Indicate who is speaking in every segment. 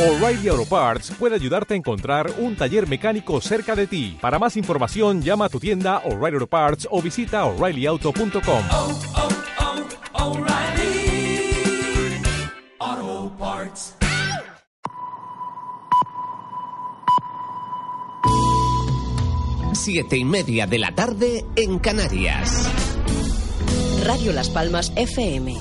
Speaker 1: O'Reilly Auto Parts puede ayudarte a encontrar un taller mecánico cerca de ti. Para más información, llama a tu tienda O'Reilly Auto Parts o visita oreillyauto.com.
Speaker 2: oh, oh, O'Reilly. Auto Parts.
Speaker 3: Siete y media de la tarde en Canarias.
Speaker 4: Radio Las Palmas FM.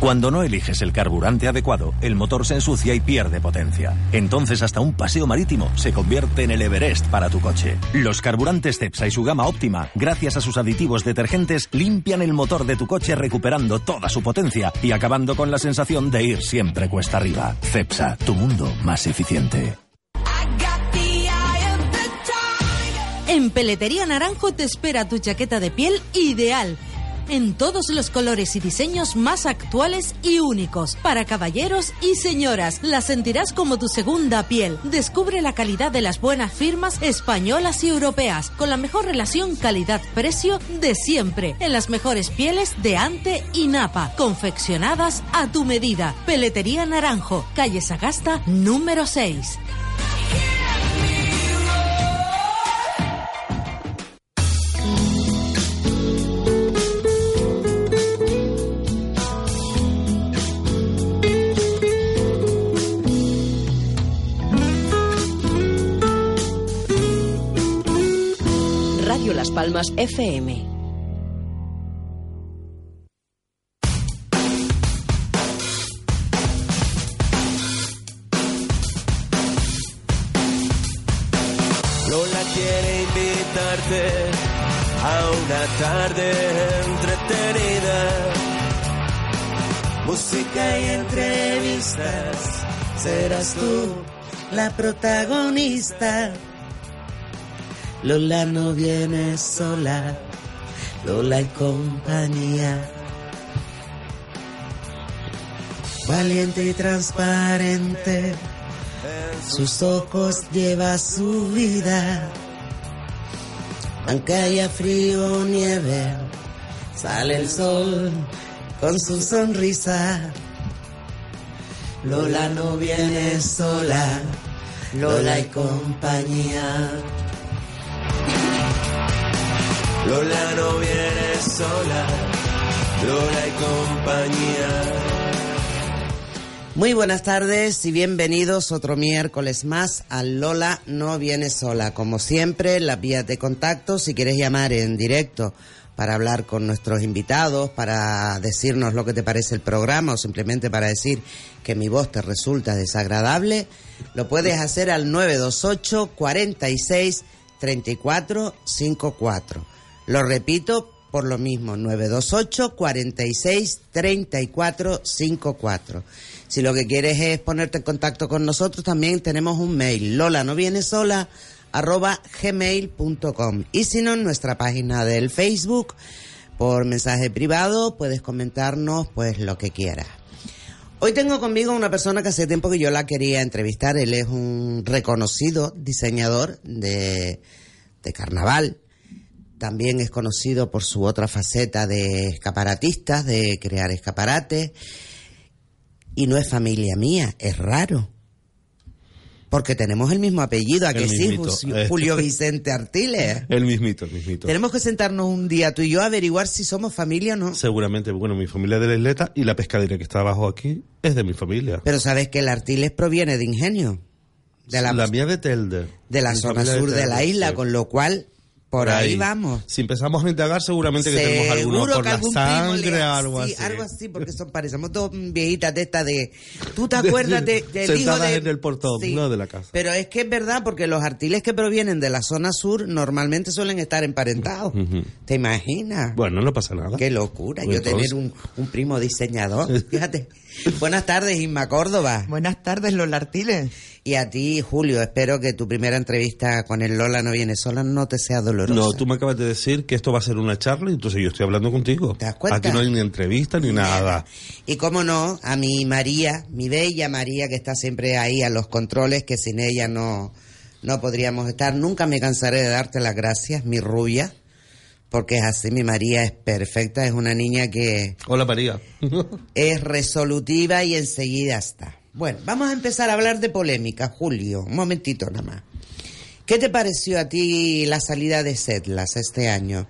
Speaker 5: Cuando no eliges el carburante adecuado, el motor se ensucia y pierde potencia. Entonces hasta un paseo marítimo se convierte en el Everest para tu coche. Los carburantes Cepsa y su gama óptima, gracias a sus aditivos detergentes, limpian el motor de tu coche recuperando toda su potencia y acabando con la sensación de ir siempre cuesta arriba. Cepsa, tu mundo más eficiente.
Speaker 6: En Peletería Naranjo te espera tu chaqueta de piel ideal. En todos los colores y diseños más actuales y únicos. Para caballeros y señoras, la sentirás como tu segunda piel. Descubre la calidad de las buenas firmas españolas y europeas, con la mejor relación calidad-precio de siempre. En las mejores pieles de ante y napa, confeccionadas a tu medida. Peletería Naranjo, calle Sagasta, número 6.
Speaker 4: Radio Las Palmas FM.
Speaker 7: Lola quiere invitarte a una tarde entretenida. Música y entrevistas, serás tú.
Speaker 8: la protagonista. Lola no viene sola, Lola y compañía. Valiente y transparente, sus ojos lleva su vida. Aunque haya frío o nieve, sale el sol con su sonrisa. Lola no viene sola, Lola y compañía.
Speaker 7: Lola no viene sola, Lola y compañía.
Speaker 8: Muy buenas tardes y bienvenidos otro miércoles más a Lola No Viene Sola. Como siempre, las vías de contacto si quieres llamar en directo para hablar con nuestros invitados, para decirnos lo que te parece el programa o simplemente para decir que mi voz te resulta desagradable, lo puedes hacer al 928 46 34 54. Lo repito por lo mismo, 928 46 34 54. Si lo que quieres es ponerte en contacto con nosotros, también tenemos un mail, lola no viene sola, arroba gmail.com. Y si no, en nuestra página del Facebook, por mensaje privado, puedes comentarnos pues lo que quieras. Hoy tengo conmigo una persona que hace tiempo que yo la quería entrevistar. Él es un reconocido diseñador de, de carnaval. También es conocido por su otra faceta de escaparatistas, de crear escaparates. Y no es familia mía, es raro. Porque tenemos el mismo apellido, ¿a
Speaker 9: El
Speaker 8: que sí?
Speaker 9: mismito. Este.
Speaker 8: Ju- Julio Vicente Artiles.
Speaker 9: El mismito, el mismito.
Speaker 8: Tenemos que sentarnos un día tú y yo a averiguar si somos familia o no.
Speaker 9: Seguramente, bueno, mi familia es de la isleta y la pescadería que está abajo aquí es de mi familia.
Speaker 8: Pero sabes que el Artiles proviene de Ingenio, de la,
Speaker 9: mía de Telde.
Speaker 8: de la
Speaker 9: Mi
Speaker 8: zona
Speaker 9: familia
Speaker 8: sur de,
Speaker 9: Telde,
Speaker 8: la isla,
Speaker 9: sí.
Speaker 8: con lo cual por ahí, vamos.
Speaker 9: Si empezamos a indagar, seguramente que tenemos alguno
Speaker 8: Seguro
Speaker 9: por
Speaker 8: que
Speaker 9: la
Speaker 8: algún primo le-
Speaker 9: sangre, algo
Speaker 8: sí,
Speaker 9: así.
Speaker 8: algo así, porque son parecemos dos viejitas de esta de. ¿Tú te acuerdas de, del hijo
Speaker 9: Sentadas
Speaker 8: de,
Speaker 9: en el portón, no de la casa.
Speaker 8: Pero es que es verdad, porque los artiles que provienen de la zona sur normalmente suelen estar emparentados.
Speaker 9: Ujú.
Speaker 8: ¿Te imaginas?
Speaker 9: Bueno, no pasa nada.
Speaker 8: Qué locura, yo
Speaker 9: Entonces-
Speaker 8: tener un, un primo diseñador. Fíjate. Buenas tardes, Inma Córdoba.
Speaker 10: Buenas tardes, los lartiles.
Speaker 8: Y a ti, Julio, espero que tu primera entrevista con el Lola no viene sola no te sea dolorosa.
Speaker 9: No, tú me acabas de decir que esto va a ser una charla y entonces yo estoy hablando contigo.
Speaker 8: ¿Te das cuenta?
Speaker 9: Aquí no hay ni entrevista ni nada.
Speaker 8: Y cómo no, a mi María, mi bella María, que está siempre ahí a los controles, que sin ella no, no podríamos estar. Nunca me cansaré de darte las gracias, mi rubia, porque es así, mi María es perfecta, es una niña que
Speaker 9: Hola, María.
Speaker 8: es resolutiva y enseguida está. Bueno, vamos a empezar a hablar de polémica, Julio. Un momentito nada más. ¿Qué te pareció a ti la salida de Setlas este año?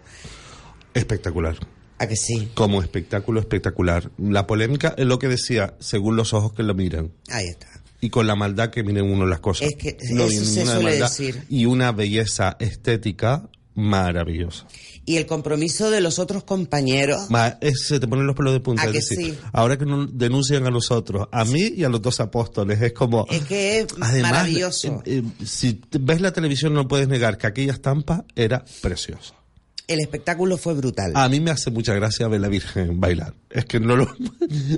Speaker 9: Espectacular.
Speaker 8: ¿A que sí?
Speaker 9: Como espectáculo, espectacular. La polémica es lo que decía, según los ojos que lo miran.
Speaker 8: Ahí está.
Speaker 9: Y con la maldad que miren uno las cosas.
Speaker 8: Es que
Speaker 9: No
Speaker 8: eso
Speaker 9: vi
Speaker 8: se
Speaker 9: ninguna
Speaker 8: suele
Speaker 9: maldad.
Speaker 8: decir.
Speaker 9: Y una belleza estética maravillosa.
Speaker 8: Y el compromiso de los otros compañeros.
Speaker 9: Ma- es- se te ponen los pelos de punta.
Speaker 8: ¿A
Speaker 9: es
Speaker 8: que
Speaker 9: decir,
Speaker 8: sí?
Speaker 9: Ahora que no- denuncian a los otros, a mí y a los dos apóstoles, es como...
Speaker 8: Es que es
Speaker 9: Además,
Speaker 8: maravilloso.
Speaker 9: eh, eh, si te- ves la televisión no puedes negar que aquella estampa era preciosa.
Speaker 8: El espectáculo fue brutal.
Speaker 9: A mí me hace mucha gracia ver la Virgen bailar. Es que no lo
Speaker 8: No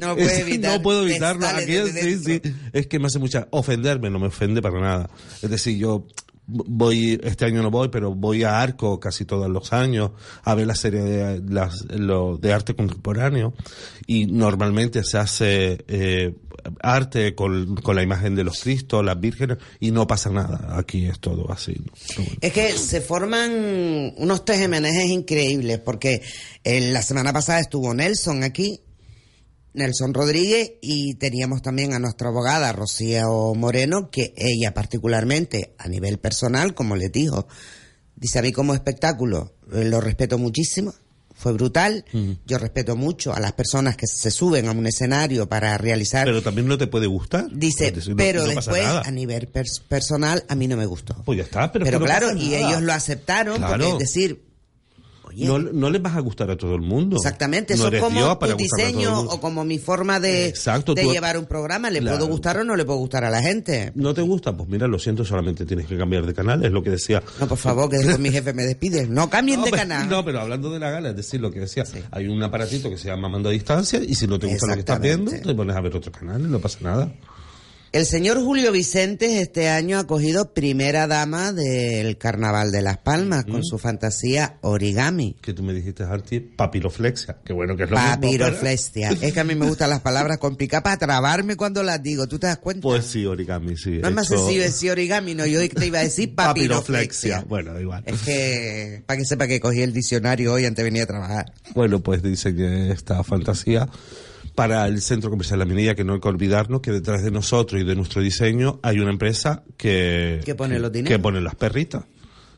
Speaker 8: lo puedes
Speaker 9: es que
Speaker 8: evitar.
Speaker 9: no puedo
Speaker 8: Te
Speaker 9: evitarlo.
Speaker 8: sale
Speaker 9: Aquello,
Speaker 8: desde
Speaker 9: sí, sí. Es que me hace mucha ofenderme, no me ofende para nada. Es decir, yo voy este año no voy, pero voy a Arco casi todos los años a ver la serie de las- lo de arte contemporáneo y normalmente se hace eh, arte con, con la imagen de los Cristos, las vírgenes y no pasa nada. Aquí es todo así. ¿no? Pero bueno.
Speaker 8: Es que se forman unos tejemenejes increíbles, porque eh, la semana pasada estuvo Nelson aquí, Nelson Rodríguez, y teníamos también a nuestra abogada Rocío Moreno, que ella particularmente, a nivel personal, como les dijo, dice a mí como espectáculo, eh, lo respeto muchísimo, fue brutal, yo respeto mucho a las personas que se suben a un escenario para realizar...
Speaker 9: Pero también no te puede gustar.
Speaker 8: Dice,
Speaker 9: Es decir, no-
Speaker 8: pero
Speaker 9: no pasa
Speaker 8: después,
Speaker 9: nada.
Speaker 8: a nivel pers- personal, a mí no me gustó.
Speaker 9: Pues ya está, pero, es
Speaker 8: Pero
Speaker 9: que no
Speaker 8: claro,
Speaker 9: pasa
Speaker 8: y
Speaker 9: nada.
Speaker 8: ellos lo aceptaron,
Speaker 9: Claro.
Speaker 8: porque es decir, oye,
Speaker 9: no, no les vas a gustar a todo el mundo.
Speaker 8: exactamente,
Speaker 9: No
Speaker 8: eso es
Speaker 9: eres
Speaker 8: como
Speaker 9: Dios
Speaker 8: tu
Speaker 9: para gustarle a todo el
Speaker 8: diseño
Speaker 9: mundo.
Speaker 8: o como mi forma de,
Speaker 9: Exacto,
Speaker 8: de
Speaker 9: tú-
Speaker 8: llevar un programa, le
Speaker 9: Claro.
Speaker 8: puedo gustar o no le puedo gustar a la gente.
Speaker 9: ¿No te gusta? Pues mira, lo siento, solamente tienes que cambiar de canal, es lo que decía.
Speaker 8: No, por favor, que después mi jefe me despide, no cambien
Speaker 9: No,
Speaker 8: de
Speaker 9: pero-
Speaker 8: canal.
Speaker 9: no, pero hablando de la gala, es decir, lo que decía, hay un aparatito que se llama mando a distancia y si no te gusta lo que estás viendo,
Speaker 8: Exactamente.
Speaker 9: te pones a ver otro canal y no pasa nada.
Speaker 8: El señor Julio Vicente este año ha cogido primera dama del Carnaval de Las Palmas con su fantasía origami.
Speaker 9: Que tú me dijiste, Arti, papiroflexia, que bueno que es lo mismo, pero-
Speaker 8: Papiroflexia. Es que a mí me gustan las palabras complicadas para trabarme cuando las digo. ¿Tú te das cuenta?
Speaker 9: Pues sí, origami, sí.
Speaker 8: no
Speaker 9: he
Speaker 8: es más
Speaker 9: hecho
Speaker 8: sencillo decir origami, no. Yo te iba a decir
Speaker 9: Papiroflexia.
Speaker 8: papiroflexia.
Speaker 9: Bueno, da igual.
Speaker 8: Es que, para que sepa que cogí el diccionario hoy antes de venir a trabajar.
Speaker 9: Bueno, pues diseñé esta fantasía para el Centro Comercial La Minilla, que no hay que olvidarnos que detrás de nosotros y de nuestro diseño hay una empresa que,
Speaker 8: Que pone los dineros.
Speaker 9: que pone las perritas.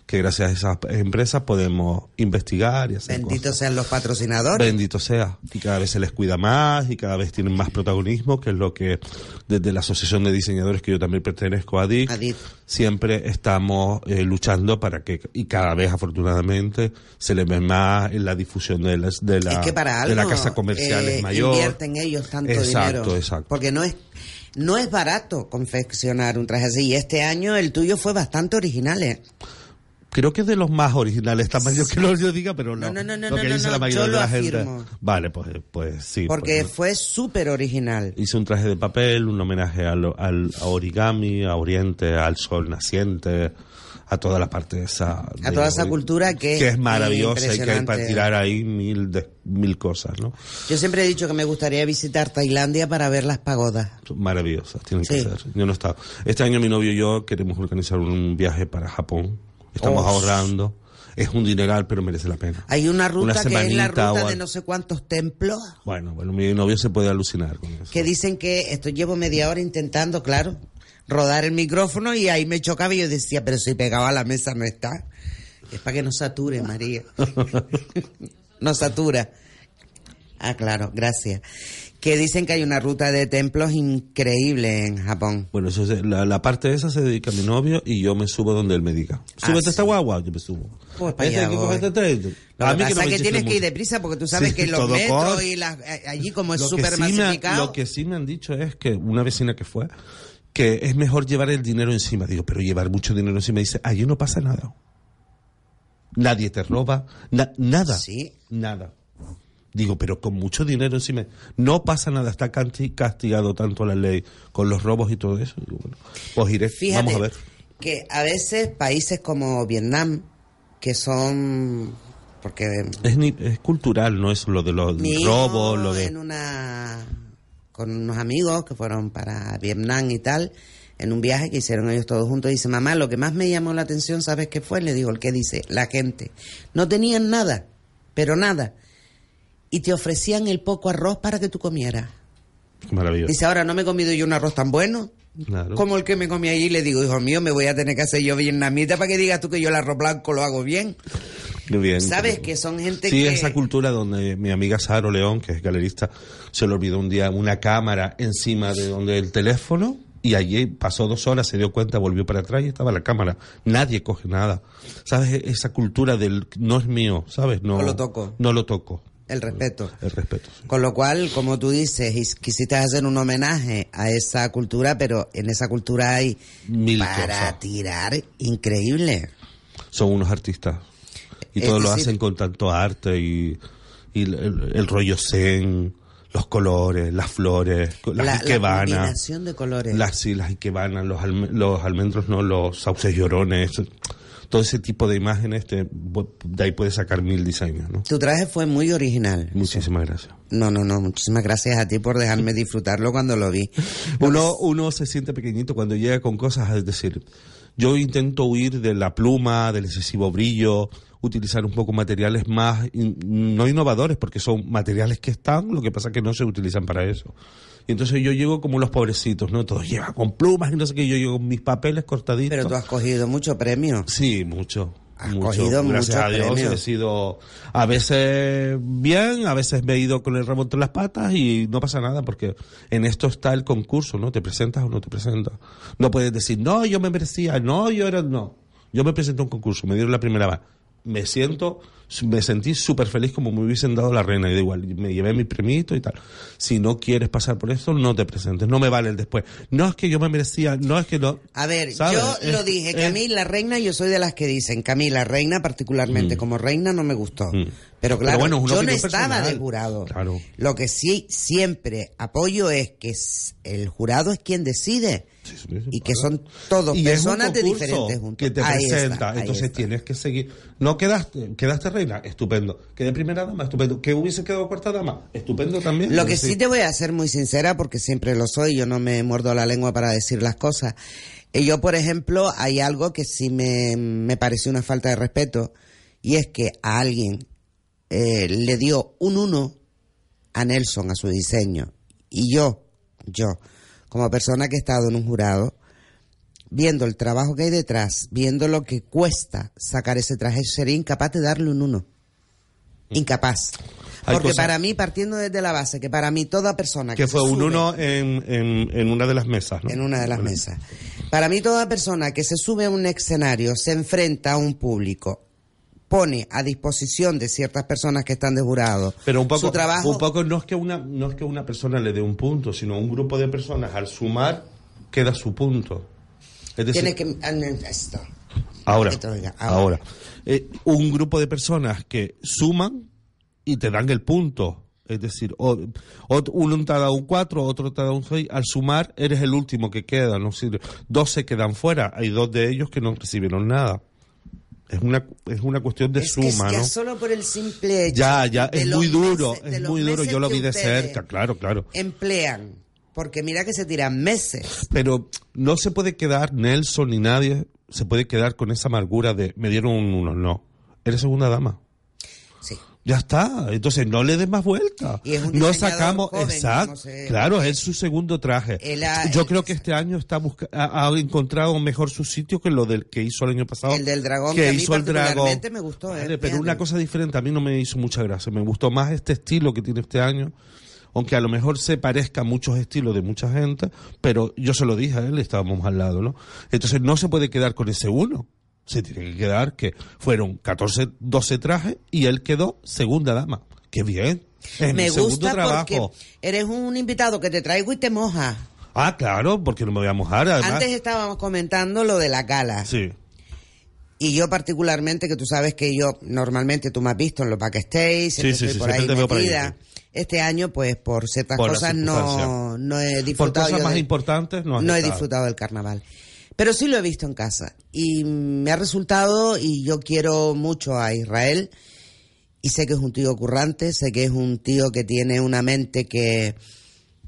Speaker 9: Que gracias a esas empresas podemos investigar y hacer
Speaker 8: Benditos
Speaker 9: cosas.
Speaker 8: sean los patrocinadores.
Speaker 9: Bendito sea. Y cada vez se les cuida más y cada vez tienen más protagonismo, que es lo que desde la Asociación de Diseñadores, que yo también pertenezco a DIC,
Speaker 8: Adit.
Speaker 9: siempre estamos eh, luchando para que, y cada vez afortunadamente, se le ve más en la difusión de, las- de la,
Speaker 8: es que para algo
Speaker 9: de la casa comercial
Speaker 8: eh,
Speaker 9: es mayor.
Speaker 8: invierten ellos tanto
Speaker 9: exacto,
Speaker 8: dinero.
Speaker 9: Exacto,
Speaker 8: Porque no es, no es barato confeccionar un traje así. Y este año el tuyo fue bastante original, ¿eh?
Speaker 9: Creo que es de los más originales, tamaño que lo yo diga, pero
Speaker 8: No,
Speaker 9: no,
Speaker 8: no, no,
Speaker 9: lo
Speaker 8: no,
Speaker 9: que
Speaker 8: no,
Speaker 9: dice
Speaker 8: no,
Speaker 9: la mayoría
Speaker 8: yo
Speaker 9: de
Speaker 8: lo
Speaker 9: la
Speaker 8: afirmo.
Speaker 9: gente. Vale, pues, pues sí.
Speaker 8: Porque
Speaker 9: pues,
Speaker 8: fue súper original.
Speaker 9: Hice un traje de papel, un homenaje al, al a origami, a Oriente, al sol naciente, a toda la parte esa.
Speaker 8: A toda esa cultura que es
Speaker 9: es maravillosa y que hay para
Speaker 8: impresionante.
Speaker 9: tirar ahí mil, de- mil cosas, ¿no?
Speaker 8: Yo siempre he dicho que me gustaría visitar Tailandia para ver las pagodas.
Speaker 9: Maravillosas, tienen
Speaker 8: Sí.
Speaker 9: que ser. Yo no estaba. Este año mi novio y yo queremos organizar un viaje para Japón. Estamos
Speaker 8: Oh.
Speaker 9: ahorrando. Es un dineral, pero merece la pena.
Speaker 8: Hay una ruta que es la
Speaker 9: semanita
Speaker 8: ruta
Speaker 9: o
Speaker 8: de
Speaker 9: al-
Speaker 8: no sé cuántos templos
Speaker 9: Bueno, bueno, mi novio se puede alucinar con eso.
Speaker 8: que dicen que esto llevo media hora intentando, claro, rodar el micrófono y ahí me chocaba y yo decía, pero si pegaba a la mesa no está. Es para que no sature, María. no satura. Ah, claro, gracias. Que dicen que hay una ruta de templos increíble en Japón.
Speaker 9: Bueno, eso se- la, la parte esa se dedica a mi novio y yo me subo donde él me diga.
Speaker 8: Ah,
Speaker 9: Súbete
Speaker 8: sí.
Speaker 9: a esta guagua, yo me subo.
Speaker 8: Pues para
Speaker 9: Este
Speaker 8: allá
Speaker 9: hay que
Speaker 8: voy.
Speaker 9: coger este tren.
Speaker 8: Lo
Speaker 9: A
Speaker 8: que
Speaker 9: mí no
Speaker 8: pasa
Speaker 9: me
Speaker 8: es que
Speaker 9: chiflen
Speaker 8: tienes que ir
Speaker 9: mucho.
Speaker 8: deprisa porque tú sabes
Speaker 9: Sí,
Speaker 8: que los
Speaker 9: todo
Speaker 8: metros
Speaker 9: corre.
Speaker 8: y las, a- allí como es
Speaker 9: Lo que
Speaker 8: súper
Speaker 9: sí me han-
Speaker 8: masificado.
Speaker 9: Lo que sí me han dicho es que una vecina que fue, que es mejor llevar el dinero encima. Digo, pero llevar mucho dinero encima. Dice, allí no pasa nada. Nadie te roba, na- nada.
Speaker 8: Sí.
Speaker 9: Nada. Digo, pero con mucho dinero encima. No pasa nada, está canti- castigado tanto la ley con los robos y todo eso. Digo, bueno, pues iré,
Speaker 8: Fíjate
Speaker 9: vamos a ver.
Speaker 8: que a veces países como Vietnam, que son... Porque
Speaker 9: Es, ni- es cultural, no es lo de los
Speaker 8: mi hijo
Speaker 9: robos, lo
Speaker 8: en
Speaker 9: de...
Speaker 8: una con unos amigos que fueron para Vietnam y tal, en un viaje que hicieron ellos todos juntos, dice, mamá, lo que más me llamó la atención, ¿sabes qué fue? Le digo, ¿el qué dice? La gente. No tenían nada, pero nada. Y te ofrecían el poco arroz para que tú comieras.
Speaker 9: Maravilloso.
Speaker 8: Dice, ahora no me he comido yo un arroz tan bueno.
Speaker 9: Claro.
Speaker 8: Como el que me comí allí, le digo, hijo mío, me voy a tener que hacer yo vietnamita para que digas tú que yo el arroz blanco lo hago bien.
Speaker 9: Qué bien.
Speaker 8: ¿Sabes? Que son gente
Speaker 9: Sí,
Speaker 8: que...
Speaker 9: esa cultura donde mi amiga Saro León, que es galerista, se le olvidó un día una cámara encima de donde el teléfono y allí pasó dos horas, se dio cuenta, volvió para atrás y estaba la cámara. Nadie coge nada. ¿Sabes? Esa cultura del no es mío, ¿sabes? No,
Speaker 8: No lo toco.
Speaker 9: No lo toco.
Speaker 8: El respeto.
Speaker 9: El respeto.
Speaker 8: Con lo cual, como tú dices, y quisiste hacer un homenaje a esa cultura, pero en esa cultura hay
Speaker 9: Mil
Speaker 8: para
Speaker 9: cosas.
Speaker 8: tirar increíble.
Speaker 9: Son unos artistas. Y
Speaker 8: Es
Speaker 9: todo lo
Speaker 8: decir-
Speaker 9: hacen con tanto arte y, y el, el- el rollo zen, los colores, las flores, las
Speaker 8: la, la
Speaker 9: ikebana.
Speaker 8: combinación de colores.
Speaker 9: Las sí, las ikebana, los, alme- los almendros, no, los sauces llorones, todo ese tipo de imágenes, te- de ahí puedes sacar mil diseños, ¿no?
Speaker 8: Tu traje fue muy original.
Speaker 9: Muchísimas gracias.
Speaker 8: No, no, no. Muchísimas gracias a ti por dejarme disfrutarlo cuando lo vi.
Speaker 9: Uno, uno se siente pequeñito cuando llega con cosas, es decir, yo intento huir de la pluma, del excesivo brillo, utilizar un poco materiales más, in- no innovadores, porque son materiales que están, lo que pasa es que no se utilizan para eso. Y entonces yo llego como los pobrecitos, ¿no? Todos llevan con plumas y no sé qué, yo llego con mis papeles cortaditos.
Speaker 8: Pero tú has cogido mucho premio.
Speaker 9: Sí, mucho.
Speaker 8: Has
Speaker 9: mucho.
Speaker 8: cogido
Speaker 9: Gracias
Speaker 8: muchos
Speaker 9: a Dios
Speaker 8: premios.
Speaker 9: he sido a veces bien, a veces me he ido con el ramo entre las patas y no pasa nada porque en esto está el concurso, ¿no? Te presentas o no te presentas. No puedes decir, no, yo me merecía, no, yo era, no. Yo me presenté a un concurso, me dieron la primera vez. Me siento, me sentí súper feliz como me hubiesen dado la reina, y da igual, me llevé mi primito y tal. Si no quieres pasar por esto, no te presentes, no me vale el después. No es que yo me merecía, no es que no.
Speaker 8: A ver,
Speaker 9: ¿Sabes?
Speaker 8: yo lo
Speaker 9: Es-
Speaker 8: dije, que a
Speaker 9: es-
Speaker 8: mí la reina, yo soy de las que dicen que a mí la reina particularmente como reina no me gustó. Pero claro,
Speaker 9: Mm. bueno, es una
Speaker 8: yo no
Speaker 9: opinión
Speaker 8: estaba
Speaker 9: personal.
Speaker 8: de jurado.
Speaker 9: Claro.
Speaker 8: Lo que sí siempre apoyo es que s- el jurado es quien decide y que son todos
Speaker 9: Y es un
Speaker 8: personas de
Speaker 9: concurso
Speaker 8: diferentes juntos.
Speaker 9: que te
Speaker 8: Ahí está,
Speaker 9: presenta,
Speaker 8: ahí
Speaker 9: entonces
Speaker 8: está.
Speaker 9: tienes que seguir. No quedaste, quedaste reina, estupendo. Quedé primera dama, estupendo. Que hubiese quedado cuarta dama, estupendo también.
Speaker 8: Lo
Speaker 9: Es
Speaker 8: que sí
Speaker 9: decir,
Speaker 8: te voy a ser muy sincera, porque siempre lo soy, yo no me muerdo la lengua para decir las cosas. Eh, Yo, por ejemplo, hay algo que sí me, me pareció una falta de respeto, y es que a alguien eh, le dio un 1 a Nelson, a su diseño, y yo, yo, como persona que he estado en un jurado, viendo el trabajo que hay detrás, viendo lo que cuesta sacar ese traje, sería incapaz de darle un 1. Incapaz.
Speaker 9: Mm. Hay
Speaker 8: Porque
Speaker 9: cosas-
Speaker 8: para mí, partiendo desde la base, que para mí toda persona que,
Speaker 9: que fue
Speaker 8: se
Speaker 9: un
Speaker 8: sube
Speaker 9: uno en, en, en una de las mesas, ¿no?
Speaker 8: en una de las
Speaker 9: Bueno.
Speaker 8: mesas, para mí toda persona que se sube a un escenario, se enfrenta a un público, pone a disposición de ciertas personas que están de jurado
Speaker 9: Pero un poco,
Speaker 8: su trabajo,
Speaker 9: un poco no es que una no es que una persona le dé un punto, sino un grupo de personas al sumar queda su punto. Es decir,
Speaker 8: tiene que... ah, Esto.
Speaker 9: Ahora,
Speaker 8: Esto, venga, ahora.
Speaker 9: ahora. Eh, un grupo de personas que suman y te dan el punto. Es decir, o- ot- uno te ha dado un 4, otro te ha dado un 6. Al sumar, eres el último que queda. ¿no? Si dos se quedan fuera. Hay dos de ellos que no recibieron nada. Es una, es una cuestión de
Speaker 8: Es que
Speaker 9: suma,
Speaker 8: ya
Speaker 9: ¿no?
Speaker 8: solo por el simple hecho
Speaker 9: Ya, ya,
Speaker 8: de
Speaker 9: es
Speaker 8: los
Speaker 9: muy duro,
Speaker 8: meses- de
Speaker 9: es
Speaker 8: los
Speaker 9: muy duro.
Speaker 8: meses
Speaker 9: Yo lo
Speaker 8: que
Speaker 9: vi de
Speaker 8: ustedes
Speaker 9: cerca, claro, claro.
Speaker 8: emplean, porque mira que se tiran meses.
Speaker 9: Pero no se puede quedar Nelson ni nadie, se puede quedar con esa amargura de me dieron un uno. No, eres segunda dama.
Speaker 8: Sí.
Speaker 9: Ya está, entonces no le des más vuelta.
Speaker 8: Y es un
Speaker 9: no
Speaker 8: diseñador
Speaker 9: sacamos,
Speaker 8: joven,
Speaker 9: exacto.
Speaker 8: no sé.
Speaker 9: Claro, es su segundo traje.
Speaker 8: Él ha-
Speaker 9: Yo creo que este año está busca- ha, ha encontrado mejor su sitio que lo del que hizo el año pasado.
Speaker 8: El del dragón,
Speaker 9: que,
Speaker 8: que a mí
Speaker 9: hizo el dragón.
Speaker 8: particularmente me gustó, eh,
Speaker 9: Vale,
Speaker 8: fíjate.
Speaker 9: pero una cosa diferente a mí no me hizo mucha gracia. Me gustó más este estilo que tiene este año. Aunque a lo mejor se parezca a muchos estilos de mucha gente, pero yo se lo dije a él, estábamos al lado, ¿no? Entonces no se puede quedar con ese uno. Se tiene que quedar que fueron 14, 12 trajes y él quedó segunda dama. ¡Qué bien! Es mi
Speaker 8: me
Speaker 9: segundo
Speaker 8: gusta
Speaker 9: trabajo.
Speaker 8: porque eres un invitado que te traigo y te moja.
Speaker 9: Ah, claro, porque no me voy a mojar, además.
Speaker 8: Antes estábamos comentando lo de la gala.
Speaker 9: Sí.
Speaker 8: Y yo particularmente, que tú sabes que yo normalmente tú me has visto en los backstage, siempre
Speaker 9: sí,
Speaker 8: estoy
Speaker 9: sí,
Speaker 8: por ahí
Speaker 9: siempre te veo por ahí,
Speaker 8: metida. Este año, pues por ciertas
Speaker 9: Por las
Speaker 8: cosas no,
Speaker 9: circunstancias.
Speaker 8: no he
Speaker 9: Por
Speaker 8: disfrutado.
Speaker 9: cosas
Speaker 8: yo
Speaker 9: más
Speaker 8: del-
Speaker 9: importantes no has
Speaker 8: no he
Speaker 9: estado.
Speaker 8: disfrutado del carnaval. Pero sí lo he visto en casa. Y me ha resultado, y yo quiero mucho a Israel. Y sé que es un tío currante, sé que es un tío que tiene una mente que,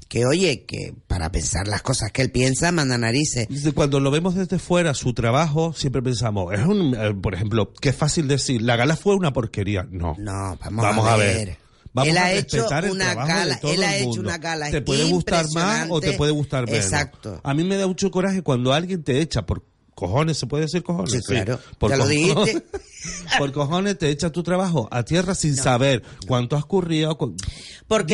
Speaker 8: que oye, que para pensar las cosas que él piensa, manda narices.
Speaker 9: Dice, Cuando lo vemos desde fuera, su trabajo, siempre pensamos, es un, eh, por ejemplo, qué fácil decir, la gala fue una porquería. No.
Speaker 8: No, vamos, a, ver.
Speaker 9: Vamos
Speaker 8: él
Speaker 9: a
Speaker 8: ha hecho
Speaker 9: respetar el
Speaker 8: una
Speaker 9: trabajo de
Speaker 8: gala,
Speaker 9: todo
Speaker 8: él ha
Speaker 9: el
Speaker 8: hecho
Speaker 9: mundo.
Speaker 8: una gala
Speaker 9: Te puede gustar más o te
Speaker 8: impresionante.
Speaker 9: puede gustar menos.
Speaker 8: Exacto.
Speaker 9: A mí me da mucho coraje cuando alguien te echa por cojones, se puede decir cojones.
Speaker 8: Sí, claro.
Speaker 9: Por
Speaker 8: Ya lo dijiste.
Speaker 9: por cojones te echa tu trabajo a tierra sin saber cuánto has currido. cu-
Speaker 8: Porque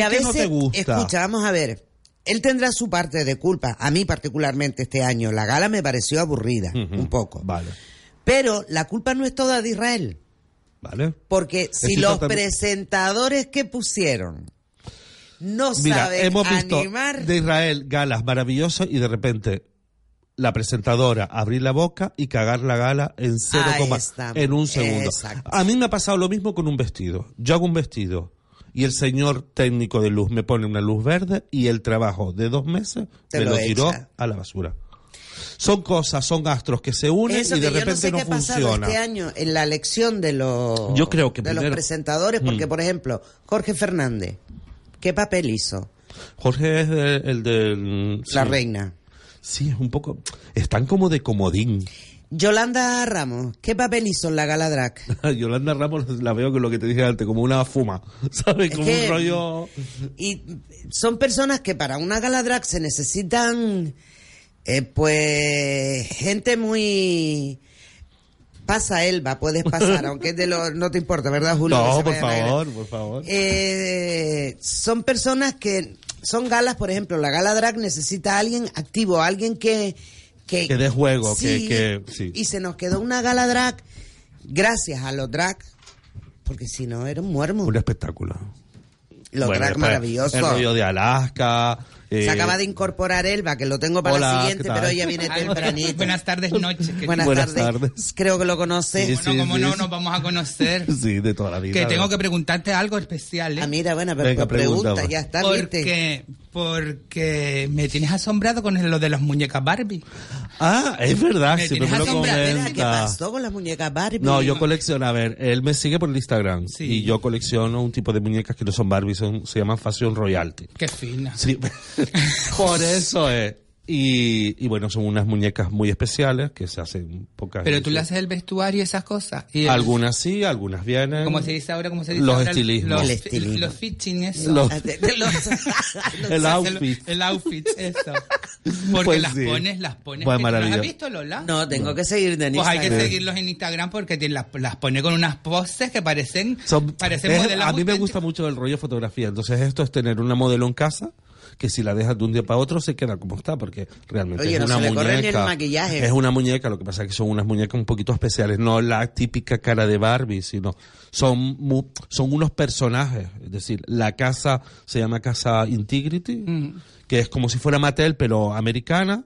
Speaker 9: Di
Speaker 8: a
Speaker 9: que
Speaker 8: veces,
Speaker 9: no te gusta.
Speaker 8: escucha, vamos a ver, él tendrá su parte de culpa. A mí particularmente este año la gala me pareció aburrida, un poco.
Speaker 9: Vale,
Speaker 8: Pero la culpa no es toda de Israel,
Speaker 9: vale.
Speaker 8: porque si
Speaker 9: Estoy
Speaker 8: los
Speaker 9: tratando-
Speaker 8: presentadores que pusieron no
Speaker 9: Mira,
Speaker 8: saben
Speaker 9: hemos visto
Speaker 8: animar,
Speaker 9: de Israel galas maravillosas y de repente la presentadora abrir la boca y cagar la gala en cero
Speaker 8: Ahí
Speaker 9: coma-
Speaker 8: estamos.
Speaker 9: en un segundo.
Speaker 8: Exacto.
Speaker 9: A mí me ha pasado lo mismo con un vestido. Yo hago un vestido y el señor técnico de luz me pone una luz verde y el trabajo de dos meses
Speaker 8: Te
Speaker 9: me
Speaker 8: lo
Speaker 9: lo, tiró
Speaker 8: echa.
Speaker 9: a la basura. Son cosas, son astros que se unen
Speaker 8: eso
Speaker 9: y de
Speaker 8: que yo no
Speaker 9: repente
Speaker 8: sé
Speaker 9: no,
Speaker 8: qué ha pasado
Speaker 9: funciona.
Speaker 8: este año en la elección de los
Speaker 9: Yo creo que
Speaker 8: de los
Speaker 9: primero-
Speaker 8: presentadores,
Speaker 9: Mm.
Speaker 8: porque por ejemplo, Jorge Fernández, ¿qué papel hizo?
Speaker 9: Jorge es de- el del
Speaker 8: La
Speaker 9: sí.
Speaker 8: reina.
Speaker 9: Sí, es un poco están como de comodín.
Speaker 8: Yolanda Ramos, ¿qué papel hizo en la gala drag?
Speaker 9: Yolanda Ramos la veo con lo que te dije antes, como una fuma, ¿sabes?
Speaker 8: Es
Speaker 9: Como
Speaker 8: que-
Speaker 9: un rollo...
Speaker 8: Y son personas que para una gala drag se necesitan, eh, pues, gente muy... Pasa, Elba, puedes pasar, aunque es de lo- no te importa, ¿verdad, Julio? Que
Speaker 9: No,
Speaker 8: se
Speaker 9: por
Speaker 8: vayan a ir.
Speaker 9: favor, por favor.
Speaker 8: Eh, son personas que son galas, por ejemplo, la gala drag necesita a alguien activo, a alguien que... Que,
Speaker 9: Que dé juego, que- que- sí.
Speaker 8: Y se nos quedó una gala drag gracias a los drag, porque si no era un muermo.
Speaker 9: un espectáculo.
Speaker 8: Los
Speaker 9: Bueno,
Speaker 8: drag
Speaker 9: después,
Speaker 8: maravillosos.
Speaker 9: El rollo de Alaska. eh,
Speaker 8: Se acaba de incorporar Elba, que lo tengo para
Speaker 9: hola,
Speaker 8: la siguiente,
Speaker 9: ¿qué tal?
Speaker 8: pero ella viene tempranito.
Speaker 11: Buenas tardes, noches. Pues que-
Speaker 8: Buenas,
Speaker 9: Buenas
Speaker 8: tardes.
Speaker 9: tardes.
Speaker 8: Creo que lo conoces.
Speaker 9: Sí,
Speaker 11: bueno,
Speaker 9: sí,
Speaker 11: como
Speaker 9: sí,
Speaker 11: no
Speaker 9: sí.
Speaker 11: nos vamos a conocer,
Speaker 9: Sí, de toda la vida.
Speaker 11: que tengo que preguntarte algo especial, ¿eh?
Speaker 8: Ah, mira, bueno, pero
Speaker 9: Venga,
Speaker 8: pregunta,
Speaker 9: pregunta,
Speaker 8: ya está, viste.
Speaker 11: porque, porque me tienes asombrado con lo de las muñecas Barbie.
Speaker 9: Ah, es verdad,
Speaker 11: Me
Speaker 9: siempre me
Speaker 11: tienes
Speaker 9: lo
Speaker 11: asombrada,
Speaker 8: Espera, ¿Qué
Speaker 9: comenta.
Speaker 8: pasó con las muñecas Barbie?
Speaker 9: No, yo colecciono, a ver, él me sigue por el Instagram
Speaker 11: Sí.
Speaker 9: y yo colecciono un tipo de muñecas que no son Barbie, son, se llaman Fashion Royalty.
Speaker 11: Qué fina.
Speaker 9: Sí, por eso es. Y, y bueno, son unas muñecas muy especiales que se hacen pocas
Speaker 11: Pero tú
Speaker 9: veces.
Speaker 11: le haces el vestuario y esas cosas. Y el-
Speaker 9: Algunas sí, algunas vienen.
Speaker 11: Como se dice ahora, como se dice
Speaker 9: Los
Speaker 11: ahora,
Speaker 9: estilismos.
Speaker 11: Los,
Speaker 8: El estilismo.
Speaker 11: los fitching, eso.
Speaker 9: Los-
Speaker 8: Ah, te- te- los-
Speaker 9: El outfit.
Speaker 11: El, el outfit, eso. Porque
Speaker 9: Pues
Speaker 11: las
Speaker 9: sí.
Speaker 11: pones, las pones.
Speaker 9: Pues
Speaker 11: que tú las
Speaker 9: maravilloso.
Speaker 11: ¿Has visto, Lola?
Speaker 8: no, tengo que seguir de
Speaker 11: Pues hay que
Speaker 8: Instagram.
Speaker 11: seguirlos en Instagram porque te las, las pone con unas poses que parecen,
Speaker 9: Son-
Speaker 11: parecen
Speaker 9: es-
Speaker 11: modelos
Speaker 9: a mí me
Speaker 11: auténticos.
Speaker 9: gusta mucho el rollo fotografía. Entonces esto es tener una modelo en casa que si la dejas de un día para otro se queda como está porque realmente
Speaker 8: Oye,
Speaker 9: es
Speaker 8: no
Speaker 9: una
Speaker 8: se le corre
Speaker 9: muñeca.
Speaker 8: ni el maquillaje.
Speaker 9: Es una muñeca, lo que pasa es que son unas muñecas un poquito especiales, no la típica cara de Barbie, sino son mu- son unos personajes, es decir, la casa se llama Casa Integrity,
Speaker 11: Mm.
Speaker 9: que es como si fuera Mattel pero americana.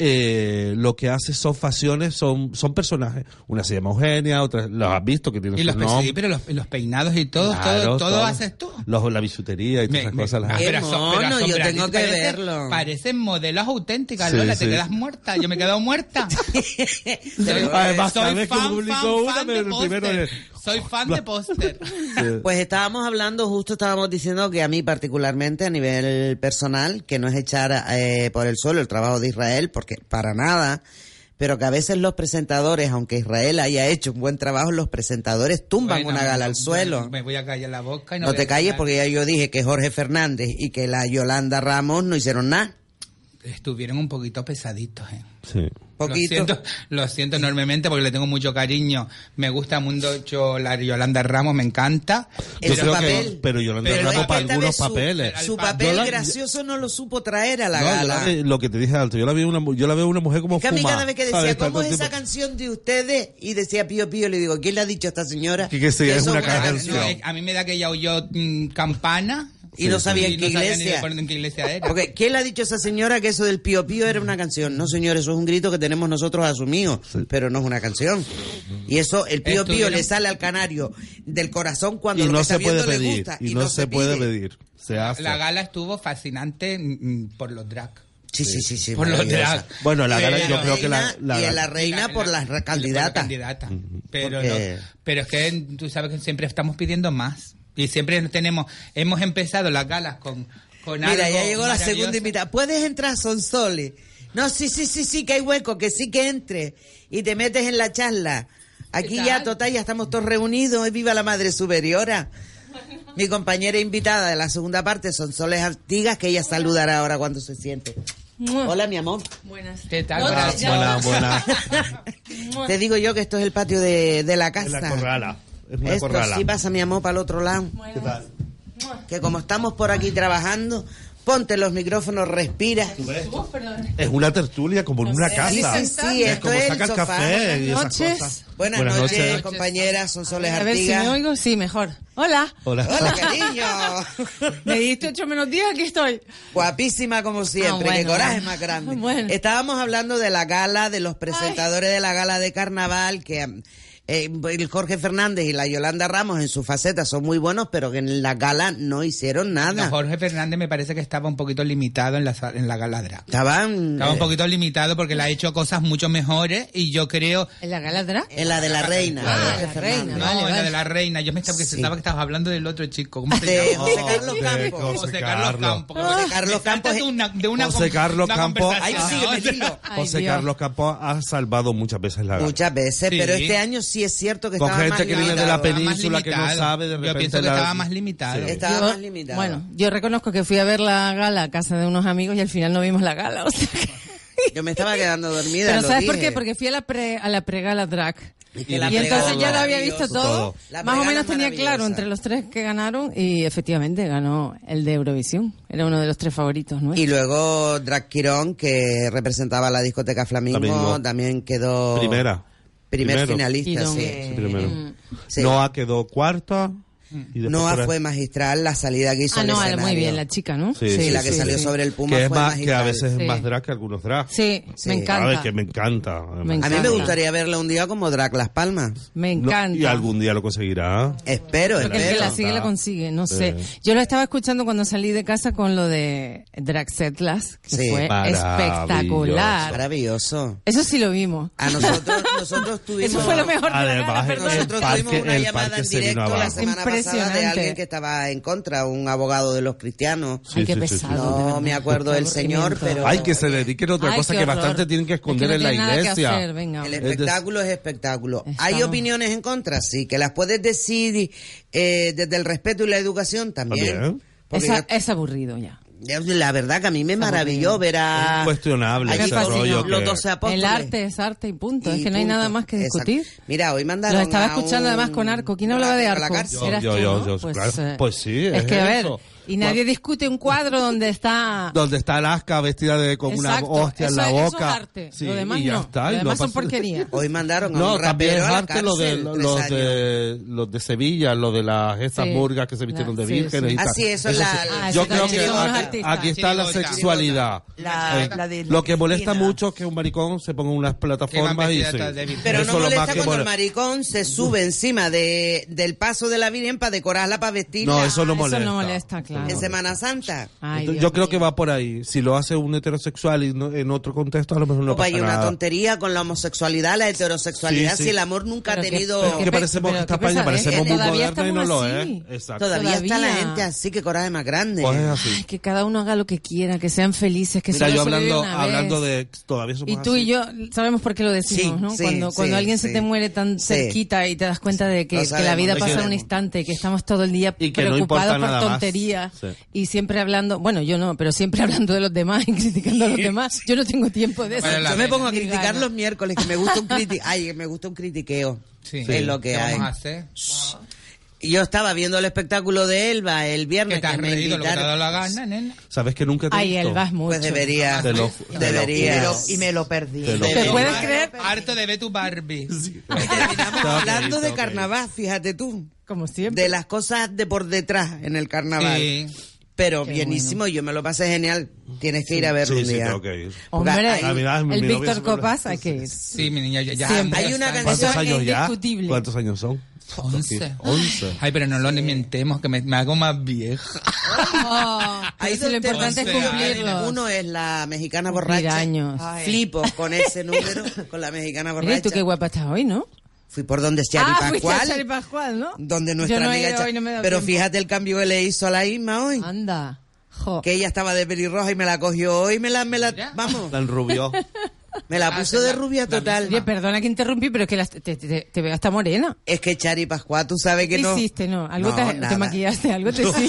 Speaker 9: Eh, lo que hace son facciones, son, son personajes. Una se llama Eugenia, otra, las has visto que tiene
Speaker 11: Y
Speaker 9: su
Speaker 11: los, pe-
Speaker 9: nombre.
Speaker 11: sí, pero los, los peinados y todo,
Speaker 9: Claro,
Speaker 11: todo, todo, haces tú.
Speaker 9: Los, la bisutería y todas
Speaker 11: Me-
Speaker 9: esas
Speaker 11: me-
Speaker 9: cosas. las
Speaker 11: ah,
Speaker 9: haces.
Speaker 8: Qué mono, yo
Speaker 11: asombrante,
Speaker 8: tengo que
Speaker 11: parece-
Speaker 8: verlo.
Speaker 11: Parecen modelos auténticas,
Speaker 9: Sí,
Speaker 11: Lola,
Speaker 9: sí.
Speaker 11: te quedas muerta. Yo me he quedado muerta.
Speaker 8: Pero-
Speaker 9: Además, cada
Speaker 11: soy
Speaker 9: vez que
Speaker 11: fan,
Speaker 9: publico
Speaker 11: fan,
Speaker 9: una,
Speaker 11: fan
Speaker 9: me-
Speaker 11: de
Speaker 9: el primero
Speaker 11: póster.
Speaker 9: es-
Speaker 11: Soy fan de póster.
Speaker 9: eh.
Speaker 8: Pues estábamos hablando, justo estábamos diciendo que a mí particularmente a nivel personal, que no es echar eh, por el suelo el trabajo de Israel, porque para nada, pero que a veces los presentadores, aunque Israel haya hecho un buen trabajo, los presentadores tumban
Speaker 11: Bueno,
Speaker 8: una gala al
Speaker 11: bueno,
Speaker 8: suelo.
Speaker 11: Me voy a callar la boca y no
Speaker 8: No
Speaker 11: voy a
Speaker 8: te calles
Speaker 11: hablar.
Speaker 8: porque ya yo dije que Jorge Fernández y que la Yolanda Ramos no hicieron nada.
Speaker 11: Estuvieron un poquito pesaditos, eh.
Speaker 9: Sí.
Speaker 8: Poquito.
Speaker 11: Lo siento, lo siento enormemente porque le tengo mucho cariño. Me gusta Mundo Cho- la Yolanda Ramos, me encanta.
Speaker 9: Yo
Speaker 8: Ese
Speaker 9: creo
Speaker 8: papel.
Speaker 9: que, pero Yolanda
Speaker 11: Pero el
Speaker 9: Ramos para
Speaker 11: papel
Speaker 9: algunos
Speaker 8: su,
Speaker 9: papeles.
Speaker 8: Su
Speaker 11: Yo la-
Speaker 8: papel gracioso no lo supo traer a la
Speaker 9: No, yo
Speaker 8: gala.
Speaker 9: la- lo que te dije antes, yo la, vi una, mu- yo la veo una mujer como
Speaker 8: Es que a mí
Speaker 9: fuma,
Speaker 8: cada vez que decía,
Speaker 9: ¿sabes?
Speaker 8: ¿cómo
Speaker 9: Tanto
Speaker 8: es esa
Speaker 9: tiempo-
Speaker 8: canción de ustedes? Y decía Pío Pío, le digo, ¿quién le ha dicho a esta señora?
Speaker 9: Que- que sí, es
Speaker 8: eso
Speaker 9: una
Speaker 8: fue
Speaker 11: Ah,
Speaker 9: canción.
Speaker 8: canción?
Speaker 11: no, es- a mí me da que ella oyó mm, campana.
Speaker 8: Y no sabía en
Speaker 11: y
Speaker 8: qué
Speaker 11: no sabía ni
Speaker 8: iglesia.
Speaker 11: de por- en qué iglesia era.
Speaker 8: Porque, ¿quién le ha dicho a esa señora que eso del Pío Pío era una canción? No, señor, eso es un grito que tenemos nosotros asumido, pero no es una canción. Y eso, el Pío Pío
Speaker 11: Estuvieron-
Speaker 8: le sale al canario del corazón cuando
Speaker 9: Y
Speaker 8: lo que
Speaker 9: no
Speaker 8: está
Speaker 9: se puede
Speaker 8: viendo le
Speaker 9: pedir.
Speaker 8: gusta.
Speaker 9: Y no se puede
Speaker 8: pide.
Speaker 9: pedir. Se hace.
Speaker 11: La gala estuvo fascinante mm, por los drag.
Speaker 8: Sí, sí, sí, sí.
Speaker 11: por los
Speaker 8: maravillosa.
Speaker 11: drag.
Speaker 9: Bueno, la gala
Speaker 11: Pero-
Speaker 9: yo creo que la...
Speaker 8: Reina
Speaker 9: la-
Speaker 8: y a la reina por las
Speaker 11: por
Speaker 8: candidatas.
Speaker 11: candidata. Pero,
Speaker 8: Porque-
Speaker 11: no- pero es que tú sabes que siempre estamos pidiendo más. Y siempre tenemos, hemos empezado las galas con, con
Speaker 8: Mira,
Speaker 11: algo
Speaker 8: ya llegó la
Speaker 11: maravilloso.
Speaker 8: segunda invitada. ¿Puedes entrar, Sonsoli? No, sí, sí, sí, sí, que hay hueco, que sí que entre. Y te metes en la charla. Aquí
Speaker 11: ¿Qué
Speaker 8: ya,
Speaker 11: tal?
Speaker 8: total, ya estamos todos reunidos. ¡eh, ¡Viva la Madre Superiora! Mi compañera invitada de la segunda parte, son Soles Artigas, que ella saludará ahora cuando se siente. Hola, mi amor.
Speaker 4: Buenas.
Speaker 11: ¿Qué tal?
Speaker 8: Hola,
Speaker 11: Gracias.
Speaker 8: hola, Te digo yo que esto es el patio de, de la casa.
Speaker 9: la corrala. Es una
Speaker 8: Esto
Speaker 9: corrala.
Speaker 8: sí pasa, mi amor, para el otro lado. Que como estamos por aquí trabajando, ponte los micrófonos, respira.
Speaker 9: Es una tertulia como en una casa.
Speaker 8: Sí, sí, sí,
Speaker 9: es
Speaker 8: esto
Speaker 9: como
Speaker 8: es el
Speaker 9: sacar
Speaker 8: sofá.
Speaker 9: café y esas
Speaker 4: Buenas noches.
Speaker 9: cosas.
Speaker 8: Buenas, noches, compañeras, son Soles
Speaker 4: A ver si me
Speaker 8: Artigas.
Speaker 4: oigo, sí, mejor. Hola.
Speaker 9: Hola.
Speaker 8: Hola, cariño.
Speaker 4: Me diste ocho menos 10, aquí estoy.
Speaker 8: Guapísima como siempre,
Speaker 4: Ah, bueno,
Speaker 8: qué coraje
Speaker 4: bueno.
Speaker 8: más grande. Estábamos hablando de la gala, de los presentadores de la gala de carnaval, que mm, eh, el Jorge Fernández y la Yolanda Ramos en su faceta son muy buenos, pero que en la gala no hicieron nada.
Speaker 11: No, Jorge Fernández me parece que estaba un poquito limitado en la, sa- en la galadra.
Speaker 8: Estaban...
Speaker 11: Estaba un poquito limitado porque le ha hecho cosas mucho mejores y yo creo...
Speaker 4: ¿En la galadra?
Speaker 8: En la de la reina.
Speaker 11: Ah,
Speaker 8: Jorge
Speaker 11: la
Speaker 8: Fernández.
Speaker 11: No, en la de la reina. Yo me estaba, pensaba que estabas hablando del otro chico. ¿Cómo
Speaker 8: De
Speaker 11: se llama?
Speaker 8: José
Speaker 11: De
Speaker 8: Carlos Campos.
Speaker 11: José Carlos Campos.
Speaker 8: José Carlos Campos.
Speaker 11: De una, de una
Speaker 9: José
Speaker 11: con-
Speaker 9: Carlos
Speaker 11: una
Speaker 9: Campos.
Speaker 11: conversación.
Speaker 8: Ay, sí, me digo. Ay,
Speaker 9: José
Speaker 8: Dios.
Speaker 9: Carlos Campos ha salvado muchas veces la gala.
Speaker 8: Muchas veces,
Speaker 9: Sí.
Speaker 8: pero este año sí es cierto que
Speaker 9: Con
Speaker 8: estaba
Speaker 9: gente
Speaker 8: más
Speaker 9: que viene de la
Speaker 8: limitado.
Speaker 9: península, que no sabe, de repente... la- Sí.
Speaker 8: Estaba
Speaker 4: Yo-
Speaker 8: más limitado.
Speaker 4: Bueno, yo reconozco que fui a ver la gala a casa de unos amigos y al final no vimos la gala. o sea que-
Speaker 8: Yo me estaba quedando dormida.
Speaker 4: Pero
Speaker 8: lo
Speaker 4: ¿sabes por
Speaker 8: dije.
Speaker 4: qué? Porque fui a la pre a la pregala drag.
Speaker 8: Y
Speaker 4: Y,
Speaker 8: que la
Speaker 4: entonces
Speaker 8: pregala
Speaker 4: ya lo
Speaker 8: es
Speaker 4: había visto
Speaker 8: maravilloso.
Speaker 4: todo.
Speaker 8: La
Speaker 4: Más o
Speaker 8: pregala
Speaker 4: menos
Speaker 8: es
Speaker 4: tenía claro entre los tres que ganaron y efectivamente ganó el de Eurovisión. Era uno de los tres favoritos, ¿no?
Speaker 8: Y luego Drag Quirón, que representaba la discoteca Flamingo,
Speaker 9: Flamingo.
Speaker 8: también quedó...
Speaker 9: Primera.
Speaker 8: Primer
Speaker 9: Primero.
Speaker 8: finalista, sí.
Speaker 4: eh,
Speaker 9: Sí, primero.
Speaker 8: Sí.
Speaker 9: Noah quedó cuarta. y después
Speaker 8: Noah
Speaker 9: por ahí-
Speaker 8: fue magistral, la salida que hizo
Speaker 4: Ah,
Speaker 8: al
Speaker 4: no,
Speaker 8: escenario.
Speaker 4: muy bien, la chica, ¿no?
Speaker 9: Sí, sí,
Speaker 8: la que
Speaker 9: sí,
Speaker 8: salió
Speaker 9: sí.
Speaker 8: sobre el Puma
Speaker 9: que es
Speaker 8: fue
Speaker 9: más que a
Speaker 8: magistral.
Speaker 9: veces
Speaker 4: Sí.
Speaker 9: es más drag que algunos drag.
Speaker 4: Sí, me encanta.
Speaker 9: A ver, que me encanta. además.
Speaker 4: Me
Speaker 8: A mí me gustaría verla un día como Drag Las Palmas.
Speaker 4: Me
Speaker 9: No,
Speaker 4: encanta.
Speaker 9: y algún día lo conseguirá.
Speaker 8: Espero,
Speaker 4: Porque el que la sigue la consigue, no sé.
Speaker 9: Sí.
Speaker 4: Yo lo estaba escuchando cuando salí de casa con lo de Draxetlas, que
Speaker 8: Sí.
Speaker 4: fue
Speaker 8: Maravilloso.
Speaker 4: espectacular.
Speaker 8: Maravilloso.
Speaker 4: Eso sí lo vimos.
Speaker 8: A nosotros, nosotros tuvimos...
Speaker 4: Eso fue lo mejor de la
Speaker 9: Además,
Speaker 4: gala,
Speaker 9: el-
Speaker 4: perdón.
Speaker 8: Nosotros
Speaker 9: parque-
Speaker 8: tuvimos una
Speaker 9: el
Speaker 8: llamada
Speaker 9: parque
Speaker 8: en
Speaker 9: se vino
Speaker 8: directo la
Speaker 9: abajo.
Speaker 8: semana pasada de
Speaker 4: Impresionante.
Speaker 8: alguien que estaba en contra, un abogado de los cristianos.
Speaker 9: Sí, Ay, qué sí, sí, sí. pesado, de
Speaker 8: No
Speaker 9: verdad.
Speaker 8: me acuerdo del señor, pero...
Speaker 9: Hay que se dediquen a otra
Speaker 8: Ay,
Speaker 9: cosa
Speaker 8: qué
Speaker 9: que
Speaker 8: horror.
Speaker 9: bastante tienen que esconder en la iglesia. Es
Speaker 8: El
Speaker 9: decir,
Speaker 8: espectáculo es espectáculo. Hay opiniones en contra, sí, que las puedes decir eh, desde el respeto y la educación también.
Speaker 9: También.
Speaker 8: Porque
Speaker 4: Esa- es aburrido ya.
Speaker 8: yo- la verdad que a mí me maravilló ver a...
Speaker 9: Es cuestionable
Speaker 8: a
Speaker 9: ese
Speaker 8: los-
Speaker 9: rollo que-
Speaker 8: Los 12 apóstoles.
Speaker 4: El arte es arte y punto.
Speaker 8: Y
Speaker 4: es que no hay
Speaker 8: punto.
Speaker 4: nada más que
Speaker 8: Exacto.
Speaker 4: discutir.
Speaker 8: Mira, hoy mandaron
Speaker 4: Lo estaba
Speaker 8: a
Speaker 4: escuchando
Speaker 8: un-
Speaker 4: además con Arco. ¿Quién hablaba de
Speaker 8: a la
Speaker 4: Arco?
Speaker 8: cárcel.
Speaker 4: Eras
Speaker 9: Yo,
Speaker 4: tú,
Speaker 9: yo,
Speaker 4: ¿no?
Speaker 9: yo,
Speaker 4: Pues,
Speaker 9: claro.
Speaker 4: eh,
Speaker 9: Pues sí,
Speaker 4: Es
Speaker 9: es
Speaker 4: que a ver,
Speaker 9: eso.
Speaker 4: y nadie discute un cuadro donde está
Speaker 9: Donde está Alaska vestida de, con
Speaker 4: Exacto,
Speaker 9: una hostia en
Speaker 4: eso
Speaker 9: la
Speaker 4: es- eso es
Speaker 9: boca.
Speaker 4: arte,
Speaker 9: Sí,
Speaker 4: lo demás
Speaker 9: y ya
Speaker 4: no,
Speaker 9: está.
Speaker 4: lo
Speaker 9: y
Speaker 4: demás son
Speaker 9: pasa-
Speaker 4: porquería.
Speaker 8: Hoy mandaron a
Speaker 9: No,
Speaker 8: un
Speaker 9: también
Speaker 8: rapero
Speaker 9: es
Speaker 8: a la
Speaker 9: arte lo de,
Speaker 8: cárcel,
Speaker 9: lo-
Speaker 8: tres
Speaker 9: los,
Speaker 8: años.
Speaker 9: de, los de Sevilla, los de las esas
Speaker 8: Sí.
Speaker 9: murgas que se vistieron
Speaker 8: La-
Speaker 9: de
Speaker 8: sí,
Speaker 9: vírgenes.
Speaker 8: sí.
Speaker 9: y tal.
Speaker 8: Ah, sí, eso es la- Ah,
Speaker 9: Yo
Speaker 8: eso
Speaker 9: creo
Speaker 8: también
Speaker 9: que
Speaker 8: son los
Speaker 9: aquí,
Speaker 8: artistas.
Speaker 9: aquí está la
Speaker 8: Chirigota.
Speaker 9: sexualidad.
Speaker 8: La-
Speaker 9: Eh,
Speaker 8: la de
Speaker 9: lo que molesta
Speaker 8: Cristina.
Speaker 9: mucho es que un maricón se ponga en unas plataformas y
Speaker 11: vestida
Speaker 9: sí.
Speaker 11: toda de virgen.
Speaker 8: Pero
Speaker 9: Eso
Speaker 8: no
Speaker 9: es lo
Speaker 8: molesta
Speaker 9: más que
Speaker 8: cuando el
Speaker 9: molesta.
Speaker 8: maricón se sube encima de, del paso de la Virgen para decorarla, para vestirla.
Speaker 9: No, eso no Ah, eso molesta. no molesta, claro.
Speaker 8: En Semana Santa.
Speaker 9: Entonces, yo creo que va por ahí. Si lo hace un heterosexual y no- en otro contexto, a lo mejor no
Speaker 8: Opa,
Speaker 9: pasa
Speaker 8: hay una
Speaker 9: nada.
Speaker 8: tontería con la homosexualidad, la heterosexualidad,
Speaker 9: Sí, sí.
Speaker 8: si el amor nunca
Speaker 9: Pero
Speaker 8: ha
Speaker 9: qué-
Speaker 8: tenido...
Speaker 9: pero qué Que parecemos- pero esta qué España pesadez. parecemos muy Todavía moderna y no estamos lo
Speaker 8: Ah,
Speaker 9: así. es. ¿eh? Exacto.
Speaker 8: Todavía, está la
Speaker 4: Todavía.
Speaker 8: gente así, que coraje más grande.
Speaker 9: Pues es así.
Speaker 4: que cada uno haga lo que quiera, que sean felices, que
Speaker 9: Mira,
Speaker 4: solo
Speaker 9: yo
Speaker 4: se vive
Speaker 9: hablando,
Speaker 4: una vez.
Speaker 9: hablando de. Todavía somos
Speaker 4: Y tú
Speaker 9: así.
Speaker 4: y yo sabemos por qué lo decimos,
Speaker 9: Sí,
Speaker 4: ¿no?
Speaker 9: sí,
Speaker 4: cuando cuando
Speaker 9: sí,
Speaker 4: alguien se
Speaker 9: sí.
Speaker 4: te muere tan
Speaker 9: Sí.
Speaker 4: cerquita y te das cuenta de que,
Speaker 9: Lo
Speaker 4: que la
Speaker 9: sabemos,
Speaker 4: vida
Speaker 9: lo
Speaker 4: pasa en un
Speaker 9: sabemos.
Speaker 4: instante, que estamos todo el día
Speaker 9: Y que no
Speaker 4: preocupados
Speaker 9: importa
Speaker 4: por
Speaker 9: nada más.
Speaker 4: tonterías
Speaker 9: Sí.
Speaker 4: y siempre hablando, bueno, yo no, pero siempre hablando de los demás y criticando a los demás. Yo no tengo tiempo de eso.
Speaker 8: yo me pongo a criticar los miércoles, que me gusta un, criti Ay, que me gusta un critiqueo. Es lo que
Speaker 11: ¿Qué
Speaker 8: hay.
Speaker 11: vamos a hacer?
Speaker 8: Y Yo estaba viendo el espectáculo de Elba el viernes.
Speaker 11: Que te has
Speaker 8: me
Speaker 11: reído lo que te ha
Speaker 8: invitaron.
Speaker 11: dado la gana, nena.
Speaker 9: ¿Sabes que nunca te he
Speaker 8: Ay,
Speaker 9: visto?
Speaker 8: él vas mucho. Pues debería.
Speaker 9: Te lo-
Speaker 8: Y me
Speaker 9: debería.
Speaker 8: lo- y me lo perdí.
Speaker 9: Te lo-
Speaker 8: Debería.
Speaker 11: creer? Harto de ver tu Barbie.
Speaker 8: Estamos hablando de carnaval, fíjate tú.
Speaker 4: Como siempre.
Speaker 8: De las cosas de por detrás en el carnaval. Pero bienísimo, yo me lo pasé genial. Tienes que ir a verlo
Speaker 9: Sí,
Speaker 8: un
Speaker 9: sí,
Speaker 8: día.
Speaker 9: tengo que ir.
Speaker 4: Hombre,
Speaker 8: Porque hay-
Speaker 4: el Víctor Copas hay que ir.
Speaker 11: Sí, mi niña, ya. ya
Speaker 4: Siempre.
Speaker 11: ya
Speaker 4: Hay una
Speaker 11: está.
Speaker 9: ¿Cuántos años ya?
Speaker 4: indiscutible.
Speaker 9: ¿Cuántos años son?
Speaker 11: Once.
Speaker 9: Once.
Speaker 11: Ay, pero no lo mentemos, que me, me hago más vieja.
Speaker 8: Hay
Speaker 4: eso lo
Speaker 8: dos
Speaker 4: importante es
Speaker 8: temas.
Speaker 4: cumplirlos.
Speaker 8: Uno es la mexicana borracha.
Speaker 4: Piraños.
Speaker 8: Flipo con ese número, con la mexicana borracha.
Speaker 4: Mira, tú qué guapa estás hoy, ¿no?
Speaker 8: Fui por donde es Yari
Speaker 4: ah, fuiste a
Speaker 8: Pascual,
Speaker 4: Chari Pascual, ¿no?
Speaker 8: donde nuestra
Speaker 4: Yo no he
Speaker 8: amiga
Speaker 4: ido
Speaker 8: Cha-
Speaker 4: hoy, no me he dado
Speaker 8: Pero
Speaker 4: tiempo.
Speaker 8: fíjate el cambio que le hizo a la Isma hoy.
Speaker 4: Anda.
Speaker 8: Que ella estaba de pelirroja y me la cogió hoy, me la, me la, vamos.
Speaker 9: Tan rubio.
Speaker 8: Me
Speaker 4: Ah,
Speaker 8: la puso de rubia total.
Speaker 4: Oye, perdona que interrumpí, pero es que las- te, te- te veo hasta morena.
Speaker 8: Es que Chari Pascual, tú sabes que
Speaker 4: ¿Qué
Speaker 8: no.
Speaker 4: hiciste? No, algo
Speaker 8: No,
Speaker 4: te, te
Speaker 8: nada.
Speaker 4: maquillaste, algo te hiciste.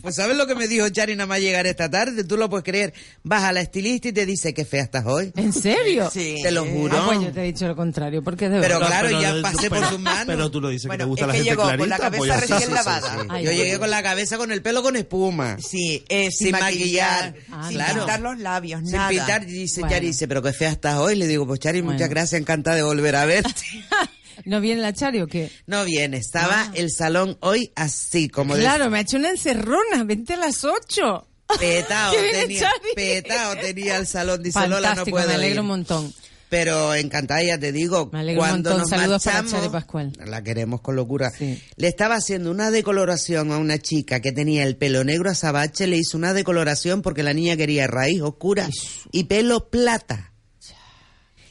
Speaker 8: Pues sabes lo que me dijo Chari nada más llegar esta tarde, tú lo puedes creer. Vas a la estilista y te dice que fea estás hoy.
Speaker 4: ¿En serio?
Speaker 8: Te lo juro.
Speaker 4: Ah, pues yo te he dicho lo contrario, porque es de
Speaker 8: Pero
Speaker 4: verdad.
Speaker 8: claro, ya pasé por sus manos.
Speaker 12: Pero tú lo dices que te gusta
Speaker 8: es
Speaker 12: la
Speaker 8: que
Speaker 12: gente
Speaker 8: llegó con
Speaker 12: clarita.
Speaker 8: la cabeza
Speaker 12: pues ya está,
Speaker 8: recién
Speaker 12: sí, sí,
Speaker 8: lavada.
Speaker 12: sí.
Speaker 8: Ay, Yo llegué con la cabeza, con el pelo con espuma.
Speaker 13: Sí, eh, sin,
Speaker 8: Sin
Speaker 13: maquillar,
Speaker 8: maquillar.
Speaker 4: Ah,
Speaker 13: sin
Speaker 8: Claro.
Speaker 13: pintar los labios,
Speaker 8: Sin
Speaker 13: nada.
Speaker 8: pintar, y dice
Speaker 13: Bueno.
Speaker 8: Chari, dice, pero qué fea estás hoy. Le digo, pues Chari, muchas gracias, encantada de volver a verte.
Speaker 4: ¿No viene la Chari o qué?
Speaker 8: No viene, estaba el salón hoy así, como de
Speaker 4: Claro, me ha hecho una encerrona. Vente a las 8.
Speaker 8: Petao
Speaker 4: Que viene
Speaker 8: tenía,
Speaker 4: Chari.
Speaker 8: petao tenía el salón. Dice Lola, no
Speaker 4: Fantástico,
Speaker 8: puedo
Speaker 4: me alegro
Speaker 8: ir".
Speaker 4: un montón.
Speaker 8: Pero encantada, ya te digo,
Speaker 4: Me alegro un
Speaker 8: cuando
Speaker 4: montón.
Speaker 8: nos
Speaker 4: Saludos para
Speaker 8: marchamos,
Speaker 4: Chari Pascual.
Speaker 8: la queremos con locura. Le estaba haciendo una decoloración a una chica que tenía el pelo negro azabache, le hizo una decoloración porque la niña quería raíz oscura y pelo plata.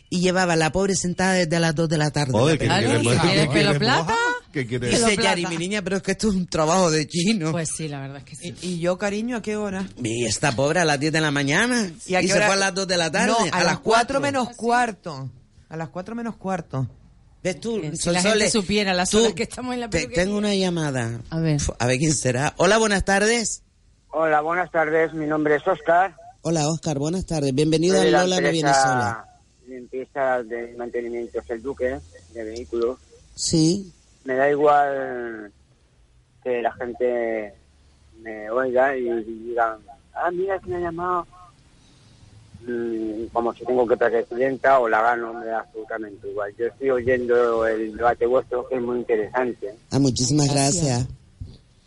Speaker 8: Y llevaba a la pobre sentada desde las 2 de la tarde.
Speaker 12: Oye,
Speaker 8: La
Speaker 12: ¿qué
Speaker 8: peli-
Speaker 4: ¿Quieres
Speaker 12: quieres, ¿qué
Speaker 4: pelo
Speaker 12: quieres,
Speaker 4: plata?
Speaker 12: moja? ¿Qué quieres?
Speaker 8: Dice Yari, mi niña, pero es que esto es un trabajo de chino.
Speaker 4: Pues sí, la verdad es que sí.
Speaker 13: ¿Y, y yo, cariño, a qué hora?
Speaker 8: Y esta pobre a las 10 de la mañana. Y,
Speaker 13: a qué
Speaker 8: se
Speaker 13: hora?
Speaker 8: fue a las 2 de la tarde.
Speaker 13: No, a, las 4
Speaker 8: cuatro.
Speaker 4: Ah,
Speaker 13: menos cuarto. A las 4 menos cuarto.
Speaker 8: ¿Ves tú?
Speaker 4: Si la
Speaker 8: Sole,
Speaker 4: gente supiera las
Speaker 8: tú-
Speaker 4: horas que estamos en la
Speaker 8: te-
Speaker 4: peluquería.
Speaker 8: tengo una llamada.
Speaker 4: A ver.
Speaker 8: A ver quién será. Hola, buenas tardes.
Speaker 14: Hola, buenas tardes. Mi nombre es Oscar.
Speaker 8: Hola, Oscar, buenas tardes. Bienvenido a
Speaker 14: Soy de la
Speaker 8: Lola No Viene
Speaker 14: empresa
Speaker 8: Sola.
Speaker 14: Limpieza de mantenimiento El Duque de vehículos.
Speaker 8: Sí,
Speaker 14: Me da igual que la gente me oiga y digan, ah, mira que me ha llamado. Mm, Como si tengo que perder clienta o la gano, me da absolutamente igual. Yo estoy oyendo el debate vuestro, que es muy interesante.
Speaker 8: ah, muchísimas gracias.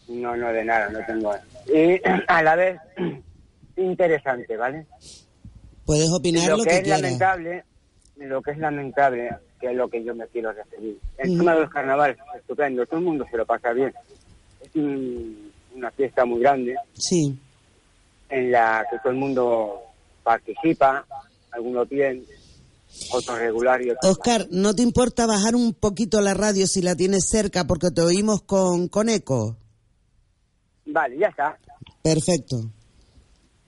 Speaker 14: No, no, de nada, no tengo. Y a la vez, interesante, ¿vale?
Speaker 8: Puedes opinar
Speaker 14: lo,
Speaker 8: lo,
Speaker 14: que,
Speaker 8: que
Speaker 14: es
Speaker 8: quieras.
Speaker 14: lamentable, lo que es lamentable, que es lo que yo me quiero referir. El tema de los carnavales es estupendo, todo el mundo se lo pasa bien. Es un- una fiesta muy grande
Speaker 8: Sí,
Speaker 14: en la que todo el mundo participa, algunos bien, otros regular y otros.
Speaker 8: Oscar, ¿no te importa bajar un poquito la radio si la tienes cerca porque te oímos con, con eco?
Speaker 14: Vale, ya está.
Speaker 8: Perfecto.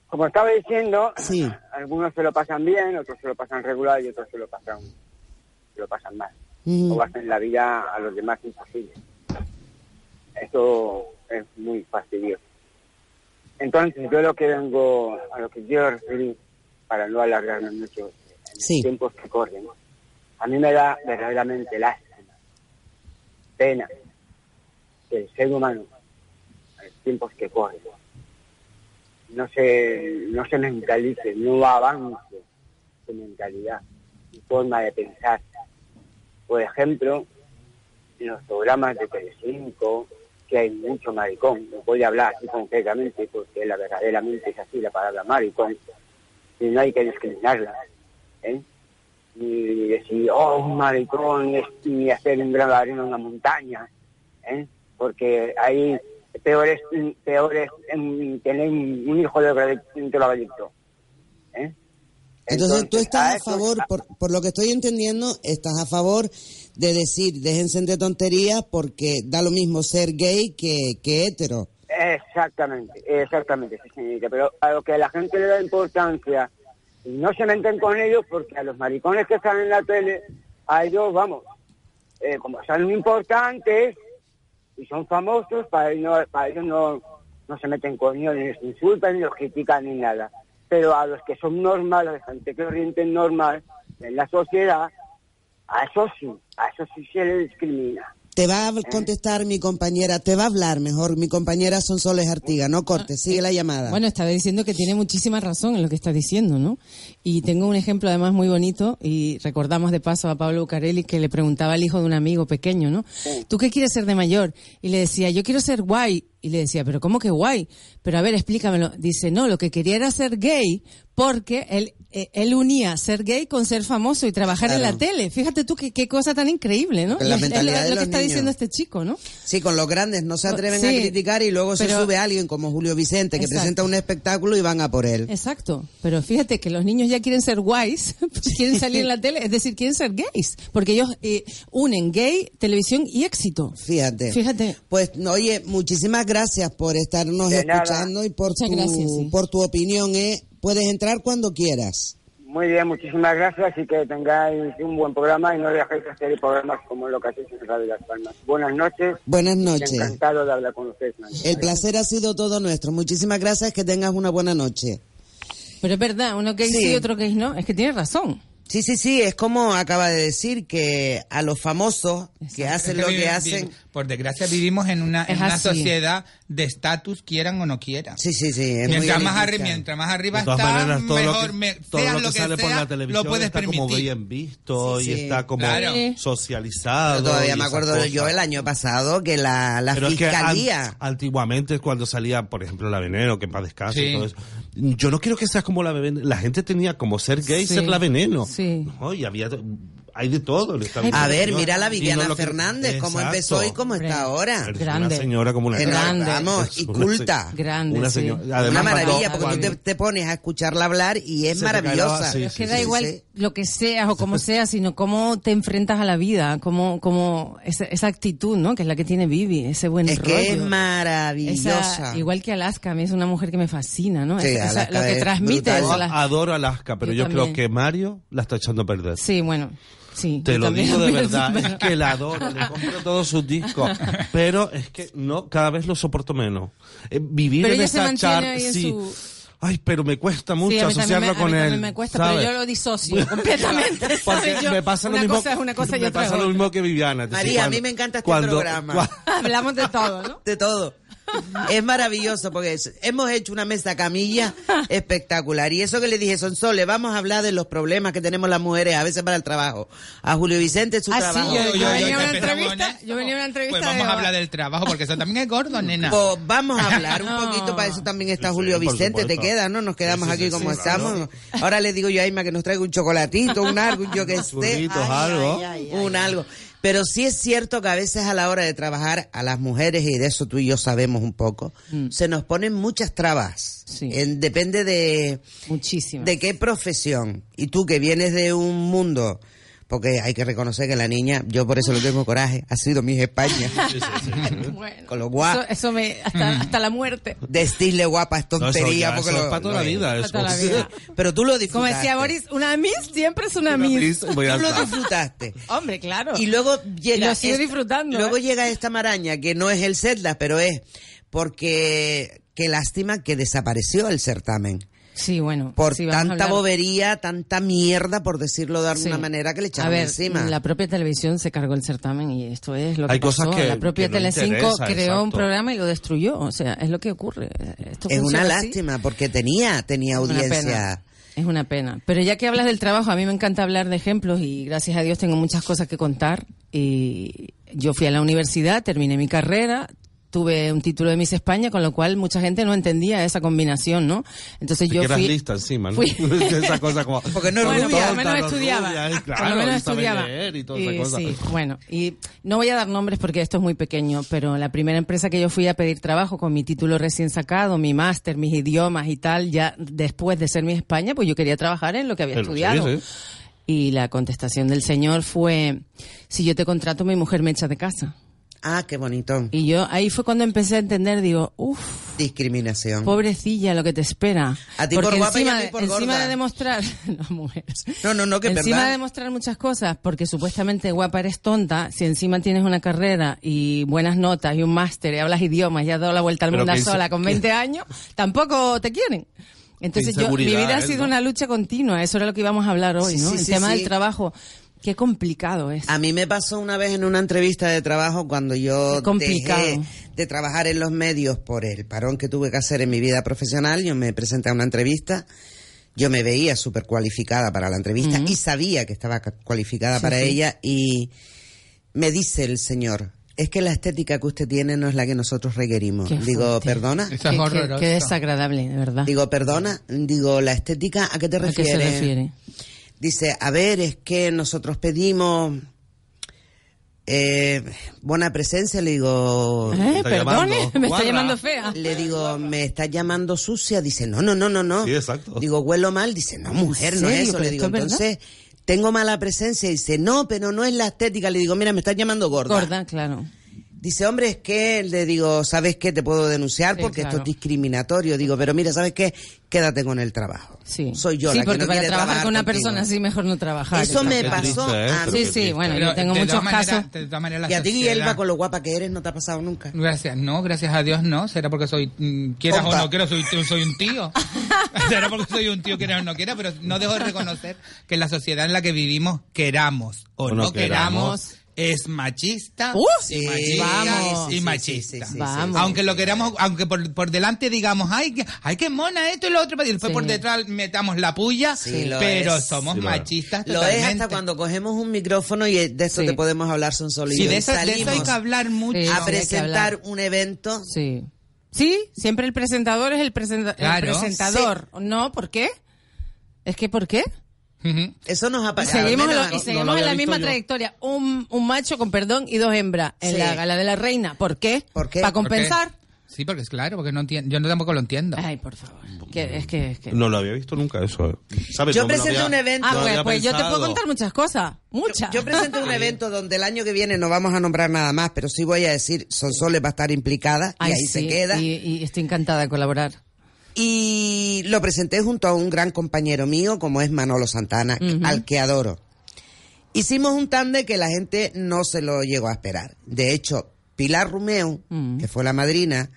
Speaker 14: Como estaba diciendo,
Speaker 8: Sí.
Speaker 14: algunos se lo pasan bien, otros se lo pasan regular y otros se lo pasan, se lo pasan mal.
Speaker 8: Mm.
Speaker 14: o hacen la vida a los demás imposible. Eso es muy fastidioso. Entonces, yo lo que vengo, a lo que quiero referir, para no alargarme mucho, en
Speaker 8: Sí.
Speaker 14: los tiempos que corren, a mí me da verdaderamente lástima, pena, que el ser humano, a los tiempos que corren, no se, no se mentalice, no avance su mentalidad, su forma de pensar. Por ejemplo, en los programas de Telecinco, que hay mucho maricón, no voy a hablar así concretamente porque la verdaderamente es así la palabra maricón, y no hay que discriminarla, ¿eh? ni decir, oh, un maricón, es- ni hacer un gran arena en una montaña, ¿eh? porque ahí peor es, peor es mm, tener un un hijo de drogadicto- un drogadicto. ¿eh?
Speaker 8: Entonces, tú estás
Speaker 14: a
Speaker 8: a
Speaker 14: eso-
Speaker 8: favor, por, por lo que estoy entendiendo, estás a favor de decir, déjense de tonterías porque da lo mismo ser gay que, que hetero.
Speaker 14: Exactamente, exactamente, sí, señorita. Pero a lo que la gente le da importancia, no se meten con ellos porque a los maricones que están en la tele, a ellos, vamos, eh, como son importantes y son famosos, para ellos, no, para ellos no, no se meten con ellos, ni los insultan, ni los critican, ni nada. Pero a los que son normales, a la gente que oriente normal en la sociedad, a eso sí, a eso sí se le discrimina.
Speaker 8: Te va
Speaker 14: Eh.
Speaker 8: a contestar mi compañera, te va a hablar mejor mi compañera Sonsoles Artiga, no cortes, sigue la llamada.
Speaker 4: Bueno, estaba diciendo que tiene muchísima razón en lo que está diciendo, ¿no? Y tengo un ejemplo además muy bonito y recordamos de paso a Pablo Bucarelli que le preguntaba al hijo de un amigo pequeño, ¿no? ¿Tú qué quieres ser de mayor? Y le decía, yo quiero ser guay. Y le decía, pero ¿cómo que guay? Pero a ver, explícamelo. Dice, no, lo que quería era ser gay porque él, eh, él unía ser gay con ser famoso y trabajar en la
Speaker 8: Claro.
Speaker 4: tele. Fíjate tú qué, qué cosa tan increíble, ¿no?
Speaker 8: Con la
Speaker 4: Es lo-
Speaker 8: mentalidad de
Speaker 4: lo
Speaker 8: los
Speaker 4: que está
Speaker 8: niños.
Speaker 4: diciendo este chico, ¿no?
Speaker 8: Sí, con los grandes no se atreven a
Speaker 4: Sí,
Speaker 8: criticar y luego se
Speaker 4: pero-
Speaker 8: sube alguien como Julio Vicente que
Speaker 4: Exacto.
Speaker 8: presenta un espectáculo y van a por él.
Speaker 4: Exacto, pero fíjate que los niños ya quieren ser guays, quieren salir en la tele, es decir, quieren ser gays, porque ellos eh, unen gay, televisión y éxito.
Speaker 8: Fíjate.
Speaker 4: Fíjate.
Speaker 8: Pues, no, oye, muchísimas gracias por estarnos
Speaker 14: De nada.
Speaker 8: escuchando y por
Speaker 4: Muchas
Speaker 8: tu,
Speaker 4: gracias, sí.
Speaker 8: por tu opinión. ¿eh? Puedes entrar cuando quieras.
Speaker 14: Muy bien, muchísimas gracias y que tengáis un buen programa y no dejéis de hacer programas como lo que hacéis en Radio Las Palmas. Buenas noches.
Speaker 8: Buenas noches.
Speaker 14: Encantado de hablar con ustedes.
Speaker 8: El placer ha sido todo nuestro. Muchísimas gracias, que tengas una buena noche.
Speaker 4: Pero es verdad, uno que
Speaker 8: Sí.
Speaker 4: sí y otro que no, es que tiene razón.
Speaker 8: Sí, sí, sí, es como acaba de decir que a los famosos que hacen lo
Speaker 11: Creo
Speaker 8: que
Speaker 11: vivi-
Speaker 8: hacen...
Speaker 11: vivi- Por desgracia vivimos en una, en
Speaker 8: Es
Speaker 11: una
Speaker 8: así.
Speaker 11: sociedad de estatus, quieran o no quieran.
Speaker 8: Sí, sí, sí. es muy
Speaker 11: mientras, más
Speaker 8: elitista.
Speaker 11: arriba, mientras más arriba
Speaker 9: De todas
Speaker 11: está,
Speaker 9: maneras, todo
Speaker 11: mejor,
Speaker 9: lo que,
Speaker 11: me-
Speaker 9: todo
Speaker 11: sea
Speaker 9: lo que
Speaker 11: que
Speaker 9: sale por
Speaker 11: sea,
Speaker 9: la televisión
Speaker 11: lo puedes
Speaker 9: está
Speaker 11: permitir.
Speaker 9: como bien visto
Speaker 8: Sí,
Speaker 9: y
Speaker 8: sí.
Speaker 9: está como
Speaker 11: Claro.
Speaker 9: socializado.
Speaker 8: Yo todavía
Speaker 9: y
Speaker 8: me
Speaker 9: esas
Speaker 8: acuerdo
Speaker 9: cosas.
Speaker 8: yo el año pasado que la, la
Speaker 9: Pero es que
Speaker 8: fiscalía...
Speaker 9: an- antiguamente, cuando salía, por ejemplo, la veneno, que en paz descanse y
Speaker 8: Sí.
Speaker 9: todo eso. Yo no quiero que seas como la veneno. La gente tenía como ser gay,
Speaker 8: Sí.
Speaker 9: ser la veneno.
Speaker 8: Sí.
Speaker 9: No, y había. Hay de todo. en esta vida,
Speaker 8: A ver,
Speaker 9: señor.
Speaker 8: mira la
Speaker 9: Y no
Speaker 8: Viviana
Speaker 9: lo que-
Speaker 8: Fernández, cómo
Speaker 9: Exacto.
Speaker 8: empezó y cómo está ahora.
Speaker 9: Pero es Una señora como una
Speaker 8: Pero,
Speaker 9: grande.
Speaker 8: Vamos, y
Speaker 9: Es una
Speaker 8: culta.
Speaker 9: se- una señora- además,
Speaker 8: una
Speaker 9: cuando-
Speaker 8: maravilla, porque
Speaker 9: cuando-
Speaker 8: tú te, te pones a escucharla hablar y es
Speaker 9: Se te cae la-
Speaker 8: maravillosa.
Speaker 9: sí,
Speaker 4: Es que da igual lo que seas o como seas, sino cómo te enfrentas a la vida, cómo, cómo esa, esa actitud, ¿no? Que es la que tiene Vivi, ese buen
Speaker 8: Es
Speaker 4: rollo.
Speaker 8: que es
Speaker 4: Esa-
Speaker 8: maravillosa.
Speaker 4: igual que Alaska, a mí es una mujer que me fascina, ¿no?
Speaker 9: Sí,
Speaker 4: Esa- esa-
Speaker 9: Alaska
Speaker 4: lo que
Speaker 9: es
Speaker 4: transmite es
Speaker 9: brutal.
Speaker 4: Alaska.
Speaker 9: Adoro Alaska, pero
Speaker 4: Yo
Speaker 9: yo, creo
Speaker 4: también.
Speaker 9: que Mario la está echando a perder.
Speaker 4: Sí, bueno, sí.
Speaker 9: Te
Speaker 4: yo
Speaker 9: lo
Speaker 4: también
Speaker 9: digo de
Speaker 4: pienso,
Speaker 9: verdad,
Speaker 4: pero-
Speaker 9: es que la adoro, le compro todos sus discos, pero es que no, cada vez lo soporto menos. Eh, vivir
Speaker 4: Pero
Speaker 9: en
Speaker 4: ella se
Speaker 9: esa
Speaker 4: mantiene
Speaker 9: charla,
Speaker 4: ahí en
Speaker 9: sí.
Speaker 4: su-
Speaker 9: Ay, pero me cuesta mucho
Speaker 4: Sí, a mí también me-
Speaker 9: asociarlo
Speaker 4: a mí
Speaker 9: con
Speaker 4: también
Speaker 9: él.
Speaker 4: me cuesta, pero
Speaker 9: ¿sabes?
Speaker 4: yo lo disocio completamente.
Speaker 9: Porque
Speaker 4: ¿sabes? Yo-
Speaker 9: me pasa lo
Speaker 4: una
Speaker 9: mismo,
Speaker 4: cosa es una cosa y
Speaker 9: me
Speaker 4: otra es
Speaker 9: pasa lo
Speaker 4: otra.
Speaker 9: mismo que Viviana. te
Speaker 8: María,
Speaker 9: digo,
Speaker 8: a mí
Speaker 9: cuando-
Speaker 8: me encanta este
Speaker 9: cuando-
Speaker 8: programa.
Speaker 9: cua-
Speaker 4: Hablamos de todo, ¿no?
Speaker 8: De todo. Es maravilloso porque es- hemos hecho una mesa camilla espectacular. Y eso que le dije, Sonsole, vamos a hablar de los problemas que tenemos las mujeres a veces para el trabajo. A Julio Vicente su
Speaker 4: Ah, sí,
Speaker 8: trabajo.
Speaker 4: yo- yo- Yo yo- venía yo- a una empezamos, entrevista- yo venía a una entrevista
Speaker 11: Pues vamos
Speaker 4: de-
Speaker 11: a hablar del trabajo, porque eso también es gordo, nena.
Speaker 8: Pues vamos a hablar un poquito, para eso también está Julio
Speaker 11: por
Speaker 8: Vicente, te
Speaker 11: supuesto.
Speaker 8: queda, ¿no? Nos quedamos
Speaker 11: Sí, sí,
Speaker 8: aquí
Speaker 11: sí,
Speaker 8: como
Speaker 11: sí,
Speaker 8: estamos. Ahora le digo yo a Aima que nos traiga un chocolatito, un algo, yo que esté.
Speaker 9: Churritos, algo.
Speaker 8: un algo. Pero sí es cierto que a veces a la hora de trabajar a las mujeres, y de eso tú y yo sabemos un poco, se nos ponen muchas trabas. En- depende de...
Speaker 4: Muchísimas.
Speaker 8: ¿De qué profesión? Y tú que vienes de un mundo... Porque hay que reconocer que la niña, yo por eso le tengo coraje, ha sido mi España.
Speaker 4: Bueno,
Speaker 8: Con lo guau Mm.
Speaker 4: eso, eso me, hasta, hasta la muerte.
Speaker 8: Decirle guapa es
Speaker 9: No, eso
Speaker 8: tontería.
Speaker 9: ya,
Speaker 8: porque
Speaker 9: eso
Speaker 8: lo-
Speaker 9: es para toda
Speaker 8: lo
Speaker 9: la
Speaker 8: es.
Speaker 9: vida, eso.
Speaker 4: Para toda la vida.
Speaker 8: Pero tú lo
Speaker 4: Como
Speaker 8: disfrutaste.
Speaker 4: decía Boris, una miss siempre es una, miss.
Speaker 8: Tú lo disfrutaste.
Speaker 4: Hombre, claro.
Speaker 8: Y luego llega.
Speaker 4: Y lo sigo
Speaker 8: esta-
Speaker 4: disfrutando,
Speaker 8: Luego
Speaker 4: ¿eh?
Speaker 8: llega esta maraña que no es el Zelda, pero es porque. Qué lástima que desapareció el certamen.
Speaker 4: Sí, bueno.
Speaker 8: Por
Speaker 4: sí, vamos a
Speaker 8: tanta
Speaker 4: hablar.
Speaker 8: bobería, tanta mierda, por decirlo de alguna
Speaker 4: Sí.
Speaker 8: manera, que
Speaker 4: A
Speaker 8: le echaron
Speaker 4: ver,
Speaker 8: encima.
Speaker 4: la propia televisión se cargó el certamen y esto es lo que
Speaker 8: Hay
Speaker 4: pasó.
Speaker 8: cosas que-
Speaker 4: la propia
Speaker 8: que no
Speaker 4: Telecinco
Speaker 8: interesa,
Speaker 4: creó un
Speaker 8: exacto.
Speaker 4: programa y lo destruyó. O sea, es lo que ocurre. Esto
Speaker 8: Es
Speaker 4: funciona
Speaker 8: una
Speaker 4: así.
Speaker 8: lástima, porque tenía, tenía
Speaker 4: Es una
Speaker 8: audiencia.
Speaker 4: pena. Es una pena. Pero ya que hablas del trabajo, a mí me encanta hablar de ejemplos y gracias a Dios tengo muchas cosas que contar. Y yo fui a la universidad, terminé mi carrera, tuve un título de Miss España, con lo cual mucha gente no entendía esa combinación, ¿no? Entonces
Speaker 9: Que
Speaker 4: yo
Speaker 9: eras
Speaker 4: fui...
Speaker 9: lista encima, ¿no?
Speaker 4: fui-
Speaker 9: esa cosa como... Porque
Speaker 4: bueno, por lo
Speaker 9: Tonta,
Speaker 4: menos
Speaker 9: no
Speaker 4: estudiaba.
Speaker 9: rubia, eh,
Speaker 4: por
Speaker 9: claro,
Speaker 4: lo menos
Speaker 9: y sabe
Speaker 4: estudiaba.
Speaker 9: leer y toda
Speaker 4: Y
Speaker 9: esa cosa.
Speaker 4: sí, bueno, y no voy a dar nombres porque esto es muy pequeño, pero la primera empresa que yo fui a pedir trabajo con mi título recién sacado, mi máster, mis idiomas y tal, ya después de ser mi España, pues yo quería trabajar en lo que había
Speaker 15: Pero sí,
Speaker 4: estudiado.
Speaker 15: sí.
Speaker 4: Y la contestación del señor fue, si yo te contrato, mi mujer me echa de casa.
Speaker 8: Ah, qué bonito.
Speaker 4: Y yo ahí fue cuando empecé a entender, digo, uff,
Speaker 8: Discriminación.
Speaker 4: pobrecilla lo que te espera.
Speaker 8: A ti
Speaker 4: Porque
Speaker 8: por guapa y a
Speaker 4: encima,
Speaker 8: mí por
Speaker 4: encima
Speaker 8: gorda.
Speaker 4: de demostrar, no mujeres,
Speaker 8: No, no, no, que es
Speaker 4: encima
Speaker 8: verdad.
Speaker 4: de demostrar muchas cosas, porque supuestamente guapa eres tonta, si encima tienes una carrera y buenas notas y un máster y hablas idiomas y has dado la vuelta al
Speaker 15: Pero
Speaker 4: mundo
Speaker 15: que inse-
Speaker 4: sola con 20 años, tampoco te quieren. Entonces yo, mi
Speaker 15: inseguridad
Speaker 4: vida ha
Speaker 15: es,
Speaker 4: sido
Speaker 15: ¿no?
Speaker 4: una lucha continua, eso era lo que íbamos a hablar hoy,
Speaker 8: Sí,
Speaker 4: ¿no?
Speaker 8: sí,
Speaker 4: El
Speaker 8: sí,
Speaker 4: tema
Speaker 8: sí.
Speaker 4: del trabajo, qué complicado es.
Speaker 8: A mí me pasó una vez en una entrevista de trabajo cuando yo
Speaker 4: Qué complicado.
Speaker 8: dejé de trabajar en los medios por el parón que tuve que hacer en mi vida profesional. Yo me presenté a una entrevista, yo me veía súper cualificada para la entrevista y sabía que estaba ca- cualificada
Speaker 4: Sí,
Speaker 8: para
Speaker 4: sí.
Speaker 8: ella y me dice el señor, es que la estética que usted tiene no es la que nosotros requerimos.
Speaker 4: Qué
Speaker 8: Digo,
Speaker 4: fuerte.
Speaker 8: perdona.
Speaker 4: Qué- qué- Qué desagradable, de verdad.
Speaker 8: Digo, perdona, digo, la estética, ¿a qué te
Speaker 4: ¿A qué
Speaker 8: refieres?
Speaker 4: se refiere?
Speaker 8: Dice, a ver, es que nosotros pedimos eh, buena presencia, le digo...
Speaker 4: Eh, Me está perdone, llamando me está guarra. llamando fea.
Speaker 8: Le digo, me está llamando sucia, dice, no, no, no, no, no.
Speaker 9: Sí, exacto.
Speaker 8: Digo, huelo mal, dice, no,
Speaker 9: ¿En
Speaker 8: mujer, no
Speaker 9: serio?
Speaker 8: es eso.
Speaker 9: ¿Pero
Speaker 8: Le digo,
Speaker 9: esto es verdad?
Speaker 8: entonces, tengo mala presencia, dice, no, pero no es la estética. Le digo, mira, me estás llamando gorda.
Speaker 4: Gorda, claro.
Speaker 8: Dice, hombre, es que le digo, ¿sabes qué? Te puedo denunciar
Speaker 4: Sí,
Speaker 8: porque esto
Speaker 4: claro.
Speaker 8: es discriminatorio. Digo, pero mira, ¿sabes qué? Quédate con el trabajo.
Speaker 4: Sí.
Speaker 8: Soy yo
Speaker 4: sí,
Speaker 8: la que
Speaker 4: porque
Speaker 8: no
Speaker 4: para
Speaker 8: quiere
Speaker 4: trabajar con una
Speaker 8: contigo.
Speaker 4: persona así mejor no trabajar.
Speaker 8: Eso me
Speaker 4: Qué
Speaker 8: pasó
Speaker 4: triste, ¿eh? Pero
Speaker 8: a mí.
Speaker 4: qué triste. Sí, sí, bueno, yo tengo muchos casos.
Speaker 8: y a ti, Guillermo, con lo guapa que eres, no te ha pasado nunca.
Speaker 11: Gracias, no, gracias a Dios no. Será porque soy, mm, quieras
Speaker 8: Compa.
Speaker 11: o no quieras, soy, soy un tío. Será porque soy un tío, quieras o no quieras, pero no dejo de reconocer que la sociedad en la que vivimos, queramos o, no, queramos, es machista
Speaker 4: Uh,
Speaker 11: y
Speaker 4: sí,
Speaker 11: machista
Speaker 4: vamos.
Speaker 11: y
Speaker 4: Sí, sí,
Speaker 11: machista.
Speaker 4: sí, sí, sí, Vamos.
Speaker 11: Aunque lo queramos, aunque por, por delante digamos, ay, que, ay, qué mona esto y lo otro, y después
Speaker 8: Sí.
Speaker 11: por detrás metamos la puya,
Speaker 8: Sí, lo
Speaker 11: pero
Speaker 8: es.
Speaker 11: somos
Speaker 8: Sí, claro.
Speaker 11: machistas
Speaker 8: Lo es
Speaker 11: totalmente.
Speaker 8: hasta cuando cogemos un micrófono y de eso te podemos hablar son
Speaker 11: Sí, de eso- de eso hay que
Speaker 4: hablar mucho. Sí,
Speaker 8: A
Speaker 4: hay que
Speaker 8: presentar
Speaker 4: hablar.
Speaker 8: un evento.
Speaker 4: Sí. Sí, siempre el presentador es el, presenta- el
Speaker 8: Claro.
Speaker 4: presentador. No, ¿por qué? Es que ¿por qué?
Speaker 8: Eso nos ha
Speaker 4: Y
Speaker 8: pasado.
Speaker 4: seguimos,
Speaker 8: al
Speaker 4: en lo-
Speaker 8: menos a
Speaker 4: y
Speaker 8: mí.
Speaker 4: seguimos en la misma trayectoria. Un, un macho con perdón y dos hembras en
Speaker 8: Sí.
Speaker 4: la gala de la reina. ¿Por qué?
Speaker 8: ¿Por qué?
Speaker 4: Para
Speaker 11: ¿Por qué?
Speaker 4: compensar.
Speaker 11: Sí, porque es claro, porque no entiendo, yo no tampoco lo entiendo.
Speaker 4: Ay, por favor. Que- es que, es que...
Speaker 9: No lo había visto nunca eso. eh. ¿Sabes?
Speaker 8: Yo
Speaker 9: No me lo
Speaker 8: presenté
Speaker 9: había-
Speaker 8: un evento.
Speaker 4: Ah,
Speaker 9: no lo
Speaker 4: pues,
Speaker 9: había
Speaker 4: pues yo te puedo
Speaker 9: pensado.
Speaker 4: contar muchas cosas. Muchas.
Speaker 8: Yo presenté un evento donde el año que viene no vamos a nombrar nada más, pero sí voy a decir, Sonsoles va a estar implicada
Speaker 4: Ay,
Speaker 8: y ahí se
Speaker 4: sí,
Speaker 8: queda.
Speaker 4: Y, y estoy encantada de colaborar.
Speaker 8: Y lo presenté junto a un gran compañero mío, como es Manolo Santana,
Speaker 4: Ujú.
Speaker 8: al que adoro. Hicimos un tande que la gente no se lo llegó a esperar. De hecho, Pilar Rumeo,
Speaker 4: Mm.
Speaker 8: que fue la madrina,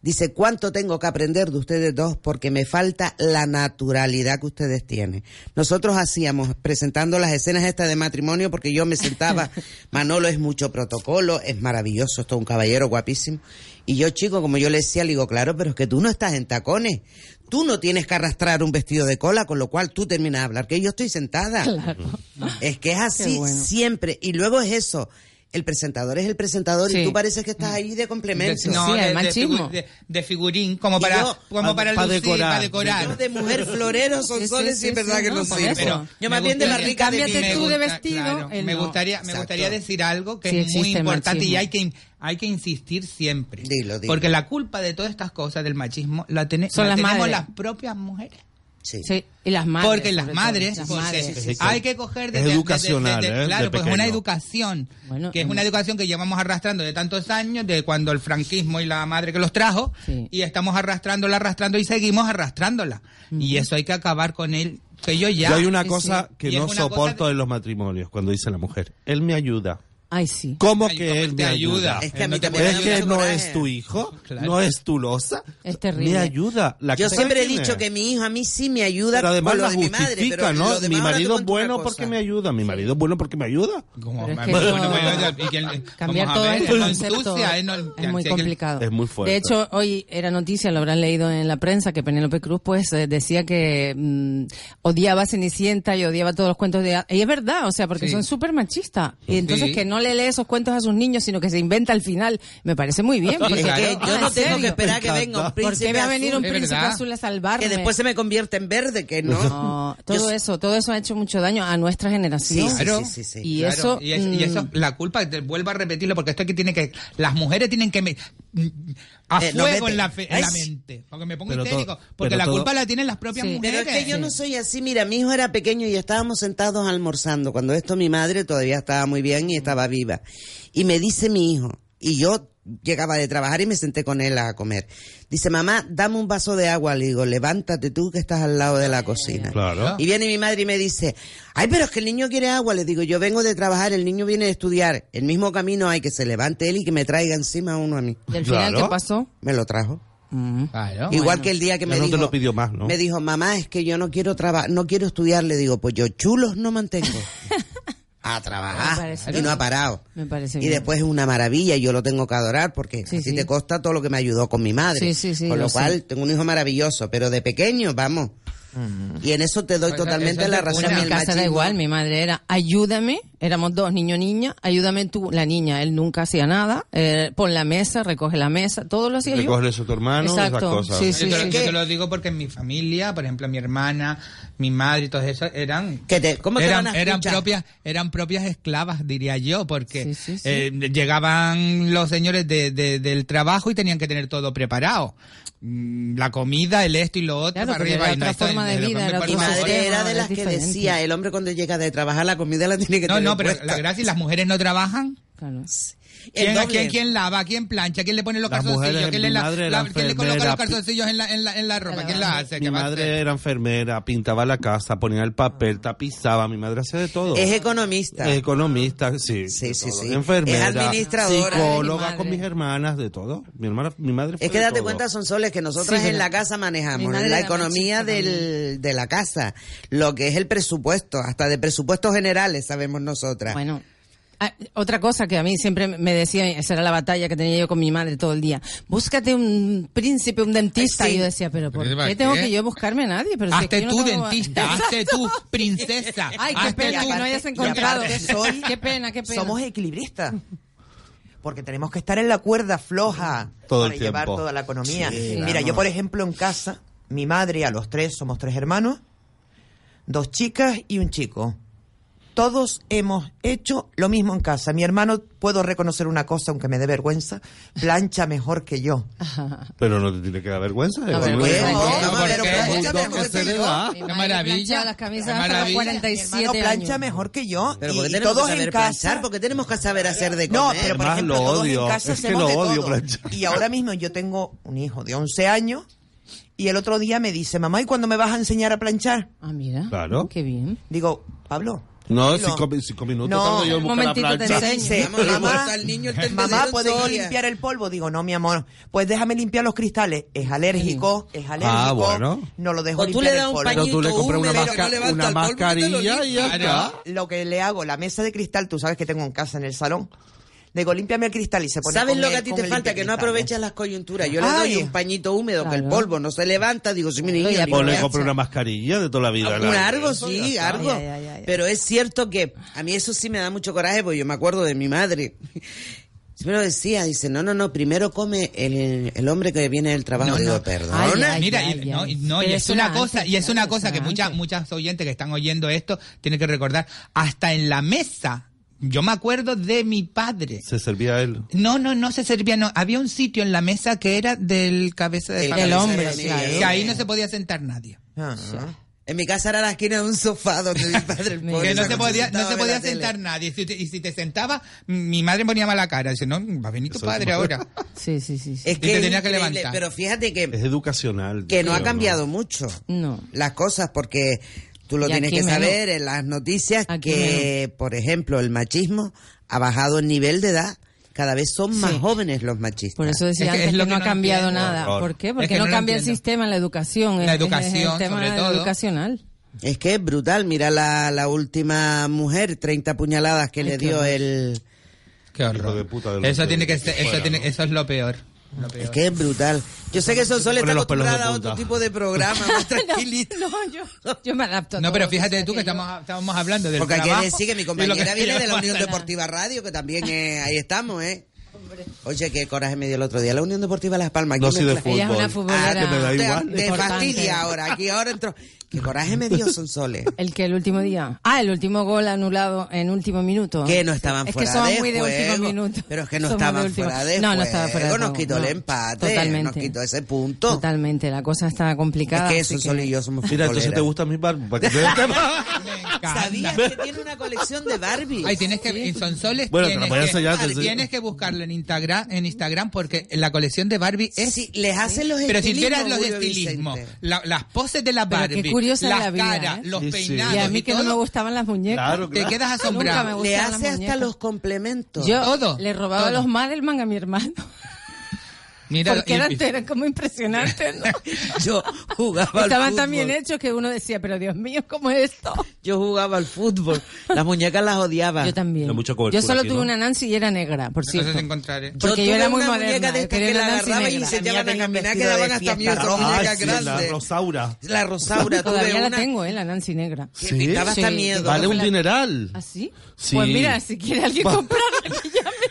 Speaker 8: dice, ¿cuánto tengo que aprender de ustedes dos? Porque me falta la naturalidad que ustedes tienen. Nosotros hacíamos, presentando las escenas estas de matrimonio, porque yo me sentaba, Manolo es mucho protocolo, es maravilloso, es todo un caballero guapísimo. Y yo, chico, como yo le decía, le digo, claro, pero es que tú no estás en tacones. Tú no tienes que arrastrar un vestido de cola, con lo cual tú terminas de hablar, que yo estoy sentada. Es que es así
Speaker 4: Qué bueno.
Speaker 8: siempre. Y luego es eso. El presentador es el presentador
Speaker 11: Sí.
Speaker 8: y tú pareces que estás ahí de complemento.
Speaker 11: De- no, de- de figu- De, de figurín, como
Speaker 8: Y
Speaker 11: para,
Speaker 8: yo-
Speaker 11: como para,
Speaker 8: pa'
Speaker 11: lucir,
Speaker 8: decorar.
Speaker 11: para decorar.
Speaker 8: Yo de mujer florero, son soles, sí, es verdad que no sirvo.
Speaker 11: Pero
Speaker 8: Yo más bien de
Speaker 11: gustaría-
Speaker 8: barrica de Cámbiate vino. tú de
Speaker 11: Me gusta-
Speaker 8: vestido,
Speaker 11: claro,
Speaker 8: él
Speaker 11: me,
Speaker 8: no.
Speaker 11: gustaría, me
Speaker 8: Exacto.
Speaker 11: gustaría decir algo que
Speaker 8: Sí,
Speaker 11: es muy
Speaker 8: existe el
Speaker 11: importante y
Speaker 8: machismo.
Speaker 11: hay que, hay que insistir siempre.
Speaker 8: Dilo, dilo.
Speaker 11: Porque la culpa de todas estas cosas del machismo la, tene-
Speaker 4: Son
Speaker 11: la
Speaker 4: las
Speaker 11: tenemos
Speaker 4: madres.
Speaker 11: las propias mujeres.
Speaker 8: Sí.
Speaker 4: Y las madres.
Speaker 11: porque las
Speaker 4: sobre todo,
Speaker 11: madres,
Speaker 4: las
Speaker 11: porque
Speaker 4: madres.
Speaker 11: hay que coger
Speaker 9: Es
Speaker 11: desde, desde-
Speaker 9: educacional,
Speaker 11: desde-
Speaker 9: ¿eh?
Speaker 11: claro,
Speaker 9: De
Speaker 11: pues es una
Speaker 9: pequeño.
Speaker 11: educación que es
Speaker 4: en-
Speaker 11: una educación que llevamos arrastrando de tantos años, de cuando el franquismo y la madre que los trajo, y estamos arrastrándola, arrastrando y seguimos arrastrándola. Y eso hay que acabar con él. Que yo ya.
Speaker 9: Yo hay una
Speaker 11: Sí,
Speaker 9: cosa
Speaker 11: sí.
Speaker 9: que
Speaker 11: Y es
Speaker 9: no
Speaker 11: una cosa
Speaker 9: soporto en los matrimonios, cuando dice la mujer, él me ayuda.
Speaker 4: Ay, sí.
Speaker 9: ¿Cómo que él
Speaker 11: te
Speaker 9: me ayuda?
Speaker 11: ayuda? Es que a mí
Speaker 9: Es
Speaker 11: también me da
Speaker 9: que
Speaker 11: mucho
Speaker 9: no
Speaker 11: coraje.
Speaker 9: es tu hijo,
Speaker 11: Claro.
Speaker 9: no es tu losa.
Speaker 4: Es
Speaker 9: Me ayuda. La
Speaker 8: Yo
Speaker 9: que-
Speaker 8: siempre he
Speaker 9: ¿sabes quién
Speaker 8: dicho que
Speaker 9: es?
Speaker 8: mi hijo a mí sí me ayuda
Speaker 9: Pero además
Speaker 8: con lo
Speaker 9: la
Speaker 8: de mi madre.
Speaker 9: justifica,
Speaker 8: pero lo
Speaker 9: ¿no?
Speaker 8: demás
Speaker 9: Mi
Speaker 8: ahora te
Speaker 9: marido es
Speaker 8: cuento una
Speaker 9: bueno
Speaker 8: cosa.
Speaker 9: porque me ayuda. Mi marido es bueno porque me ayuda.
Speaker 11: Como,
Speaker 4: Pero es que
Speaker 11: bueno,
Speaker 4: no-
Speaker 11: bueno, ya- y que él-
Speaker 4: Cambiar
Speaker 11: vamos a
Speaker 4: todo
Speaker 11: ver,
Speaker 4: este
Speaker 11: él no
Speaker 4: concepto
Speaker 11: ensucia, él no- ya,
Speaker 4: es muy
Speaker 11: si aquel-
Speaker 4: complicado.
Speaker 9: Es muy fuerte.
Speaker 4: De hecho, hoy era noticia, lo habrán leído en la prensa, que Penélope Cruz pues eh, decía que mm, odiaba a Cenicienta y odiaba todos los cuentos de... Y es verdad, o sea, porque
Speaker 11: Sí.
Speaker 4: son súper machistas. Y entonces
Speaker 11: Sí.
Speaker 4: que no le lee esos cuentos a sus niños, sino que se inventa al final. Me parece muy bien.
Speaker 9: pues,
Speaker 4: porque-
Speaker 8: Sí, claro.
Speaker 4: Ah,
Speaker 8: Yo no
Speaker 4: ¿en
Speaker 8: tengo
Speaker 4: serio?
Speaker 8: que esperar que venga un
Speaker 4: ¿Por
Speaker 8: príncipe
Speaker 4: qué va a venir un
Speaker 8: azul? Es
Speaker 4: príncipe
Speaker 8: verdad.
Speaker 4: azul a salvarme?
Speaker 8: Que después se me convierte en verde, que no.
Speaker 4: No, todo
Speaker 8: Yo-
Speaker 4: eso, todo eso ha hecho mucho daño a nuestra generación.
Speaker 11: Claro.
Speaker 4: Y
Speaker 11: Claro,
Speaker 4: eso...
Speaker 11: y, es- y
Speaker 4: mm,
Speaker 11: eso, la culpa, te vuelvo a repetirlo, porque esto es que tiene que. Las mujeres tienen que. me- mm, a
Speaker 8: Eh,
Speaker 11: fuego
Speaker 8: no vete.
Speaker 11: en, la, fe- en la
Speaker 8: Ay.
Speaker 11: mente. Porque me pongo
Speaker 9: Pero todo-
Speaker 11: histérico. Porque
Speaker 9: pero
Speaker 11: la
Speaker 9: todo-
Speaker 11: culpa la tienen las propias
Speaker 8: Sí.
Speaker 11: mujeres.
Speaker 8: Pero es que yo no soy así. Mira, mi hijo era pequeño y estábamos sentados almorzando. Cuando esto mi madre todavía estaba muy bien y estaba viva. Y me dice mi hijo, y yo llegaba de trabajar y me senté con él a comer. Dice, mamá, dame un vaso de agua. Le digo, levántate tú que estás al lado de la cocina.
Speaker 9: Claro.
Speaker 8: Y viene mi madre y me dice, ay, pero es que el niño quiere agua. Le digo, yo vengo de trabajar, el niño viene de estudiar. El mismo camino hay que se levante él y que me traiga encima uno a mí.
Speaker 4: ¿Y al final Claro. qué pasó?
Speaker 8: Me lo trajo.
Speaker 11: Claro,
Speaker 8: Igual
Speaker 4: bueno.
Speaker 8: que el día que
Speaker 9: Ya
Speaker 8: me
Speaker 9: no
Speaker 8: dijo,
Speaker 9: te lo pidió más, ¿no?
Speaker 8: me dijo, mamá, es que yo no quiero trabajar, no quiero estudiar. Le digo, pues yo chulos no mantengo. a
Speaker 4: Me
Speaker 8: trabajar.
Speaker 4: parece
Speaker 8: Y no
Speaker 4: bien.
Speaker 8: ha parado.
Speaker 4: Me parece
Speaker 8: Y
Speaker 4: bien.
Speaker 8: después es una maravilla, yo lo tengo que adorar porque así te consta todo lo que me ayudó con mi madre.
Speaker 4: Sí, sí, sí,
Speaker 8: con lo
Speaker 4: lo sé.
Speaker 8: cual tengo un hijo maravilloso, pero de pequeño, vamos.
Speaker 4: Mm.
Speaker 8: Y en eso te
Speaker 4: Pues,
Speaker 8: doy
Speaker 11: Pues Eso-
Speaker 8: totalmente
Speaker 11: eso
Speaker 8: la
Speaker 11: es de
Speaker 8: razón.
Speaker 11: cuna.
Speaker 8: y
Speaker 4: En
Speaker 8: el
Speaker 4: mi casa era
Speaker 8: machismo.
Speaker 4: igual, mi madre era, ayúdame, éramos dos, niño, niña, ayúdame tú, la niña, él nunca hacía nada, eh, pon la mesa, recoge la mesa, todo lo hacía yo.
Speaker 9: Recoge eso a tu hermano, esas
Speaker 4: Exacto,
Speaker 9: cosas.
Speaker 4: sí,
Speaker 11: Yo, te, lo- yo te lo digo porque en mi familia, por ejemplo, mi hermana, mi madre y todos esos eran
Speaker 8: Que te- ¿Cómo te
Speaker 11: eran,
Speaker 8: van a
Speaker 11: eran
Speaker 8: escuchar?
Speaker 11: propias eran propias esclavas diría yo porque eh, llegaban los señores de- de- del trabajo y tenían que tener todo preparado Mm, la comida el esto y lo otro
Speaker 4: Claro,
Speaker 11: para
Speaker 4: porque
Speaker 11: arriba
Speaker 4: era
Speaker 11: y no,
Speaker 4: otra
Speaker 11: esto-
Speaker 4: forma de
Speaker 11: pero
Speaker 4: vida,
Speaker 11: ponme
Speaker 4: era
Speaker 11: por
Speaker 8: Mi
Speaker 4: otra
Speaker 11: favor.
Speaker 8: madre era de
Speaker 4: es
Speaker 8: las que
Speaker 4: diferente.
Speaker 8: decía, el hombre cuando llega de trabajar la comida la tiene que
Speaker 11: no
Speaker 8: tener
Speaker 11: no pero
Speaker 8: puesta.
Speaker 11: la gracia y las mujeres no trabajan ¿Quién, a quién, quién lava? ¿Quién plancha? ¿Quién le pone los
Speaker 9: Las
Speaker 11: calzoncillos?
Speaker 9: mujeres,
Speaker 11: ¿Quién
Speaker 9: mi
Speaker 11: le, la-
Speaker 9: madre
Speaker 11: la-
Speaker 9: era
Speaker 11: quién le coloca
Speaker 9: enfermera,
Speaker 11: los calzoncillos en la, en la, en la ropa? ¿Quién la hace?
Speaker 9: Mi
Speaker 11: ¿Qué va a hacer?
Speaker 9: madre era enfermera, pintaba la casa, ponía el papel, tapizaba. Mi madre hacía de todo.
Speaker 8: Es economista.
Speaker 4: Eh,
Speaker 9: Es economista, sí. Sí, sí, sí. Enfermera.
Speaker 8: Es administradora.
Speaker 9: Psicóloga
Speaker 8: Ay, mi
Speaker 9: con
Speaker 8: madre.
Speaker 9: mis hermanas, de todo. Mi hermana, mi madre fue
Speaker 8: Es que
Speaker 9: de
Speaker 8: date
Speaker 9: todo.
Speaker 8: cuenta, son soles que nosotras
Speaker 9: Sí,
Speaker 8: en la
Speaker 9: verdad.
Speaker 8: casa
Speaker 9: Mi
Speaker 8: manejamos,
Speaker 9: madre
Speaker 8: la
Speaker 9: era
Speaker 8: economía del, de la casa, lo que es el presupuesto, hasta de presupuestos generales sabemos nosotras.
Speaker 4: Bueno. Ah, otra cosa que a mí siempre me decía, esa era la batalla que tenía yo con mi madre todo el día. Búscate un príncipe, un dentista.
Speaker 11: Ay, sí.
Speaker 4: Y yo decía, pero ¿por
Speaker 11: ¿Pero
Speaker 4: qué
Speaker 11: qué?
Speaker 4: tengo que yo buscarme a nadie? Pero si es
Speaker 11: hazte
Speaker 4: que yo no
Speaker 11: tú
Speaker 4: tengo-
Speaker 11: dentista, hazte tú princesa.
Speaker 4: Ay, qué
Speaker 11: hazte
Speaker 4: pena
Speaker 11: tú.
Speaker 4: que no hayas
Speaker 12: Y
Speaker 4: encontrado.
Speaker 12: aparte soy-
Speaker 4: Qué pena, qué pena.
Speaker 12: Somos equilibristas. Porque tenemos que estar en la cuerda floja
Speaker 9: Todo
Speaker 12: para
Speaker 9: el
Speaker 12: llevar
Speaker 9: tiempo.
Speaker 12: toda la economía.
Speaker 9: Sí,
Speaker 12: Mira,
Speaker 9: vamos.
Speaker 12: yo por ejemplo en casa, mi madre, a los tres, somos tres hermanos, dos chicas y un chico. Todos hemos hecho lo mismo en casa. Mi hermano, puedo reconocer una cosa, aunque me dé vergüenza, plancha mejor que yo.
Speaker 9: Pero no te tiene que dar vergüenza.
Speaker 12: No,
Speaker 9: igual no
Speaker 12: vergüenza,
Speaker 9: le da
Speaker 12: no,
Speaker 9: vergüenza.
Speaker 12: no, pero
Speaker 9: Es un
Speaker 12: plancha
Speaker 9: don
Speaker 12: mejor
Speaker 9: que
Speaker 12: que
Speaker 9: se le
Speaker 12: yo.
Speaker 9: da.
Speaker 4: Mi madre planchaba las camisas hasta los
Speaker 12: maravilla.
Speaker 4: 47
Speaker 12: Mi hermano plancha
Speaker 4: años.
Speaker 12: mejor que yo.
Speaker 8: Pero
Speaker 12: y,
Speaker 8: porque
Speaker 12: y
Speaker 8: tenemos
Speaker 12: todos
Speaker 8: que saber
Speaker 12: en casa.
Speaker 8: planchar, porque tenemos que saber hacer de
Speaker 12: No,
Speaker 8: comer.
Speaker 12: pero por
Speaker 9: Además,
Speaker 12: ejemplo,
Speaker 9: lo
Speaker 12: todos
Speaker 9: odio.
Speaker 12: en casa
Speaker 9: Es que
Speaker 12: hacemos
Speaker 9: lo
Speaker 12: de
Speaker 9: odio,
Speaker 12: todo.
Speaker 9: planchar.
Speaker 12: Y ahora mismo yo tengo un hijo de 11 años y el otro día me dice, mamá, ¿y cuándo me vas a enseñar a planchar?
Speaker 4: Ah, mira.
Speaker 9: Claro.
Speaker 4: Qué bien.
Speaker 12: Digo, Pablo.
Speaker 9: No,
Speaker 12: tranquilo.
Speaker 9: cinco, cinco minutos
Speaker 12: No.
Speaker 9: tardo yo en
Speaker 12: Un
Speaker 9: buscar la
Speaker 12: momentito te
Speaker 9: plancha.
Speaker 12: enseño. Sí, vamos, vamos. Mamá,
Speaker 11: pues,
Speaker 12: ¿puedes limpiar el polvo? Digo, no, mi amor. Pues déjame limpiar los cristales. Es alérgico, es alérgico.
Speaker 9: Ah, bueno.
Speaker 12: No lo dejo
Speaker 9: O tú
Speaker 12: limpiar
Speaker 9: le
Speaker 12: el
Speaker 9: das un
Speaker 12: polvo.
Speaker 9: pañito Pero tú le compras una húmedo que masca- no levanta una el polvo y te lo mascarilla y ya limpia. está.
Speaker 12: Lo que le hago, la mesa de cristal, tú sabes que tengo en casa en el salón. Digo, límpiame el crystal y se pone
Speaker 8: ¿Sabes
Speaker 12: con
Speaker 8: lo
Speaker 12: el-
Speaker 8: que a ti
Speaker 12: con
Speaker 8: te
Speaker 12: el
Speaker 8: falta? Que no
Speaker 12: limpiacristales.
Speaker 8: aprovechas las coyunturas. Yo le
Speaker 12: Ay.
Speaker 8: doy un pañito húmedo que el
Speaker 12: Claro.
Speaker 8: polvo no se levanta. Digo, si mi niño... ni
Speaker 9: O
Speaker 8: lo
Speaker 9: Pues le
Speaker 8: hace.
Speaker 9: compré una mascarilla de toda la vida.
Speaker 8: Un
Speaker 9: la-
Speaker 8: argo, sí, argo. Pero es cierto que a mí eso sí me da mucho coraje porque yo me acuerdo de mi madre. Siempre lo decía, dice, no, no, no, primero come el, el hombre que viene del trabajo. Digo, perdona.
Speaker 11: Ah, Mira, y, no, y- no, y
Speaker 8: Pero
Speaker 11: es
Speaker 8: eso
Speaker 11: una
Speaker 8: era
Speaker 11: cosa,
Speaker 8: antes,
Speaker 11: y es una
Speaker 8: claro,
Speaker 11: cosa
Speaker 8: eso
Speaker 11: que
Speaker 8: era
Speaker 11: muchas muchas oyentes que están oyendo esto tienen que recordar, hasta en la mesa. Yo me acuerdo de mi padre.
Speaker 9: Se servía a él.
Speaker 11: No, no, no se servía, no. Había un sitio en la mesa que era del cabeza de
Speaker 8: El
Speaker 11: familia.
Speaker 8: cabeza de hombre, claro.
Speaker 11: Que ahí no se podía sentar nadie.
Speaker 8: En mi casa era la esquina de un sofá donde mi padre el pobre,
Speaker 11: que no se
Speaker 8: cuando
Speaker 11: podía, no
Speaker 8: sentaba
Speaker 11: se
Speaker 8: a ver
Speaker 11: podía
Speaker 8: la tele.
Speaker 11: sentar nadie. Si te- y si te sentaba, mi madre ponía mala cara. Dice, no, va a venir tu
Speaker 9: Eso es
Speaker 11: padre
Speaker 9: malo.
Speaker 11: ahora.
Speaker 4: Sí, sí, sí.
Speaker 8: Es
Speaker 11: Y
Speaker 8: que
Speaker 11: te
Speaker 8: es
Speaker 11: tenía que
Speaker 8: increíble,
Speaker 11: levantar.
Speaker 8: Pero fíjate que,
Speaker 9: Es educacional.
Speaker 8: que no
Speaker 9: creo,
Speaker 8: ha cambiado mucho
Speaker 4: No.
Speaker 8: las cosas porque tú lo
Speaker 4: Y
Speaker 8: tienes
Speaker 4: aquí
Speaker 8: que
Speaker 4: menos.
Speaker 8: saber en las noticias que, por ejemplo, el machismo ha bajado el nivel de edad. Cada vez son más jóvenes los machistas.
Speaker 4: Por eso decía antes que, no, ha cambiado nada. ¿Por qué? Porque no cambia el sistema en la educación.
Speaker 8: La
Speaker 4: es- es- es
Speaker 8: educación,
Speaker 4: el tema
Speaker 8: sobre todo.
Speaker 4: educacional.
Speaker 8: Es que es brutal. Mira la, la última mujer, 30 puñaladas que
Speaker 4: Ay,
Speaker 8: le
Speaker 4: qué
Speaker 8: dio
Speaker 4: horror.
Speaker 8: el...
Speaker 11: Qué horror. Eso tiene que ser, eso tiene, eso es lo peor. Lo peor.
Speaker 8: Es que es brutal. Yo sé que Sonsoles está
Speaker 11: Pone los pelos de
Speaker 8: acostumbrada a otro
Speaker 11: punta.
Speaker 8: tipo de programa. más tranquilito.
Speaker 4: No, yo, yo me adapto. a
Speaker 11: No,
Speaker 4: todo.
Speaker 11: pero fíjate tú que estamos, estamos hablando del
Speaker 8: Porque hay que
Speaker 11: trabajo
Speaker 8: decir que mi
Speaker 11: y lo que
Speaker 8: compañera viene de la
Speaker 11: llevamos
Speaker 8: Unión
Speaker 11: a la-
Speaker 8: Deportiva Radio, que también eh, ahí estamos, ¿eh? Oye, qué coraje me dio el otro día. La Unión Deportiva Las Palmas.
Speaker 9: No,
Speaker 8: aquí
Speaker 9: sí, de
Speaker 8: mezcla-
Speaker 9: fútbol. Ella es una futbolera. Ah, que me da
Speaker 8: te-
Speaker 9: igual.
Speaker 8: Te,
Speaker 9: Importante.
Speaker 8: fastidia ahora. Aquí ahora entró. Qué coraje me dio Sonsoles.
Speaker 4: El que el último día. Ah, el último gol anulado en último minuto.
Speaker 8: Que no estaban
Speaker 4: Es que
Speaker 8: fuera
Speaker 4: son
Speaker 8: de
Speaker 4: muy de último
Speaker 8: juego.
Speaker 4: minuto.
Speaker 8: Pero es que no
Speaker 4: Somos
Speaker 8: estaban
Speaker 4: de último-
Speaker 8: fuera de
Speaker 4: No, no estaba fuera de
Speaker 8: juego, nos
Speaker 4: juego,
Speaker 8: quitó el
Speaker 4: no.
Speaker 8: empate,
Speaker 4: Totalmente.
Speaker 8: nos quitó ese punto.
Speaker 4: Totalmente. La cosa está complicada.
Speaker 8: Es que
Speaker 4: así
Speaker 8: Sonsoles y yo somos
Speaker 9: Mira, entonces
Speaker 8: futboleras.
Speaker 9: te gusta mi barba. para que te-
Speaker 8: ¿Sabías que tiene una colección de Barbie?
Speaker 11: Ay, tienes que, en Sonsoles
Speaker 9: Bueno, te
Speaker 11: tienes,
Speaker 9: la voy a
Speaker 11: que,
Speaker 9: enseñar, te enseño.
Speaker 11: tienes que buscarlo en Instagram, en Instagram porque la colección de Barbie es...
Speaker 8: Sí, les hacen los
Speaker 11: Pero si vieras
Speaker 8: estilismos,
Speaker 11: los
Speaker 8: Julio
Speaker 11: estilismos,
Speaker 8: Vicente.
Speaker 11: la- las poses de la
Speaker 4: Pero qué
Speaker 11: Barbie,
Speaker 4: curiosa
Speaker 11: las
Speaker 4: la vida,
Speaker 11: caras,
Speaker 4: ¿eh?
Speaker 11: los
Speaker 4: Sí, sí.
Speaker 11: peinados
Speaker 4: Y a mí que no me
Speaker 11: todo.
Speaker 4: gustaban las muñecas.
Speaker 11: Claro, Te claro. quedas asombrado.
Speaker 4: Nunca me
Speaker 8: Le
Speaker 4: gustaban las
Speaker 8: hace hasta
Speaker 4: muñecas.
Speaker 8: los complementos.
Speaker 4: Yo le robaba
Speaker 8: Todo.
Speaker 4: los Madelman a mi hermano.
Speaker 11: Mira,
Speaker 4: porque
Speaker 11: y-
Speaker 4: eran, eran como impresionantes. ¿no?
Speaker 8: Yo jugaba al
Speaker 4: Estaban
Speaker 8: fútbol.
Speaker 4: tan bien hechos que uno decía, pero Dios mío, ¿cómo es esto?
Speaker 8: Yo jugaba al fútbol. Las muñecas las odiaba. Yo
Speaker 4: también. Yo solo tuve una Nancy y era negra, por cierto.
Speaker 8: Entonces
Speaker 11: encontraré.
Speaker 4: Porque yo, era muy
Speaker 8: una muñeca
Speaker 4: moderna.
Speaker 8: de
Speaker 4: yo
Speaker 8: estas
Speaker 4: quería
Speaker 8: que
Speaker 4: una
Speaker 8: la
Speaker 4: Nancy
Speaker 8: agarraba y
Speaker 4: negra.
Speaker 8: se echaban a caminar,
Speaker 4: vestido
Speaker 8: quedaban
Speaker 4: de
Speaker 8: hasta mí
Speaker 4: fiesta
Speaker 8: esas
Speaker 4: roja.
Speaker 8: muñecas
Speaker 9: Ah, sí, la
Speaker 8: grandes.
Speaker 9: Rosaura.
Speaker 8: La Rosaura, tuve
Speaker 4: Todavía
Speaker 8: una-
Speaker 4: la tengo, ¿eh? La Nancy negra.
Speaker 9: Sí.
Speaker 4: Que
Speaker 9: Daba hasta miedo. Vale un dineral.
Speaker 4: ¿Así?
Speaker 9: Sí.
Speaker 4: Pues mira, si quiere alguien
Speaker 9: Va-
Speaker 4: comprar.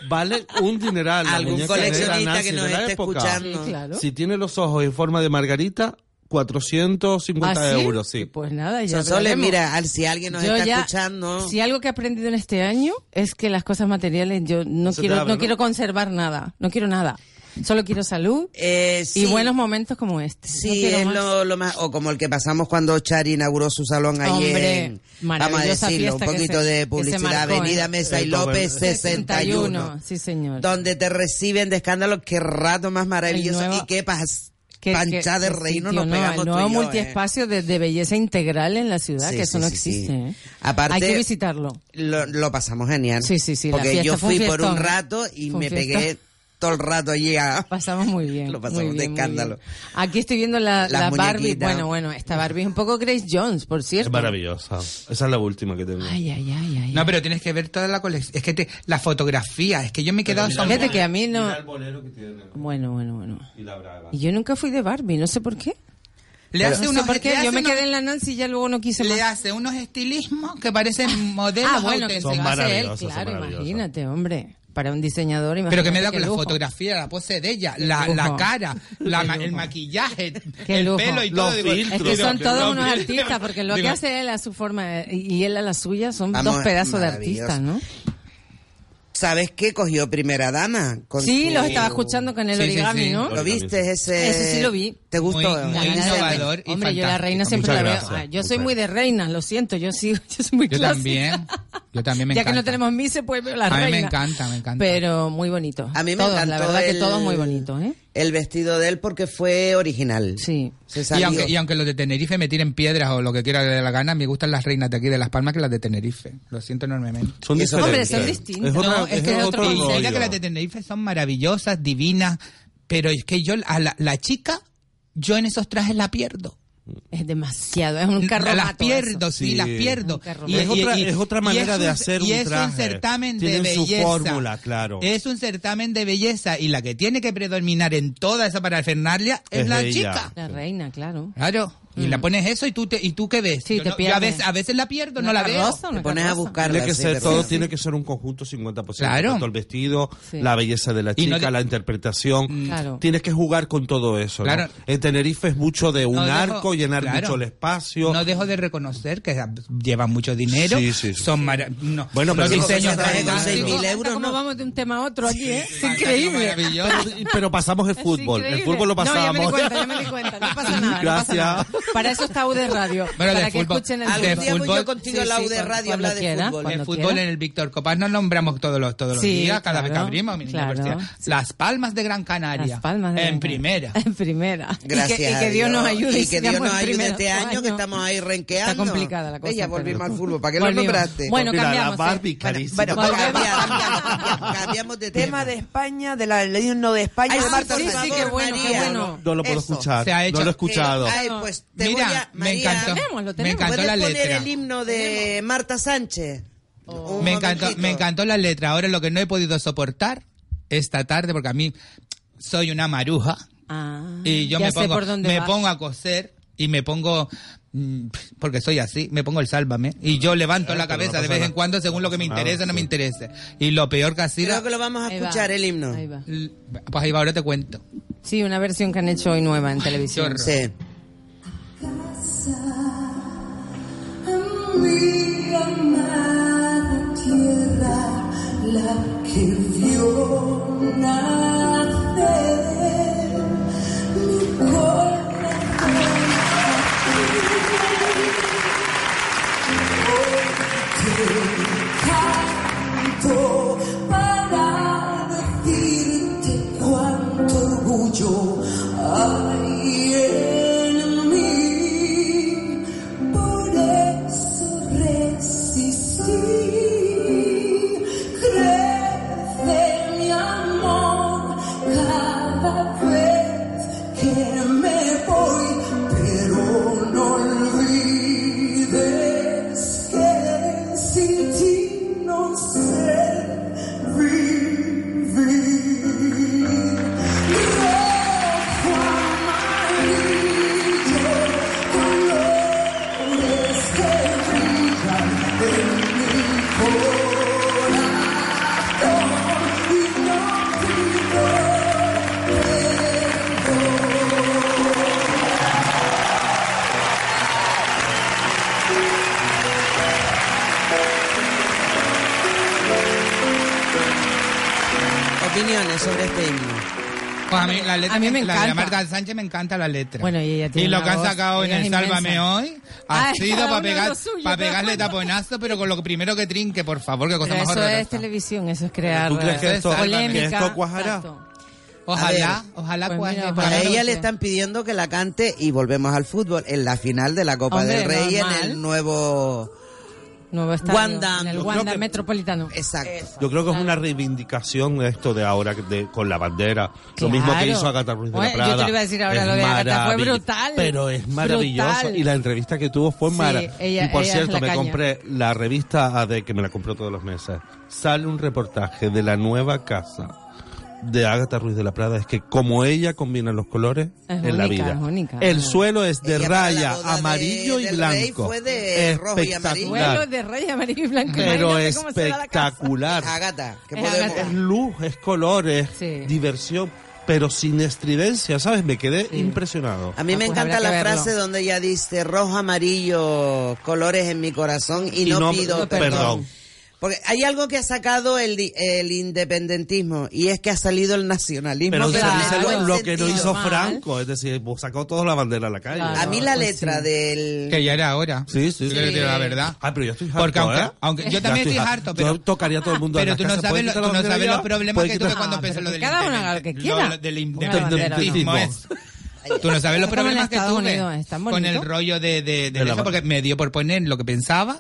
Speaker 9: Vale un dineral. la
Speaker 8: Algún
Speaker 9: muñeca de la
Speaker 8: coleccionista
Speaker 9: Nancy
Speaker 8: que nos
Speaker 9: de la
Speaker 8: esté
Speaker 9: época.
Speaker 8: escuchando.
Speaker 4: Sí, claro.
Speaker 9: Si tiene los ojos en forma de margarita, 450
Speaker 4: ¿Ah, sí?
Speaker 9: euros, sí.
Speaker 4: Pues nada, ya.
Speaker 8: Sonsoles,
Speaker 4: hablaremos.
Speaker 8: mira, al- si alguien nos está escuchando-
Speaker 4: Si algo que he aprendido en este año es que las cosas materiales yo no
Speaker 8: se te
Speaker 4: quiero
Speaker 8: abre,
Speaker 4: no,
Speaker 8: ¿no?
Speaker 4: quiero conservar nada, no quiero nada. Solo quiero salud
Speaker 8: Eh, sí.
Speaker 4: y buenos momentos como este. No
Speaker 8: Sí,
Speaker 4: quiero
Speaker 8: es
Speaker 4: más.
Speaker 8: lo, lo más. O como el que pasamos cuando Char inauguró su salón
Speaker 4: Hombre,
Speaker 8: ayer. Vamos a
Speaker 4: maravillosa
Speaker 8: decirlo, un
Speaker 4: fiesta que
Speaker 8: poquito
Speaker 4: se- que
Speaker 8: de
Speaker 4: se
Speaker 8: publicidad.
Speaker 4: marcó,
Speaker 8: Avenida
Speaker 4: ¿eh?
Speaker 8: Mesa y
Speaker 4: El
Speaker 8: López
Speaker 4: 61.
Speaker 8: 61.
Speaker 4: Sí, señor.
Speaker 8: Donde te reciben de escándalo. Qué rato más maravilloso.
Speaker 4: El nuevo-
Speaker 8: y qué pas,
Speaker 4: Que-
Speaker 8: pancha
Speaker 4: que-
Speaker 8: de
Speaker 4: que
Speaker 8: reino
Speaker 4: sitio,
Speaker 8: nos
Speaker 4: no, El
Speaker 8: pegamos tú y
Speaker 4: nuevo
Speaker 8: yo, ¿eh?
Speaker 4: multiespacio de, de belleza integral en la ciudad,
Speaker 8: Sí,
Speaker 4: que eso
Speaker 8: sí,
Speaker 4: no
Speaker 8: sí, sí.
Speaker 4: existe. ¿eh?
Speaker 8: Aparte,
Speaker 4: Hay que visitarlo.
Speaker 8: Lo, lo pasamos genial.
Speaker 4: Sí, sí, sí. la
Speaker 8: Porque
Speaker 4: fiesta
Speaker 8: yo
Speaker 4: fue un
Speaker 8: fui por un
Speaker 4: fiestón, ¿eh?
Speaker 8: rato y
Speaker 4: Fue un
Speaker 8: me
Speaker 4: fiestón.
Speaker 8: pegué todo el rato allí. A...
Speaker 4: Pasamos muy bien.
Speaker 8: lo
Speaker 4: muy
Speaker 8: pasamos de
Speaker 4: bien, muy
Speaker 8: escándalo.
Speaker 4: bien. Aquí estoy viendo la,
Speaker 8: Las
Speaker 4: la Barbie.
Speaker 8: muñequitas.
Speaker 4: Bueno, bueno, esta Barbie es un poco Grace Jones, por
Speaker 9: Es
Speaker 4: cierto.
Speaker 9: maravillosa. Esa es la última que tengo.
Speaker 4: Ay, ay, ay, ay.
Speaker 11: No, pero tienes que ver toda la colección. Es que te- la fotografía, es que yo me he quedado
Speaker 4: Fíjate que a mí no.
Speaker 9: bolero que tiene.
Speaker 4: Bueno, bueno, bueno.
Speaker 9: Y la braga.
Speaker 4: Y yo nunca fui de Barbie, no sé por qué.
Speaker 11: Le
Speaker 4: no
Speaker 11: hace
Speaker 4: sé
Speaker 11: unos-
Speaker 4: por qué,
Speaker 11: le hace
Speaker 4: Yo me
Speaker 11: unos-
Speaker 4: quedé en la Nancy y ya luego no quise
Speaker 11: Le
Speaker 4: más.
Speaker 11: hace unos estilismos que parecen modelos
Speaker 4: ah, bueno, que
Speaker 11: auténticos.
Speaker 4: se lo hace él, claro, imagínate, hombre. Para un diseñador, imagínate.
Speaker 11: Pero que me da
Speaker 4: qué
Speaker 11: con la
Speaker 4: lujo.
Speaker 11: fotografía, la pose de ella,
Speaker 4: Qué
Speaker 11: la,
Speaker 4: lujo.
Speaker 11: la cara, la ma- el
Speaker 4: lujo.
Speaker 11: maquillaje,
Speaker 4: Qué
Speaker 11: el
Speaker 4: lujo.
Speaker 11: pelo y todo. digo,
Speaker 4: Es que
Speaker 11: digo,
Speaker 4: son todos
Speaker 11: los
Speaker 4: unos
Speaker 11: filtros.
Speaker 4: artistas, porque lo que
Speaker 11: Digo,
Speaker 4: hace él a su forma y y él a la suya son
Speaker 8: Vamos,
Speaker 4: dos pedazos de
Speaker 8: maravilloso.
Speaker 4: artistas, ¿no?
Speaker 8: ¿Sabes qué cogió Primera Dama? Con
Speaker 4: Sí,
Speaker 8: su-
Speaker 4: los estaba escuchando con el
Speaker 8: Sí, sí,
Speaker 4: origami,
Speaker 8: sí.
Speaker 4: ¿no?
Speaker 8: ¿Lo viste? Ese...
Speaker 4: Ese sí lo vi.
Speaker 8: ¿Te gustó?
Speaker 11: Muy- muy
Speaker 4: La reina de la
Speaker 11: innovador
Speaker 4: reina. Hombre,
Speaker 11: y
Speaker 4: yo la
Speaker 11: fantástico.
Speaker 4: reina siempre
Speaker 11: Muchas
Speaker 4: la veo.
Speaker 11: gracias.
Speaker 4: Ah, yo soy muy de reina, lo siento, yo sí, yo soy muy
Speaker 11: Yo
Speaker 4: clásica.
Speaker 11: también. Yo también me
Speaker 4: ya que
Speaker 11: encanta.
Speaker 4: no tenemos mise, pues veo la
Speaker 11: a mí
Speaker 4: reina.
Speaker 11: me encanta, me encanta.
Speaker 4: Pero muy bonito.
Speaker 8: A mí me
Speaker 4: Todos, La
Speaker 8: encantó
Speaker 4: verdad
Speaker 8: el-
Speaker 4: que todos muy bonitos, ¿eh?
Speaker 8: El vestido de él porque fue original.
Speaker 4: Sí.
Speaker 8: Se
Speaker 11: y
Speaker 8: salió.
Speaker 11: aunque, y aunque los de Tenerife me tiren piedras o lo que quiera que le dé la gana, me gustan las reinas de aquí de Las Palmas que las de Tenerife. Lo siento enormemente.
Speaker 9: Son
Speaker 4: Eso- Hombre,
Speaker 9: diferentes.
Speaker 4: son distintas.
Speaker 9: Es otra-
Speaker 4: No, es que es otro
Speaker 11: Y
Speaker 9: rollo.
Speaker 11: mira que las de Tenerife son maravillosas, divinas, pero es que yo, a la, la chica, yo en esos trajes la pierdo.
Speaker 4: Es demasiado, es un carro
Speaker 11: las pierdo, sí,
Speaker 9: Sí.
Speaker 11: las pierdo.
Speaker 4: Un carromato.
Speaker 11: Y-
Speaker 9: es,
Speaker 11: y-
Speaker 9: otra,
Speaker 11: y-
Speaker 9: es otra
Speaker 11: y
Speaker 9: manera
Speaker 11: es
Speaker 9: de
Speaker 11: un-
Speaker 9: hacer
Speaker 11: y
Speaker 9: un
Speaker 11: es
Speaker 9: traje.
Speaker 11: un certamen
Speaker 9: Tienen
Speaker 11: de belleza.
Speaker 9: su fórmula, claro.
Speaker 11: Es un certamen de belleza y la que tiene que predominar en toda esa parafernalia es,
Speaker 9: Es
Speaker 11: la
Speaker 9: ella. Mm.
Speaker 11: chica.
Speaker 4: La reina, claro.
Speaker 11: Claro. Y la pones eso y tú te, y tú qué ves.
Speaker 4: Sí,
Speaker 11: Yo
Speaker 4: te
Speaker 11: no- yo a
Speaker 4: pierdes.
Speaker 11: veces a veces la pierdo,
Speaker 4: Una
Speaker 11: no la veo.
Speaker 4: carroza, una
Speaker 8: Te pones a
Speaker 4: carroza.
Speaker 8: buscarla.
Speaker 9: Tiene que
Speaker 8: sí,
Speaker 9: ser,
Speaker 8: pero-
Speaker 9: todo tiene que ser un conjunto 50%.
Speaker 11: Claro.
Speaker 9: Tanto el vestido,
Speaker 4: Sí.
Speaker 9: la belleza de la
Speaker 11: Y
Speaker 9: chica,
Speaker 11: no te-
Speaker 9: la interpretación.
Speaker 4: Mm. Claro.
Speaker 9: Tienes que jugar con todo eso. ¿no?
Speaker 11: Claro.
Speaker 9: En Tenerife es mucho de un
Speaker 11: No dejo-
Speaker 9: arco, llenar
Speaker 11: claro.
Speaker 9: mucho el espacio.
Speaker 11: No dejo de reconocer que llevan mucho dinero,
Speaker 9: Sí, sí, sí.
Speaker 11: son mara- no,
Speaker 9: Bueno, pero
Speaker 11: los
Speaker 9: digo,
Speaker 11: diseños
Speaker 9: se traje con
Speaker 11: fantásticos.
Speaker 8: 6.000 euros,
Speaker 4: Como
Speaker 8: ¿no?
Speaker 4: vamos de un tema a otro aquí, ¿eh? Es
Speaker 11: Fantástico,
Speaker 4: increíble.
Speaker 11: maravilloso.
Speaker 9: Y- Pero pasamos el
Speaker 4: Es
Speaker 9: fútbol. El
Speaker 4: increíble.
Speaker 9: fútbol lo pasamos.
Speaker 4: No, ya me di cuenta, ya me di cuenta. No pasa nada. no pasa
Speaker 9: Gracias.
Speaker 4: nada. Para eso está UD Radio.
Speaker 11: Bueno,
Speaker 4: para
Speaker 11: de
Speaker 4: que
Speaker 11: fútbol.
Speaker 4: escuchen el
Speaker 11: Algún
Speaker 8: Algún
Speaker 11: de
Speaker 8: día voy yo
Speaker 11: fútbol.
Speaker 8: contigo
Speaker 4: Sí,
Speaker 8: la
Speaker 4: sí,
Speaker 8: U de
Speaker 4: cuando-
Speaker 8: radio
Speaker 4: cuando
Speaker 8: habla de
Speaker 4: quiera.
Speaker 8: fútbol.
Speaker 11: El
Speaker 4: Cuando
Speaker 11: fútbol
Speaker 4: quiera.
Speaker 11: en el Víctor Copás nos nombramos todos los, todos los
Speaker 4: Sí,
Speaker 11: días, cada vez que
Speaker 4: claro,
Speaker 11: abrimos mi
Speaker 4: claro,
Speaker 11: universidad.
Speaker 4: sí.
Speaker 11: Las Palmas de Gran Canaria.
Speaker 4: Las palmas de Gran Canaria.
Speaker 11: En primera.
Speaker 4: En primera. Y que-
Speaker 8: Gracias.
Speaker 4: Y que,
Speaker 8: a
Speaker 4: Dios nos ayude.
Speaker 8: Y que Dios
Speaker 4: sigamos
Speaker 8: nos
Speaker 4: en
Speaker 8: ayude
Speaker 4: primera.
Speaker 8: este año que
Speaker 4: Bueno.
Speaker 8: estamos ahí renqueando.
Speaker 4: Está complicada la cosa.
Speaker 8: Ella
Speaker 4: pero-
Speaker 8: volvimos al fútbol. ¿Para qué lo
Speaker 4: Volvimos.
Speaker 8: nombraste?
Speaker 4: Bueno,
Speaker 9: Mira,
Speaker 4: cambiamos.
Speaker 9: la
Speaker 4: ¿eh?
Speaker 9: Barbie, carísima.
Speaker 8: Bueno,
Speaker 4: Volvemos.
Speaker 8: cambiamos, cambiamos, cambiamos de tema.
Speaker 16: Tema de España, de la ley no de España.
Speaker 8: Ay,
Speaker 16: de
Speaker 8: sí,
Speaker 16: Marta
Speaker 8: sí,
Speaker 16: Ortiz.
Speaker 8: sí, qué bueno, qué bueno.
Speaker 9: No lo puedo
Speaker 8: Eso.
Speaker 9: escuchar.
Speaker 11: Se ha hecho-
Speaker 9: No lo he escuchado.
Speaker 4: Eh,
Speaker 8: Ay, pues te
Speaker 11: Mira,
Speaker 8: voy a,
Speaker 11: me
Speaker 8: María,
Speaker 11: encantó.
Speaker 4: Tenémoslo,
Speaker 11: Me
Speaker 4: tenemos.
Speaker 11: encantó
Speaker 8: ¿Puedes
Speaker 11: la
Speaker 8: poner
Speaker 11: letra.
Speaker 8: el himno de Marta Sánchez?
Speaker 4: Oh.
Speaker 8: Un
Speaker 11: Me encantó,
Speaker 8: momentito.
Speaker 11: me encantó la letra. Ahora lo que no he podido soportar esta tarde, porque a mí soy una maruja
Speaker 4: Ah,
Speaker 11: y yo
Speaker 4: ya
Speaker 11: me
Speaker 4: sé
Speaker 11: pongo,
Speaker 4: por dónde
Speaker 11: me
Speaker 4: vas.
Speaker 11: pongo a coser y me pongo mm, porque soy así, me pongo el sálvame y yo levanto la cabeza de vez en cuando según lo que me interesa, no me interesa. Y lo peor que ha sido,
Speaker 8: Creo que lo vamos a
Speaker 4: Ahí va,
Speaker 8: escuchar, el himno.
Speaker 4: Ahí va.
Speaker 11: l- pues ahí va, ahora te cuento.
Speaker 4: Sí, una versión que han hecho hoy nueva en televisión.
Speaker 11: horror.
Speaker 8: Sí.
Speaker 12: Mi amada tierra, la que vio nacer mi corazón a ti. Hoy te canto para decirte cuánto orgullo hay en mí. Por eso resistí, crece mi amor cada vez que me voy, pero no olvides que sin ti no sé vivir. Rojo amarillo, colores que brillan en mi corazón y no pido perdón.
Speaker 8: Opiniones sobre este himno.
Speaker 11: Pues a mí, la letra
Speaker 17: A mí
Speaker 11: que-
Speaker 17: me
Speaker 11: la de la
Speaker 17: encanta.
Speaker 11: Marta Sánchez me encanta la letra.
Speaker 17: Bueno, y ella tiene
Speaker 11: Y lo
Speaker 17: una
Speaker 11: que han
Speaker 17: voz,
Speaker 11: sacado en
Speaker 17: ella es
Speaker 11: el
Speaker 17: inmensa.
Speaker 11: Sálvame hoy ha
Speaker 17: Ay,
Speaker 11: sido
Speaker 17: cada
Speaker 11: para
Speaker 17: uno
Speaker 11: pegar,
Speaker 17: lo suyo.
Speaker 11: pa' pegarle taponazo, pero con lo primero que trinque, por favor, que cosa
Speaker 17: Pero
Speaker 11: más
Speaker 17: eso
Speaker 11: horrorosa.
Speaker 17: es televisión, eso es crear
Speaker 11: ¿Tú crees que
Speaker 17: eh,
Speaker 11: esto-
Speaker 17: polémica.
Speaker 11: que esto cuajará?
Speaker 17: Exacto.
Speaker 11: Ojalá,
Speaker 8: A ver.
Speaker 11: ojalá
Speaker 17: Pues
Speaker 11: cuaje,
Speaker 17: mira,
Speaker 11: por
Speaker 8: A
Speaker 11: lo
Speaker 8: ella
Speaker 11: menos
Speaker 8: le
Speaker 11: que-
Speaker 8: están pidiendo que la cante y volvemos al fútbol en la final de la Copa
Speaker 17: Hombre,
Speaker 8: del Rey
Speaker 17: normal.
Speaker 8: en el nuevo
Speaker 17: Nuevo estadio,
Speaker 8: Wanda.
Speaker 17: en el
Speaker 8: Yo creo
Speaker 17: Wanda
Speaker 8: que-
Speaker 17: Metropolitano. Eh,
Speaker 8: Exacto.
Speaker 9: Yo creo que es una reivindicación de esto de ahora que de- con la bandera. Lo mismo que
Speaker 17: Claro.
Speaker 9: hizo Agatha Ruiz de
Speaker 17: Oye,
Speaker 9: la
Speaker 17: yo
Speaker 9: Prada.
Speaker 17: te lo iba a decir ahora,
Speaker 9: Es
Speaker 17: lo de Agatha fue
Speaker 9: maravill-
Speaker 17: brutal.
Speaker 9: Pero es maravilloso.
Speaker 17: Brutal.
Speaker 9: Y la entrevista que tuvo fue
Speaker 17: Sí,
Speaker 9: maravillosa.
Speaker 17: ella-
Speaker 9: y por
Speaker 17: ella es
Speaker 9: cierto,
Speaker 17: la
Speaker 9: me
Speaker 17: caña.
Speaker 9: compré la revista AD, que me la compro todos los meses. Sale un reportaje de la nueva casa de Agatha Ruiz de la Prada. Es que como ella combina los colores
Speaker 17: Es
Speaker 9: en la
Speaker 17: única,
Speaker 9: vida.
Speaker 17: es única.
Speaker 9: El suelo es de
Speaker 17: Ella para la
Speaker 9: raya,
Speaker 17: boda de-
Speaker 9: amarillo y
Speaker 17: del
Speaker 9: blanco.
Speaker 17: rey fue de rojo y
Speaker 9: Espectacular.
Speaker 17: Vuelo de rey amarillo y blanco.
Speaker 9: Pero
Speaker 17: Imagínate cómo será la casa.
Speaker 9: espectacular.
Speaker 8: ¿qué
Speaker 17: Es podemos? Ágata.
Speaker 9: Es luz, es colores, diversión, pero sin estridencia, ¿sabes? Me quedé impresionado.
Speaker 17: Ah,
Speaker 8: A mí
Speaker 17: pues
Speaker 8: me encanta la frase donde ella dice rojo, amarillo, colores en mi corazón y,
Speaker 9: Y
Speaker 8: no,
Speaker 9: no-
Speaker 8: pido
Speaker 9: no,
Speaker 8: perdón.
Speaker 9: perdón.
Speaker 8: Porque hay algo que ha sacado el, di- el independentismo y es que ha salido el nacionalismo.
Speaker 9: Pero
Speaker 8: pero
Speaker 9: se
Speaker 8: en
Speaker 9: dice
Speaker 8: el
Speaker 9: lo-
Speaker 8: buen
Speaker 9: lo que no
Speaker 8: sentido.
Speaker 9: hizo Franco, es decir, pues sacó toda la bandera a la calle.
Speaker 8: A mí
Speaker 17: Pues
Speaker 8: la letra del...
Speaker 11: Que ya era hora.
Speaker 9: Sí, sí,
Speaker 11: Yo creo que la verdad.
Speaker 9: Ah, pero yo estoy harto.
Speaker 11: Porque aunque-
Speaker 9: ¿eh?
Speaker 11: aunque- yo
Speaker 9: Ya
Speaker 11: también
Speaker 9: estoy
Speaker 11: estoy harto, pero-
Speaker 9: Yo tocaría a todo el mundo
Speaker 11: Pero
Speaker 9: en
Speaker 11: tú
Speaker 9: la
Speaker 11: no
Speaker 9: casa.
Speaker 11: sabes,
Speaker 9: ¿Puedes
Speaker 11: lo-
Speaker 9: quitar
Speaker 11: tú
Speaker 9: la
Speaker 11: no
Speaker 9: bandera Pues,
Speaker 11: sabes
Speaker 9: ya?
Speaker 11: los problemas
Speaker 9: ¿Puedes
Speaker 11: que tuve
Speaker 9: quitar-
Speaker 11: cuando
Speaker 17: Ah,
Speaker 11: empezó
Speaker 17: pero
Speaker 11: lo del
Speaker 17: que cada uno haga lo que quiera.
Speaker 11: Lo del
Speaker 17: Una bandera,
Speaker 11: independentismo
Speaker 17: ¿no?
Speaker 11: es. Tú no sabes los
Speaker 17: Pero en
Speaker 11: problemas que
Speaker 17: Estados Unidos
Speaker 11: tuve
Speaker 17: es tan
Speaker 11: con el
Speaker 17: bonito.
Speaker 11: rollo de, de, de eso, porque me dio por poner lo que pensaba.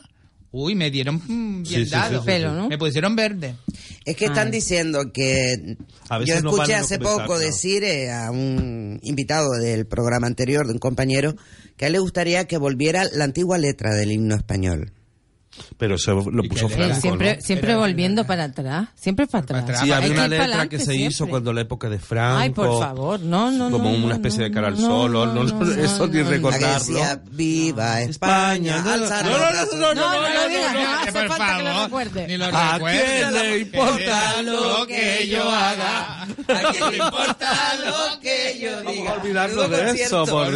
Speaker 11: Uy, me dieron mm, bien
Speaker 17: Sí, sí, sí,
Speaker 11: dado.
Speaker 17: sí, sí. Pelo, ¿no?
Speaker 11: Me pusieron verde.
Speaker 8: Es que están
Speaker 11: Ay.
Speaker 8: diciendo que
Speaker 11: A
Speaker 8: yo
Speaker 11: veces no vale
Speaker 8: escuché
Speaker 11: no
Speaker 8: hace
Speaker 11: comentar,
Speaker 8: poco
Speaker 11: ¿no?
Speaker 8: decir eh, a un invitado del programa anterior, de un compañero, que a él le gustaría que volviera la antigua letra del himno español.
Speaker 9: Pero eso lo puso
Speaker 17: Sí,
Speaker 9: Franco.
Speaker 17: siempre
Speaker 9: ¿no?
Speaker 17: siempre volviendo para atrás, siempre para atrás. Hay
Speaker 9: Sí, había una
Speaker 17: ir
Speaker 9: letra
Speaker 17: pa'lante
Speaker 9: que se
Speaker 17: siempre.
Speaker 9: hizo cuando la época de Franco.
Speaker 17: Ay, por favor, no, no, no.
Speaker 9: Como una especie de cara al sol, no, no, no, eso ni
Speaker 8: La que
Speaker 9: recordarlo.
Speaker 8: decía, viva España,
Speaker 9: no, no,
Speaker 8: alzar
Speaker 9: no, no,
Speaker 8: los brazos".
Speaker 9: no, no, no,
Speaker 17: no, digas, no hace
Speaker 11: por
Speaker 17: falta que lo
Speaker 11: favor,
Speaker 17: recuerde.
Speaker 11: Ni lo
Speaker 9: ¿A
Speaker 11: recuerde.
Speaker 9: quién le importa lo que yo haga?
Speaker 8: ¿A quién le importa lo que yo diga?
Speaker 9: olvidarnos
Speaker 8: Menudo
Speaker 9: de eso,
Speaker 8: concierto.
Speaker 9: por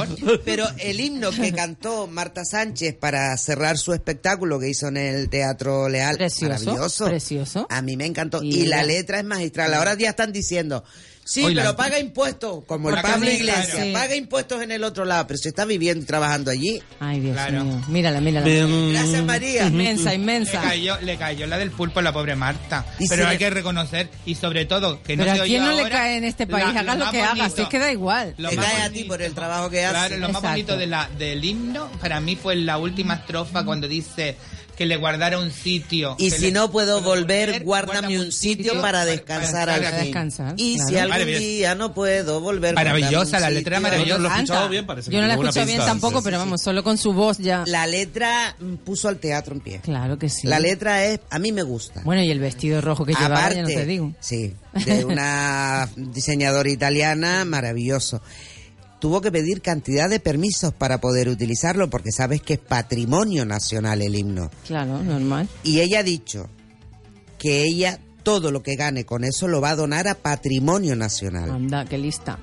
Speaker 8: Pero el himno que cantó Marta Sánchez para cerrar su espectáculo que hizo en el Teatro Leal,
Speaker 17: Precioso,
Speaker 8: maravilloso.
Speaker 17: precioso.
Speaker 8: A mí me encantó.
Speaker 17: Y
Speaker 8: Y, la
Speaker 17: ella-
Speaker 8: letra es magistral. Ahora ya están diciendo, sí,
Speaker 17: Hoy la-
Speaker 8: pero paga impuestos, como el
Speaker 17: Porque
Speaker 8: Pablo
Speaker 17: sí,
Speaker 8: Iglesias.
Speaker 17: claro.
Speaker 8: Paga impuestos en el otro lado, pero si está viviendo y trabajando allí.
Speaker 17: Ay, Dios
Speaker 11: Claro.
Speaker 17: mío. Mírala, mírala.
Speaker 9: Bien.
Speaker 8: Gracias, María.
Speaker 17: Inmensa, inmensa.
Speaker 11: Le cayó, le cayó la del pulpo a la pobre Marta.
Speaker 17: Y
Speaker 11: Pero
Speaker 17: se
Speaker 11: hay
Speaker 17: le-
Speaker 11: que reconocer, y sobre todo, que no
Speaker 17: Pero
Speaker 11: se
Speaker 17: a quién no
Speaker 11: oye
Speaker 17: le
Speaker 11: ahora,
Speaker 17: cae en este país,
Speaker 11: la-
Speaker 17: haga lo
Speaker 11: más
Speaker 17: que haga,
Speaker 11: bonito.
Speaker 17: si es que da igual.
Speaker 11: Lo
Speaker 8: Te
Speaker 11: más
Speaker 8: cae a ti por el trabajo que haces.
Speaker 11: Claro, lo más bonito de la, del himno para mí fue la última estrofa cuando dice que le guardara un sitio.
Speaker 8: Y
Speaker 11: que
Speaker 8: si
Speaker 11: le-
Speaker 8: no puedo volver, guárdame un sitio para descansar al
Speaker 11: para
Speaker 8: fin.
Speaker 11: descansar,
Speaker 8: y si
Speaker 11: claro.
Speaker 8: algún
Speaker 11: Maravilloso.
Speaker 8: día no puedo volver,
Speaker 11: Maravillosa, la letra
Speaker 8: era
Speaker 11: maravillosa. Yo no lo he escuchado bien, parece que
Speaker 17: Yo no la
Speaker 11: tiene
Speaker 17: escucho
Speaker 11: buena
Speaker 17: bien
Speaker 11: pinta.
Speaker 17: tampoco,
Speaker 11: Sí, sí,
Speaker 17: pero
Speaker 11: sí.
Speaker 17: vamos, solo con su voz ya.
Speaker 8: La letra mm, puso al teatro en pie.
Speaker 17: Claro que sí.
Speaker 8: La letra es, a mí me gusta.
Speaker 17: Bueno, y el vestido rojo que llevaba, ya no te digo.
Speaker 8: sí, de una diseñadora italiana, maravilloso. Tuvo que pedir cantidad de permisos para poder utilizarlo porque sabes que es patrimonio nacional el himno.
Speaker 17: Claro, normal.
Speaker 8: Y ella ha dicho que ella todo lo que gane con eso lo va a donar a patrimonio nacional.
Speaker 17: Anda, qué lista.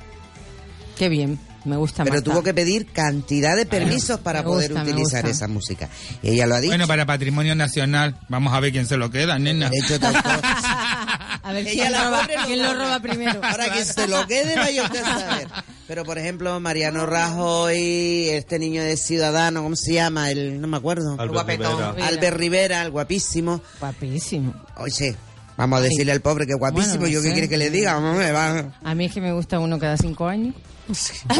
Speaker 17: Qué bien, me gusta
Speaker 8: Pero
Speaker 17: Marta.
Speaker 8: tuvo que pedir cantidad de permisos para
Speaker 17: me
Speaker 8: poder
Speaker 17: gusta, me
Speaker 8: utilizar
Speaker 17: gusta.
Speaker 8: esa música. Y ella lo ha dicho.
Speaker 11: Bueno, para patrimonio nacional. Vamos a ver quién se lo queda, nena.
Speaker 17: A ver,
Speaker 8: Ella
Speaker 17: ¿quién,
Speaker 8: la
Speaker 17: roba,
Speaker 8: pobre lo
Speaker 17: quién lo
Speaker 8: cobra.
Speaker 17: roba primero?
Speaker 8: Ahora que se lo quede, vaya usted a saber. Pero, por ejemplo, Mariano Rajoy, este niño de Ciudadano, ¿cómo se llama? El, no me acuerdo.
Speaker 9: Albert Guapetón. Rivera.
Speaker 8: Albert Rivera, el guapísimo.
Speaker 17: Guapísimo.
Speaker 8: Oye, vamos a decirle al pobre que es guapísimo.
Speaker 17: Bueno, no
Speaker 8: ¿Yo qué
Speaker 17: sé.
Speaker 8: quiere que le diga? Vamos, me va-
Speaker 17: A mí es que me gusta uno cada cinco años. Ah,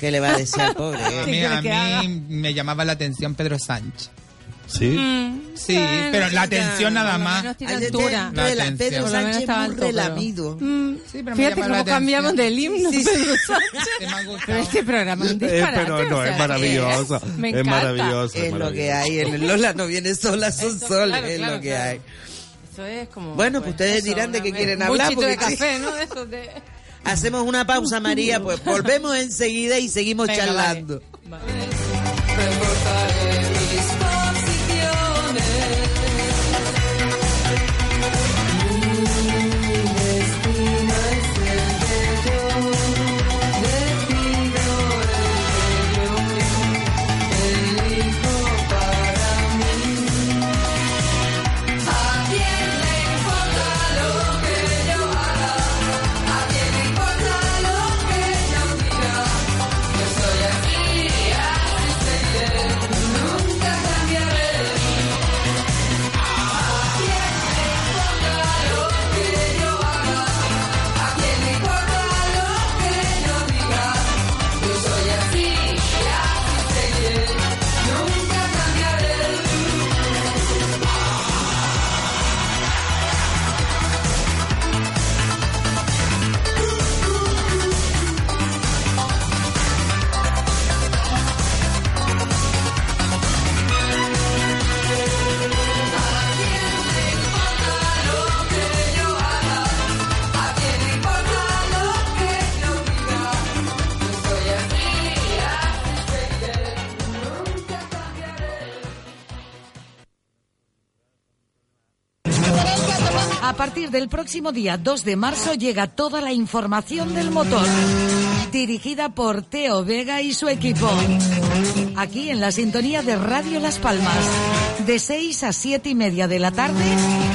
Speaker 8: ¿Qué le va a decir al pobre?
Speaker 11: A
Speaker 8: ¿Qué
Speaker 11: mí,
Speaker 8: quiere
Speaker 11: a
Speaker 8: que
Speaker 11: mí
Speaker 8: haga?
Speaker 11: me llamaba la atención Pedro Sánchez.
Speaker 9: Sí.
Speaker 4: Mm,
Speaker 11: Sí,
Speaker 17: bueno,
Speaker 11: pero
Speaker 17: chica,
Speaker 11: la atención nada
Speaker 17: por lo
Speaker 11: más.
Speaker 17: menos tiene Ay, altura.
Speaker 11: La
Speaker 17: Pedro
Speaker 11: atención.
Speaker 17: Por lo menos estaba alto, pero- Mm,
Speaker 11: me
Speaker 17: Fíjate
Speaker 11: llama la
Speaker 17: cómo
Speaker 11: atención.
Speaker 17: cambiamos del himno,
Speaker 11: Sí, sí.
Speaker 17: Pedro Sánchez. Pero este programa es un
Speaker 9: Eh,
Speaker 17: disparate.
Speaker 9: pero no,
Speaker 17: o sea,
Speaker 9: es maravilloso.
Speaker 17: Me
Speaker 9: es
Speaker 17: encanta.
Speaker 9: maravilloso.
Speaker 8: Es lo que hay en el Lola, no viene sola, son soles, es lo que hay.
Speaker 17: Eso es como...
Speaker 8: Bueno, pues ustedes
Speaker 17: eso,
Speaker 8: dirán de
Speaker 17: una
Speaker 8: qué
Speaker 17: me-
Speaker 8: quieren
Speaker 17: un
Speaker 8: hablar.
Speaker 17: buchito de
Speaker 8: porque-
Speaker 17: café, ¿no? Eso de-
Speaker 8: Hacemos una pausa, María, pues volvemos enseguida y seguimos
Speaker 17: Venga,
Speaker 8: charlando.
Speaker 12: ¿A quién le importa lo que yo haga? ¿A quién le importa?
Speaker 18: A partir del próximo día 2 de marzo llega toda la información del motor, dirigida por Teo Vega y su equipo. Aquí en la sintonía de Radio Las Palmas, de 6 a 7 y media de la tarde,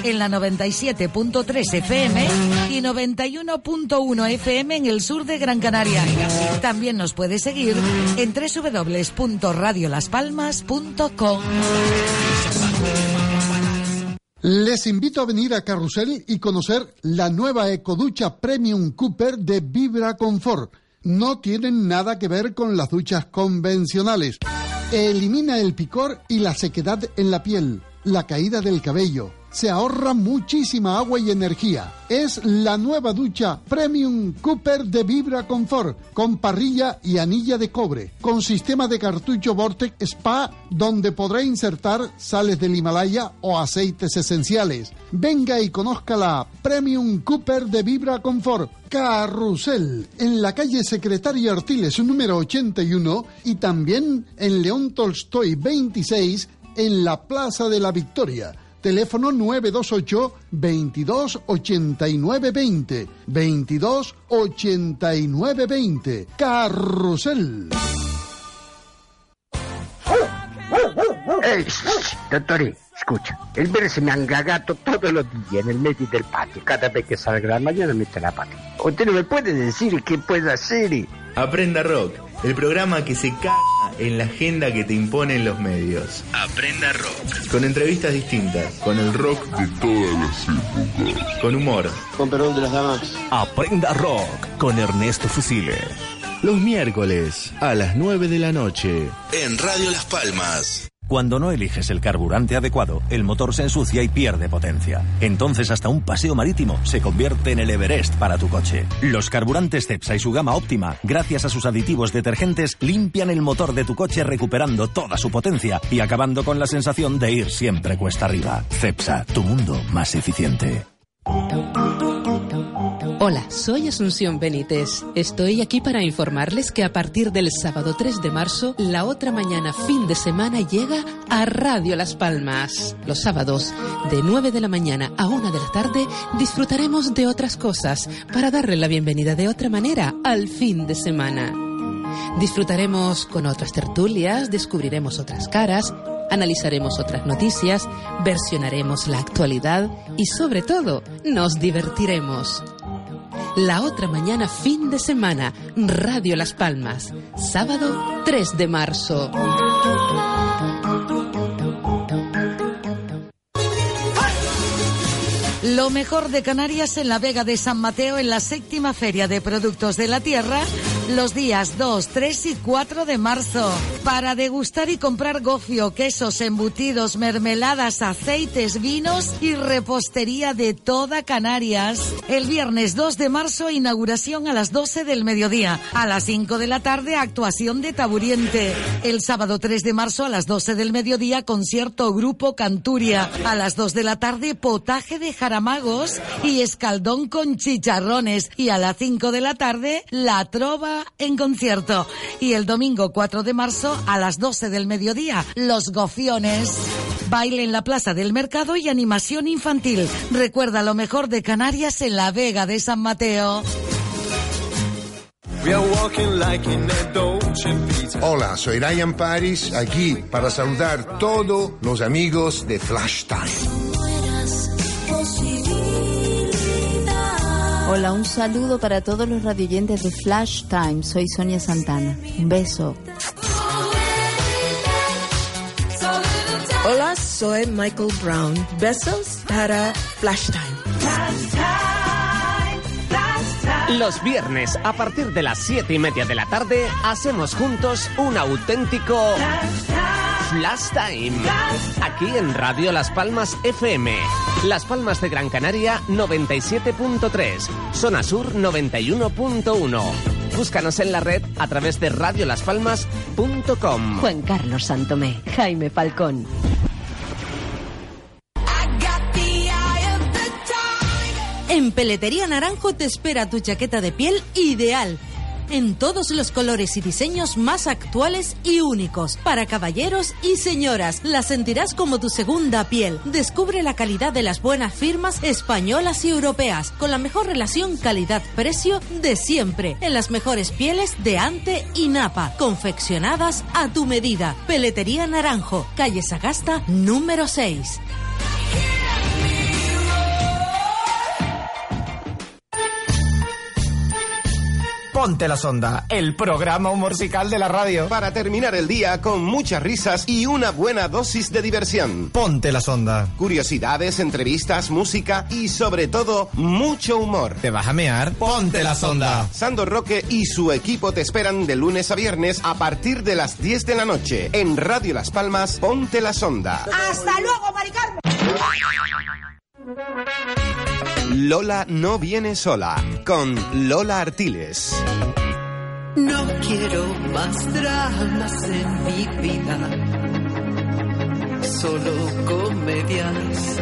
Speaker 18: en la 97.3 FM y 91.1 FM en el sur de Gran Canaria. También nos puede seguir en www.radiolaspalmas.com.
Speaker 19: Les invito a venir a Carrusel y conocer la nueva ecoducha Premium Cooper de Vibra Confort. No tienen nada que ver con las duchas convencionales. Elimina el picor y la sequedad en la piel, la caída del cabello. Se ahorra muchísima agua y energía. Es la nueva ducha Premium Cooper de Vibra Confort, con parrilla y anilla de cobre, con sistema de cartucho Vortex Spa, donde podrá insertar sales del Himalaya o aceites esenciales. Venga y conozca la Premium Cooper de Vibra Confort. Carrusel, en la calle Secretaria Artiles número 81 y también en León Tolstoy 26 en la Plaza de la Victoria. Teléfono 928 22 89 20 22 89 20 Carrusel.
Speaker 20: Ey, doctores, escucha. El verde se me han cagado todos los días en el medio del patio. Cada vez que salga la mañana me está la pata. Usted no me puede decir qué puedo hacer.
Speaker 21: Aprenda Rock, el programa que se caga en la agenda que te imponen los medios.
Speaker 22: Aprenda rock.
Speaker 21: Con entrevistas distintas, con el rock de todas las épocas. Con humor.
Speaker 23: Con perdón de las damas.
Speaker 5: Aprenda Rock con Ernesto Fusile. Los miércoles a las 9 de la noche.
Speaker 22: En Radio Las Palmas.
Speaker 5: Cuando no eliges el carburante adecuado, el motor se ensucia y pierde potencia. Entonces hasta un paseo marítimo se convierte en el Everest para tu coche. Los carburantes Cepsa y su gama óptima, gracias a sus aditivos detergentes, limpian el motor de tu coche recuperando toda su potencia y acabando con la sensación de ir siempre cuesta arriba. Cepsa, tu mundo más eficiente.
Speaker 24: Hola, soy Asunción Benítez. Estoy aquí para informarles que a partir del sábado 3 de marzo, la otra mañana fin de semana llega a Radio Las Palmas. Los sábados, de 9 de la mañana a 1 de la tarde, disfrutaremos de otras cosas para darle la bienvenida de otra manera al fin de semana. Disfrutaremos con otras tertulias, descubriremos otras caras, analizaremos otras noticias, versionaremos la actualidad y sobre todo nos divertiremos. La otra mañana, fin de semana, Radio Las Palmas, sábado 3 de marzo.
Speaker 18: Lo mejor de Canarias en la Vega de San Mateo en la séptima Feria de Productos de la Tierra los días 2, 3 y 4 de marzo. Para degustar y comprar gofio, quesos, embutidos, mermeladas, aceites, vinos y repostería de toda Canarias. El viernes 2 de marzo inauguración a las 12 del mediodía. A las 5 de la tarde actuación de Taburiente. El sábado 3 de marzo a las 12 del mediodía concierto Grupo Canturia. A las 2 de la tarde potaje de jarabón amagos y escaldón con chicharrones. Y a las 5 de la tarde, la trova en concierto. Y el domingo 4 de marzo, a las 12 del mediodía, los gofiones. Baile en la Plaza del Mercado y animación infantil. Recuerda lo mejor de Canarias en la Vega de San Mateo.
Speaker 25: Hola, soy Ryan Paris aquí para saludar todos los amigos de Flash Time.
Speaker 26: Hola, un saludo para todos los radioyentes de Flash Time. Soy Sonia Santana. Un beso.
Speaker 27: Hola, soy Michael Brown. Besos para Flash Time.
Speaker 3: Los viernes, a partir de las 7 y media de la tarde, hacemos juntos un auténtico Flash Time. Aquí en Radio Las Palmas FM. Las Palmas de Gran Canaria 97.3. Zona Sur 91.1. Búscanos en la red a través de radiolaspalmas.com.
Speaker 24: Juan Carlos Santomé, Jaime Falcón.
Speaker 6: En Peletería Naranjo te espera tu chaqueta de piel ideal. en todos los colores y diseños más actuales y únicos. Para caballeros y señoras, la sentirás como tu segunda piel. Descubre la calidad de las buenas firmas españolas y europeas, con la mejor relación calidad-precio de siempre, en las mejores pieles de ante y napa, confeccionadas a tu medida. Peletería Naranjo, calle Sagasta, número 6.
Speaker 1: Ponte la Sonda, el programa musical de la radio.
Speaker 2: Para terminar el día con muchas risas y una buena dosis de diversión.
Speaker 1: Ponte la Sonda.
Speaker 2: Curiosidades, entrevistas, música y sobre todo mucho humor.
Speaker 1: ¿Te vas a mear? Ponte la Sonda.
Speaker 2: Sandro Roque y su equipo te esperan de lunes a viernes a partir de las 10 de la noche en Radio Las Palmas, Ponte la Sonda.
Speaker 12: ¡Hasta luego, Maricarmen!
Speaker 2: Lola no viene sola con Lola Artiles.
Speaker 12: No quiero más dramas en mi vida, solo comedias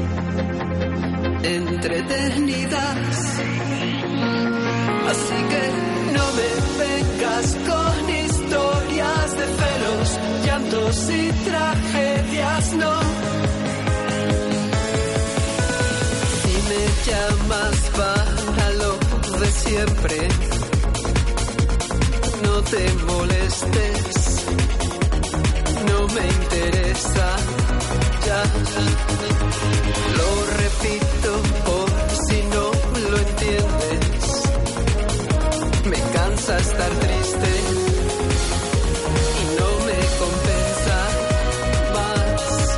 Speaker 12: entretenidas. Así que no me vengas con historias de celos, llantos y tragedias, no. Si me llamas para lo de siempre, no te molestes, no me interesa ya. Lo repito por si no lo entiendes, me cansa estar triste y no me compensa más.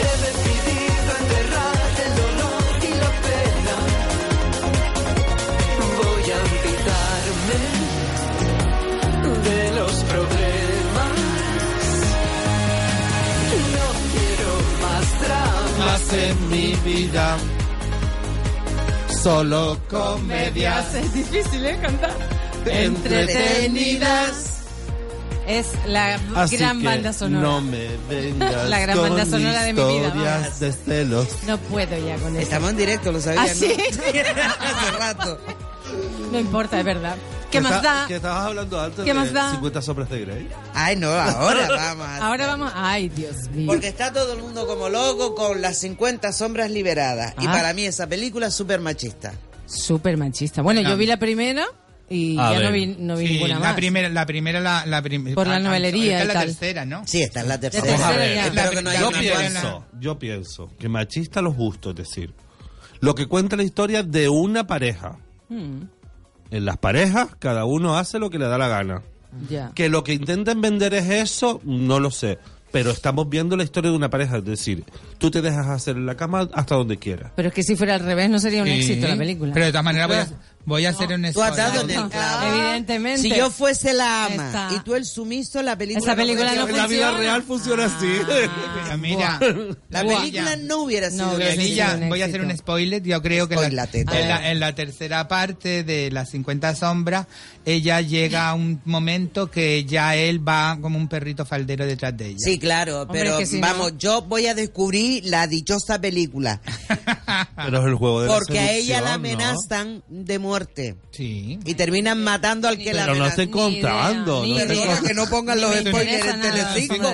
Speaker 12: He decidido enterrar el dolor y la pena, voy a olvidarme de los problemas. No quiero más dramas en mi vida.
Speaker 9: Solo
Speaker 12: comedias.
Speaker 9: comedias
Speaker 12: Es difícil, ¿eh? Cantar.
Speaker 9: entretenidas.
Speaker 4: Es la
Speaker 9: Así
Speaker 4: gran
Speaker 9: que
Speaker 4: banda sonora.
Speaker 9: No me vengas
Speaker 4: La gran
Speaker 9: con
Speaker 4: banda sonora de mi vida,
Speaker 9: historias de celos.
Speaker 4: No puedo ya con eso.
Speaker 8: Estamos en directo, lo sabía,
Speaker 4: ¿Ah,
Speaker 8: ¿no?
Speaker 4: sí?
Speaker 8: Hace rato.
Speaker 4: No importa, es verdad. ¿Qué
Speaker 9: Que
Speaker 4: más
Speaker 9: está-
Speaker 4: da?
Speaker 9: Que estabas hablando antes
Speaker 4: ¿Qué
Speaker 9: de
Speaker 4: más da?
Speaker 9: 50 sombras de Grey.
Speaker 8: Ay, no, ahora vamos.
Speaker 4: Ahora vamos. Ay, Dios mío.
Speaker 8: Porque está todo el mundo como loco con las 50 sombras liberadas. Y
Speaker 4: Ah.
Speaker 8: para mí esa película es súper machista.
Speaker 4: Súper machista. Bueno,
Speaker 8: Ah.
Speaker 4: yo vi la primera y
Speaker 11: A
Speaker 4: ya no
Speaker 11: ver.
Speaker 4: vi, no vi
Speaker 11: Sí,
Speaker 4: ninguna
Speaker 11: la
Speaker 4: más.
Speaker 11: primera, la primera, la, la primera.
Speaker 4: Por la novelería
Speaker 11: Esta
Speaker 4: y
Speaker 11: es la
Speaker 4: tal.
Speaker 11: tercera, ¿no?
Speaker 8: Sí, esta es la tercera.
Speaker 11: Vamos a
Speaker 9: Vamos a
Speaker 11: ver.
Speaker 9: ver.
Speaker 11: Espero que no haya
Speaker 9: yo
Speaker 11: una
Speaker 9: pienso,
Speaker 11: cuarta.
Speaker 9: yo pienso que machista lo justo, es decir, lo que cuenta la historia de una pareja.
Speaker 4: Mm,
Speaker 9: En las parejas, cada uno hace lo que le da la gana.
Speaker 4: ya.
Speaker 9: Que lo que intenten vender es eso, no lo sé. Pero estamos viendo la historia de una pareja, es decir, tú te dejas hacer en la cama hasta donde quieras.
Speaker 4: Pero es que si fuera al revés no sería un
Speaker 9: Sí,
Speaker 4: éxito la película.
Speaker 9: pero de todas
Speaker 11: maneras voy a- voy a hacer un
Speaker 8: Tú has dado en
Speaker 11: spoiler.
Speaker 8: el clavo.
Speaker 4: Evidentemente.
Speaker 8: Si yo fuese la ama
Speaker 4: Esta.
Speaker 8: y tú el sumiso, la película
Speaker 4: Esa película no
Speaker 9: En la vida real funciona así.
Speaker 11: Ah, Mira,
Speaker 8: La
Speaker 11: Buah.
Speaker 8: película no hubiera sido
Speaker 11: No,
Speaker 8: un éxito.
Speaker 11: Guerrilla, voy a hacer un spoiler. Yo creo que en la, en, la, en la tercera parte de Las 50 Sombras, ella llega a un momento que ya él va como un perrito faldero detrás de ella.
Speaker 8: Sí, claro, pero vamos, yo voy a descubrir la dichosa película.
Speaker 9: Pero es el juego de la
Speaker 8: Porque a ella
Speaker 9: seducción,
Speaker 8: la
Speaker 9: ¿no?
Speaker 8: amenazan de muerte.
Speaker 11: Sí.
Speaker 8: Y terminan matando al que la
Speaker 9: Pero no
Speaker 8: amenaza.
Speaker 9: estoy contando. no estoy
Speaker 8: Perdona
Speaker 9: contando.
Speaker 8: que no pongan los spoilers en Telecinco.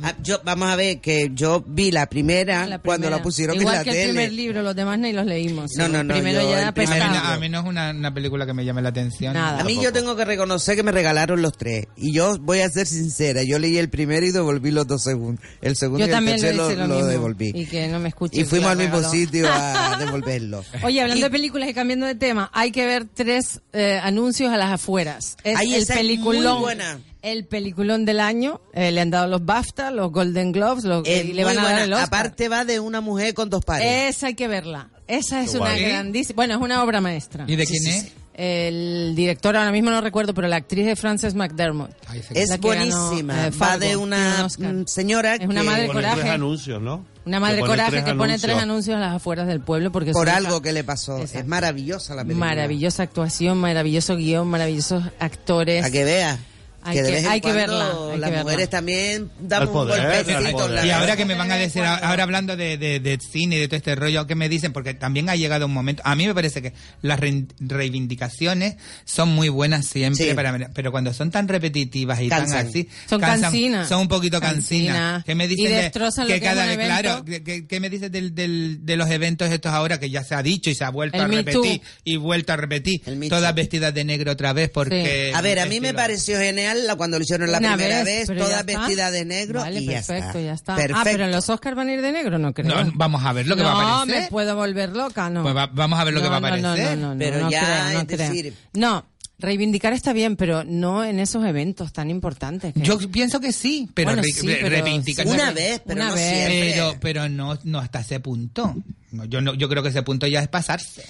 Speaker 8: Ah, Yo, vamos a ver, que yo vi la primera, cuando la pusieron
Speaker 4: Igual
Speaker 8: en la
Speaker 4: que el
Speaker 8: tele.
Speaker 4: primer libro, los demás ni los leímos.
Speaker 8: No, no, no,
Speaker 4: Primero
Speaker 8: yo
Speaker 4: ya
Speaker 8: el primer
Speaker 4: apestaba.
Speaker 8: libro.
Speaker 11: A mí no es una, una película que me llame la atención.
Speaker 8: A mí yo tengo que reconocer que me regalaron los tres. Y yo voy a ser sincera, yo leí el primero y devolví los dos segundos. El segundo
Speaker 4: Yo
Speaker 8: y el
Speaker 4: también le
Speaker 8: tercero
Speaker 4: hice lo, mismo.
Speaker 8: devolví.
Speaker 4: Y que no me escuchen.
Speaker 8: Y fuimos
Speaker 4: que
Speaker 8: al
Speaker 4: la
Speaker 8: mismo
Speaker 4: regaló.
Speaker 8: sitio a devolverlo.
Speaker 4: Oye, hablando de películas y cambiando de tema, hay que ver tres eh, anuncios a las afueras. Es
Speaker 8: Ay,
Speaker 4: el
Speaker 8: esa es
Speaker 4: peliculón.
Speaker 8: muy buena.
Speaker 4: El peliculón del año. eh, le han dado los BAFTA, los Golden Globes, los,
Speaker 8: Es
Speaker 4: y
Speaker 8: muy
Speaker 4: le van a dar
Speaker 8: buena.
Speaker 4: el Oscar. Eh,
Speaker 8: Aparte va de una mujer con dos padres.
Speaker 4: Esa hay que verla. Esa es
Speaker 8: Qué
Speaker 4: una
Speaker 8: guay.
Speaker 4: grandísima. Bueno, es una obra maestra.
Speaker 8: ¿Y de Sí, quién sí, es? sí.
Speaker 4: El director ahora mismo no recuerdo, pero la actriz de Frances McDermott.
Speaker 8: Es
Speaker 4: La que ganó,
Speaker 8: buenísima.
Speaker 4: eh,
Speaker 8: va
Speaker 4: Fargo,
Speaker 8: de
Speaker 4: tiene un
Speaker 8: una
Speaker 4: Oscar.
Speaker 8: mm, señora
Speaker 4: Es una
Speaker 8: que-
Speaker 4: madre
Speaker 9: Pone tres
Speaker 4: coraje.
Speaker 9: anuncios, ¿no?
Speaker 4: Una madre
Speaker 9: Que pone
Speaker 4: coraje
Speaker 9: tres
Speaker 4: que pone tres
Speaker 9: anuncios.
Speaker 4: anuncios a las afueras del pueblo porque
Speaker 8: por
Speaker 4: su hija-
Speaker 8: algo que le pasó. Es maravillosa la película.
Speaker 4: Maravillosa actuación, maravilloso guión, maravillosos actores.
Speaker 8: A que vea.
Speaker 4: Hay
Speaker 8: que, de
Speaker 4: que-
Speaker 8: vez en
Speaker 4: hay que
Speaker 8: cuando
Speaker 4: verla, hay
Speaker 8: las
Speaker 4: que verla.
Speaker 8: mujeres también damos
Speaker 9: Al
Speaker 8: Eh, un
Speaker 9: poder, al
Speaker 8: golpecito. en la
Speaker 9: poder.
Speaker 11: Y ahora que me van a decir, ahora hablando de, de, de cine y de todo este rollo, que me dicen? Porque también ha llegado un momento, a mí me parece que las rein- reivindicaciones son muy buenas siempre,
Speaker 4: Sí.
Speaker 11: para, pero cuando son tan repetitivas y
Speaker 4: Cansan.
Speaker 11: tan así,
Speaker 4: Son
Speaker 11: cansan,
Speaker 4: cansinas.
Speaker 11: Son un poquito cansinas.
Speaker 4: Cansinas.
Speaker 11: Que me dicen
Speaker 4: Y
Speaker 11: de-
Speaker 4: destrozan lo que es un
Speaker 11: vez-
Speaker 4: evento.
Speaker 11: claro, que, que- que me dices del, del- de los eventos estos ahora que ya se ha dicho y se ha vuelto
Speaker 8: El
Speaker 11: a
Speaker 8: Me
Speaker 11: repetir
Speaker 8: Too.
Speaker 11: y vuelto a repetir, todas vestidas de negro otra vez porque...
Speaker 8: Eh, A ver, a mí me
Speaker 11: parece
Speaker 8: pareció genial la- cuando lo hicieron la
Speaker 4: Una
Speaker 8: primera
Speaker 4: vez,
Speaker 8: vez,
Speaker 4: pero ya
Speaker 8: todas
Speaker 4: está.
Speaker 8: vestidas de negro
Speaker 4: Vale,
Speaker 8: y ya está.
Speaker 4: perfecto, ya está. Ah,
Speaker 8: Perfecto.
Speaker 4: pero en los Oscars van a ir de negro, no creo.
Speaker 11: No, vamos a ver lo que va a
Speaker 4: No,
Speaker 11: aparecer.
Speaker 4: me puedo volver loca, no.
Speaker 11: Pues va- vamos a ver lo que
Speaker 4: No,
Speaker 11: va a
Speaker 4: no, no,
Speaker 11: aparecer.
Speaker 4: no, no, no,
Speaker 11: Pero
Speaker 4: no
Speaker 11: ya,
Speaker 4: creo, no
Speaker 11: es
Speaker 4: creo.
Speaker 11: decir-
Speaker 4: No, reivindicar está bien, pero no en esos eventos tan importantes. que-
Speaker 11: Yo pienso que sí, pero,
Speaker 4: Bueno,
Speaker 11: re-
Speaker 4: sí,
Speaker 11: re-
Speaker 4: pero-
Speaker 11: reivindicar-
Speaker 4: sí. Una vez, pero Una no vez. siempre.
Speaker 11: Pero, pero no, no hasta ese punto. No, Yo, no, yo creo que ese punto ya es pasarse.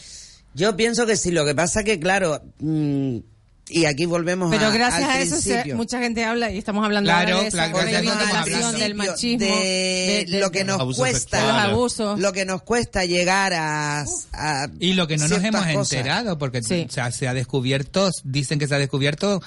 Speaker 8: Yo pienso que sí, lo que pasa que, claro, mm, y aquí volvemos a-
Speaker 4: Pero gracias
Speaker 8: al
Speaker 4: a eso se-
Speaker 8: principio.
Speaker 4: mucha gente habla y estamos hablando
Speaker 8: Claro,
Speaker 4: ahora de esa
Speaker 8: claro, gracias a Dios estamos
Speaker 4: reivindicación
Speaker 8: hablando.
Speaker 4: del machismo,
Speaker 8: de,
Speaker 4: de- de-
Speaker 8: lo que nos
Speaker 11: Abusos
Speaker 8: cuesta
Speaker 11: sexuales.
Speaker 4: Los abusos.
Speaker 8: lo que nos cuesta llegar a, a
Speaker 11: Y lo que no nos
Speaker 8: ciertas
Speaker 11: hemos
Speaker 8: cosas.
Speaker 11: enterado, porque o sea, se ha descubierto, dicen que se ha descubierto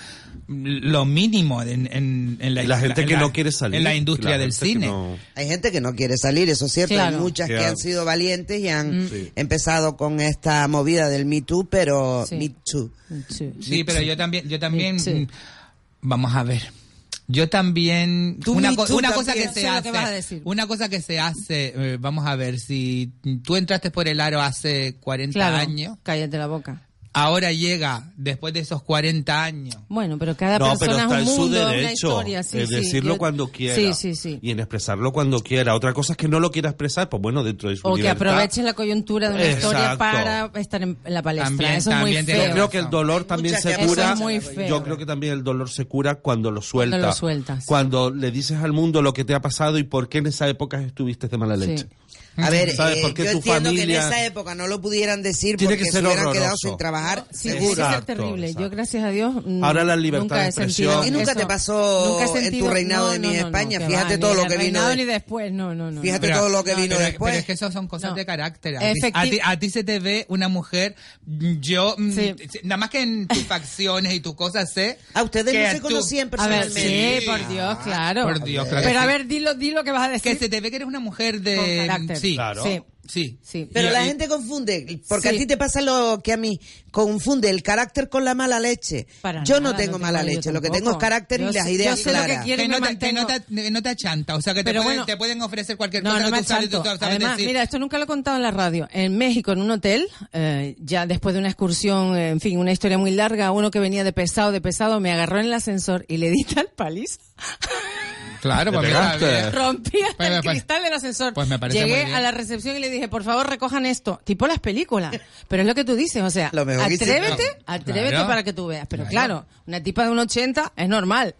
Speaker 11: lo mínimo en, en- en la,
Speaker 9: Y la gente que
Speaker 11: en
Speaker 9: no quiere salir,
Speaker 11: En la industria
Speaker 9: la
Speaker 11: del
Speaker 9: gente que
Speaker 11: cine.
Speaker 9: no-
Speaker 8: Hay gente que no quiere salir, eso es cierto.
Speaker 11: Claro.
Speaker 8: Hay muchas que
Speaker 11: Claro.
Speaker 8: han sido valientes y han
Speaker 11: Mm. Sí.
Speaker 8: empezado con esta movida del Me Too, pero Me Too.
Speaker 11: Sí, pero yo también, yo también, mm, vamos a ver. Yo también,
Speaker 8: Tú,
Speaker 11: una,
Speaker 8: ni
Speaker 11: co-
Speaker 8: tú
Speaker 11: una cosa
Speaker 8: también.
Speaker 11: que
Speaker 8: Sé
Speaker 11: se
Speaker 8: lo
Speaker 11: hace,
Speaker 8: que vas a decir.
Speaker 11: una cosa que se hace, eh, vamos a ver, si tú entraste por el aro hace 40
Speaker 4: Claro,
Speaker 11: años,
Speaker 4: cállate la boca.
Speaker 11: ahora llega después de esos 40 años.
Speaker 4: Bueno, pero cada
Speaker 9: no, pero
Speaker 4: persona
Speaker 9: está
Speaker 4: es
Speaker 9: en
Speaker 4: un
Speaker 9: su
Speaker 4: mundo, es una
Speaker 9: derecho
Speaker 4: historia. Sí,
Speaker 9: en
Speaker 4: sí,
Speaker 9: decirlo
Speaker 4: yo-
Speaker 9: cuando quiera
Speaker 4: Sí, sí, sí.
Speaker 9: y en expresarlo cuando quiera. Otra cosa es que no lo quiera expresar, pues bueno, dentro de su
Speaker 4: O que
Speaker 9: libertad.
Speaker 4: aprovechen la coyuntura de una
Speaker 9: Exacto.
Speaker 4: historia para estar en, en la palestra. eso es muy feo.
Speaker 9: Yo creo que el dolor también
Speaker 4: muchas
Speaker 9: se
Speaker 4: que
Speaker 9: cura.
Speaker 4: aprovechan la coyuntura.
Speaker 9: Yo creo que también el dolor se cura cuando lo sueltas.
Speaker 4: lo sueltas.
Speaker 9: Cuando le dices al mundo lo que te ha pasado y por qué en esa época estuviste de mala leche.
Speaker 8: A ver,
Speaker 9: ¿Sabes
Speaker 8: eh,
Speaker 9: por qué
Speaker 8: yo
Speaker 9: tu
Speaker 8: entiendo que en
Speaker 9: familia-
Speaker 8: esa época no lo pudieran decir
Speaker 9: Tiene
Speaker 8: porque
Speaker 9: que
Speaker 8: se
Speaker 9: ser
Speaker 8: hubieran
Speaker 9: horroroso.
Speaker 8: quedado sin trabajar.
Speaker 4: Sí,
Speaker 8: seguro.
Speaker 4: tiene que ser terrible. Yo, gracias a Dios. mm,
Speaker 9: Ahora la libertad
Speaker 4: nunca
Speaker 9: de
Speaker 4: he
Speaker 9: expresión.
Speaker 4: sentido
Speaker 9: ¿Y nunca
Speaker 4: eso.
Speaker 8: te pasó
Speaker 4: Nunca he
Speaker 8: en tu
Speaker 4: sentido-
Speaker 8: reinado
Speaker 4: no,
Speaker 8: de
Speaker 4: no,
Speaker 8: mi
Speaker 4: no,
Speaker 8: España?
Speaker 4: que
Speaker 8: Fíjate
Speaker 4: va,
Speaker 8: todo
Speaker 4: ni
Speaker 8: lo
Speaker 4: en
Speaker 8: que
Speaker 4: el
Speaker 8: vino
Speaker 4: reinado
Speaker 8: de-
Speaker 4: ni después. No, no, no.
Speaker 8: Fíjate
Speaker 4: no.
Speaker 8: todo lo que vino
Speaker 11: pero,
Speaker 8: después.
Speaker 11: pero es que eso son cosas de carácter. A ti-
Speaker 4: Efecti-
Speaker 11: A ti, a ti se te ve una mujer, mm, yo, mm,
Speaker 4: Sí.
Speaker 11: nada más que en tus facciones y tus cosas sé.
Speaker 8: A ustedes
Speaker 4: no se conocían personalmente. Sí, por Dios, claro.
Speaker 11: Ah, Por Dios, claro.
Speaker 4: Pero
Speaker 11: que
Speaker 4: a
Speaker 11: sí.
Speaker 4: ver, dilo, dilo que vas a decir.
Speaker 11: Que se te ve que eres una mujer de.
Speaker 4: Con carácter.
Speaker 11: Sí,
Speaker 4: Claro.
Speaker 11: sí.
Speaker 4: Sí.
Speaker 11: sí.
Speaker 8: Pero
Speaker 11: Y-
Speaker 8: la
Speaker 11: y-
Speaker 8: gente confunde, porque
Speaker 11: Sí.
Speaker 8: a ti te pasa lo que a mí, confunde el carácter con la mala leche.
Speaker 11: Para
Speaker 8: yo no
Speaker 11: nada,
Speaker 8: tengo
Speaker 11: no tengo
Speaker 8: mala
Speaker 11: yo
Speaker 8: leche, lo que
Speaker 11: tampoco.
Speaker 8: tengo es carácter
Speaker 11: Yo
Speaker 8: y las
Speaker 11: sé-
Speaker 8: ideas
Speaker 11: yo sé lo que
Speaker 8: claras.
Speaker 11: quiero y Que no me te- que no te- que no te achanta, o sea que te,
Speaker 4: Pero
Speaker 11: pueden,
Speaker 4: bueno.
Speaker 11: te pueden ofrecer cualquier
Speaker 4: No,
Speaker 11: cosa
Speaker 4: no
Speaker 11: que
Speaker 4: me
Speaker 11: tú sabes, tú
Speaker 4: achanto.
Speaker 11: sabes
Speaker 4: Además,
Speaker 11: decir.
Speaker 4: mira, esto nunca lo he contado en la radio. En México, en un hotel, eh, ya después de una excursión, eh, en fin, una historia muy larga, uno que venía de pesado, de pesado, me agarró en el ascensor y le di tal paliza.
Speaker 11: Claro, pues mira, mira.
Speaker 4: Rompí hasta
Speaker 11: Pues,
Speaker 4: el
Speaker 11: pues,
Speaker 4: cristal del ascensor.
Speaker 11: pues me parece muy
Speaker 4: Llegué
Speaker 11: bien.
Speaker 4: a la recepción y le dije, por favor, recojan esto. Tipo las películas. Pero es lo que tú dices, o sea,
Speaker 8: Lo mejor que hicieron.
Speaker 4: atrévete, atrévete
Speaker 8: Claro.
Speaker 4: para que tú veas. Pero
Speaker 8: Claro.
Speaker 4: claro. una tipa de un 80 es normal.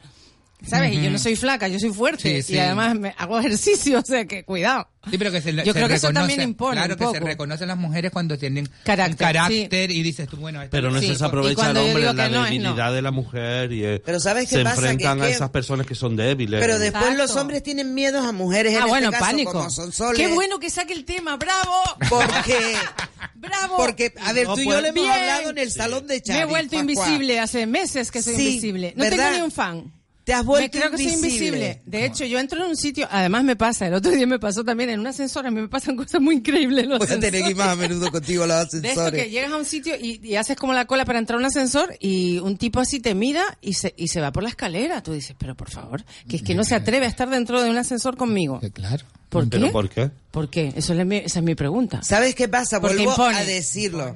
Speaker 4: ¿Sabes? Y yo no soy flaca, yo soy fuerte.
Speaker 11: Sí, sí.
Speaker 4: Y además me hago ejercicio, o sea que cuidado.
Speaker 11: Sí, pero que se,
Speaker 4: Yo
Speaker 11: se
Speaker 4: creo que eso
Speaker 11: reconoce,
Speaker 4: también impone
Speaker 11: Claro
Speaker 4: un
Speaker 11: que se
Speaker 4: poco.
Speaker 11: reconocen las mujeres cuando tienen
Speaker 4: Carácter,
Speaker 11: un carácter y dices tú, bueno, esta-
Speaker 9: Pero no
Speaker 11: Sí,
Speaker 9: se
Speaker 11: pues,
Speaker 9: desaprovecha al
Speaker 11: cuando yo
Speaker 9: hombre
Speaker 11: digo
Speaker 9: la
Speaker 11: que no, es no.
Speaker 9: debilidad de la mujer y eh,
Speaker 8: Pero ¿sabes qué
Speaker 9: se
Speaker 8: pasa? Que
Speaker 9: enfrentan
Speaker 8: es que-
Speaker 9: a esas personas que son débiles.
Speaker 8: Pero después los hombres tienen miedos a mujeres en
Speaker 4: Ah, bueno,
Speaker 8: este caso,
Speaker 4: pánico.
Speaker 8: como son soles.
Speaker 4: Qué bueno que saque el tema, bravo.
Speaker 8: Porque,
Speaker 4: bravo.
Speaker 8: porque a ver,
Speaker 4: No,
Speaker 8: tú y yo
Speaker 4: pues,
Speaker 8: le hemos
Speaker 4: bien.
Speaker 8: hablado en el salón de Chavi.
Speaker 4: Me he vuelto
Speaker 8: Pascua.
Speaker 4: invisible hace meses que soy
Speaker 8: Sí,
Speaker 4: invisible. No
Speaker 8: ¿verdad?
Speaker 4: tengo ni un fan.
Speaker 8: Te has vuelto
Speaker 4: me creo que soy
Speaker 8: invisible.
Speaker 4: invisible. De hecho, yo entro en un sitio, además me pasa, el otro día me pasó también en un ascensor, a mí me pasan cosas muy increíbles. en Los
Speaker 8: Voy a tener que ir
Speaker 4: ascensores.
Speaker 8: más a menudo contigo a los
Speaker 4: De esto que
Speaker 8: ascensores.
Speaker 4: llegas a un sitio y, y haces como la cola para entrar a un ascensor y un tipo así te mira y se, y se va por la escalera. Tú dices, pero por favor, que es que no se atreve a estar dentro de un ascensor conmigo.
Speaker 11: Claro.
Speaker 4: ¿Por
Speaker 9: Eh, ¿Pero
Speaker 4: qué?
Speaker 9: por qué?
Speaker 4: ¿Por qué? Eso es mi- esa es mi pregunta.
Speaker 8: ¿Sabes qué pasa?
Speaker 4: Porque
Speaker 8: Vuelvo
Speaker 4: impone.
Speaker 8: a decirlo.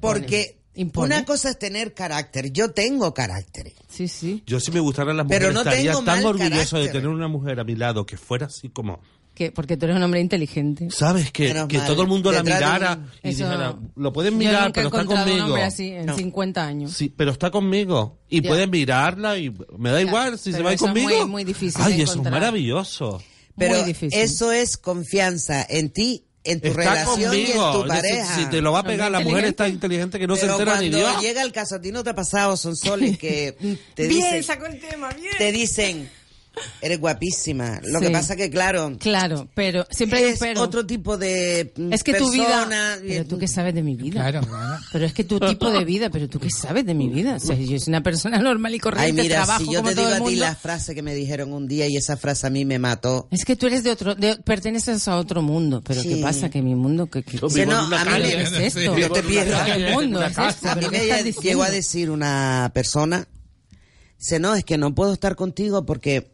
Speaker 8: Porque
Speaker 4: Impone.
Speaker 8: una cosa es tener carácter. Yo tengo carácter.
Speaker 4: Sí, sí.
Speaker 9: Yo si me gustaran las
Speaker 8: Pero
Speaker 9: mujeres
Speaker 8: no
Speaker 9: estaría
Speaker 8: tengo
Speaker 9: tan
Speaker 8: mal
Speaker 9: orgulloso de
Speaker 8: carácter.
Speaker 9: tener una mujer a mi lado que fuera así como...
Speaker 4: Que porque tú eres un hombre inteligente.
Speaker 9: ¿Sabes? Que,
Speaker 4: Menos
Speaker 9: que
Speaker 4: mal.
Speaker 9: todo el mundo la
Speaker 4: Detrás de
Speaker 9: mirara
Speaker 4: un-
Speaker 9: y
Speaker 4: Eso-
Speaker 9: dijera, lo pueden
Speaker 4: Yo
Speaker 9: mirar,
Speaker 4: nunca he
Speaker 9: pero está
Speaker 4: encontrado un
Speaker 9: conmigo.
Speaker 4: hombre así en 50 años.
Speaker 9: Sí, pero está conmigo. Y
Speaker 4: Ya.
Speaker 9: pueden mirarla y me da igual si se
Speaker 4: pero
Speaker 9: va
Speaker 4: eso es
Speaker 9: conmigo.
Speaker 4: muy- muy difícil de
Speaker 9: Ay, eso es
Speaker 4: encontrar.
Speaker 9: maravilloso.
Speaker 8: Pero eso es confianza en ti, en tu
Speaker 9: Está
Speaker 8: relación
Speaker 9: conmigo.
Speaker 8: y en tu
Speaker 9: Es decir,
Speaker 8: pareja.
Speaker 9: si te lo va a pegar, la mujer está inteligente que no se
Speaker 8: Pero
Speaker 9: entera ni
Speaker 8: cuando
Speaker 9: Dios.
Speaker 8: llega el caso, a ti no te ha pasado, son soles que mm, te
Speaker 4: bien,
Speaker 8: dicen,
Speaker 4: sacó el tema, bien.
Speaker 8: te dicen, Eres guapísima. Lo que
Speaker 4: Sí.
Speaker 8: pasa que, claro,
Speaker 4: Claro, pero siempre hay un
Speaker 8: Es
Speaker 4: pero.
Speaker 8: otro tipo de mm,
Speaker 4: Es que tu vida.
Speaker 8: persona,
Speaker 4: Pero tú qué sabes de mi vida.
Speaker 8: Claro,
Speaker 4: Pero es que tu tipo de vida, pero tú qué sabes de mi vida. O sea, yo soy una persona normal y corriente,
Speaker 8: Ay, mira,
Speaker 4: trabajo
Speaker 8: si yo
Speaker 4: como
Speaker 8: te
Speaker 4: todo
Speaker 8: digo a
Speaker 4: el
Speaker 8: ti
Speaker 4: mundo.
Speaker 8: la frase que me dijeron un día y esa frase a mí me mató.
Speaker 4: Es que tú eres de otro, de- perteneces a otro mundo, pero
Speaker 8: Sí.
Speaker 4: ¿qué pasa? Que mi mundo, que, que-
Speaker 8: Que no, a mí me-
Speaker 4: ¿Qué es esto?
Speaker 8: Yo te pierdo.
Speaker 4: ¿Qué mundo es esto?
Speaker 8: A mí
Speaker 4: ¿Pero qué
Speaker 8: me
Speaker 4: estás
Speaker 8: lleg-
Speaker 4: diciendo?
Speaker 8: llegó a decir una persona, dice, no, es que no puedo estar contigo porque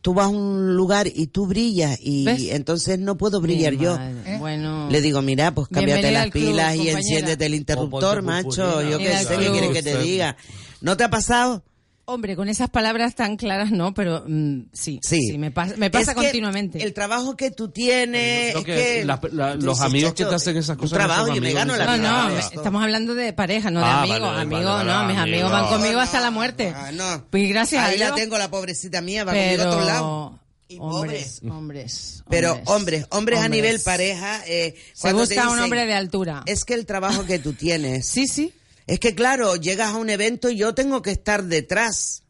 Speaker 8: tú vas a un lugar y tú brillas y
Speaker 4: ¿Ves?
Speaker 8: entonces no puedo
Speaker 4: Mi
Speaker 8: brillar yo.
Speaker 9: ¿Eh?
Speaker 4: madre. Bueno.
Speaker 8: Le digo, mira, pues cámbiate
Speaker 4: Bienvenida
Speaker 8: las
Speaker 4: Mm. al club,
Speaker 8: pilas y
Speaker 4: compañera.
Speaker 8: enciéndete el interruptor, macho. Yo qué
Speaker 4: Bienvenida al
Speaker 8: sé, ¿qué
Speaker 4: club.
Speaker 8: quieres que te diga? ¿No te ha pasado?
Speaker 4: Hombre, con esas palabras tan claras no, pero mm, sí, sí, me, pas- me pasa
Speaker 8: Es que
Speaker 4: continuamente.
Speaker 8: El trabajo que tú tienes,
Speaker 9: Lo
Speaker 8: es
Speaker 9: que
Speaker 8: que
Speaker 9: la- la- los
Speaker 8: Dices,
Speaker 9: amigos que
Speaker 8: chacho,
Speaker 9: te hacen esas
Speaker 8: un
Speaker 9: cosas
Speaker 8: trabajo,
Speaker 9: son
Speaker 8: yo me
Speaker 9: amigos,
Speaker 8: gano la
Speaker 4: No,
Speaker 8: vida.
Speaker 4: no, me- estamos hablando de pareja, no de
Speaker 9: Ah,
Speaker 4: amigos.
Speaker 9: vale, vale,
Speaker 4: amigos,
Speaker 9: vale,
Speaker 4: no,
Speaker 9: vale,
Speaker 4: mis amigos van
Speaker 9: amigos.
Speaker 4: conmigo hasta la muerte.
Speaker 8: Ah, no.
Speaker 4: Pues gracias
Speaker 8: Ahí
Speaker 4: a Dios.
Speaker 8: la tengo la pobrecita mía, va conmigo a
Speaker 4: pero
Speaker 8: otro lado.
Speaker 4: hombres, hombres,
Speaker 8: Pero hombres, hombres, a
Speaker 4: hombres.
Speaker 8: nivel pareja, eh,
Speaker 4: se
Speaker 8: cuando te
Speaker 4: busca un
Speaker 8: dicen,
Speaker 4: hombre de altura.
Speaker 8: Es que el trabajo que tú tienes.
Speaker 4: sí, sí.
Speaker 8: Es que claro, llegas a un evento y yo tengo que estar detrás.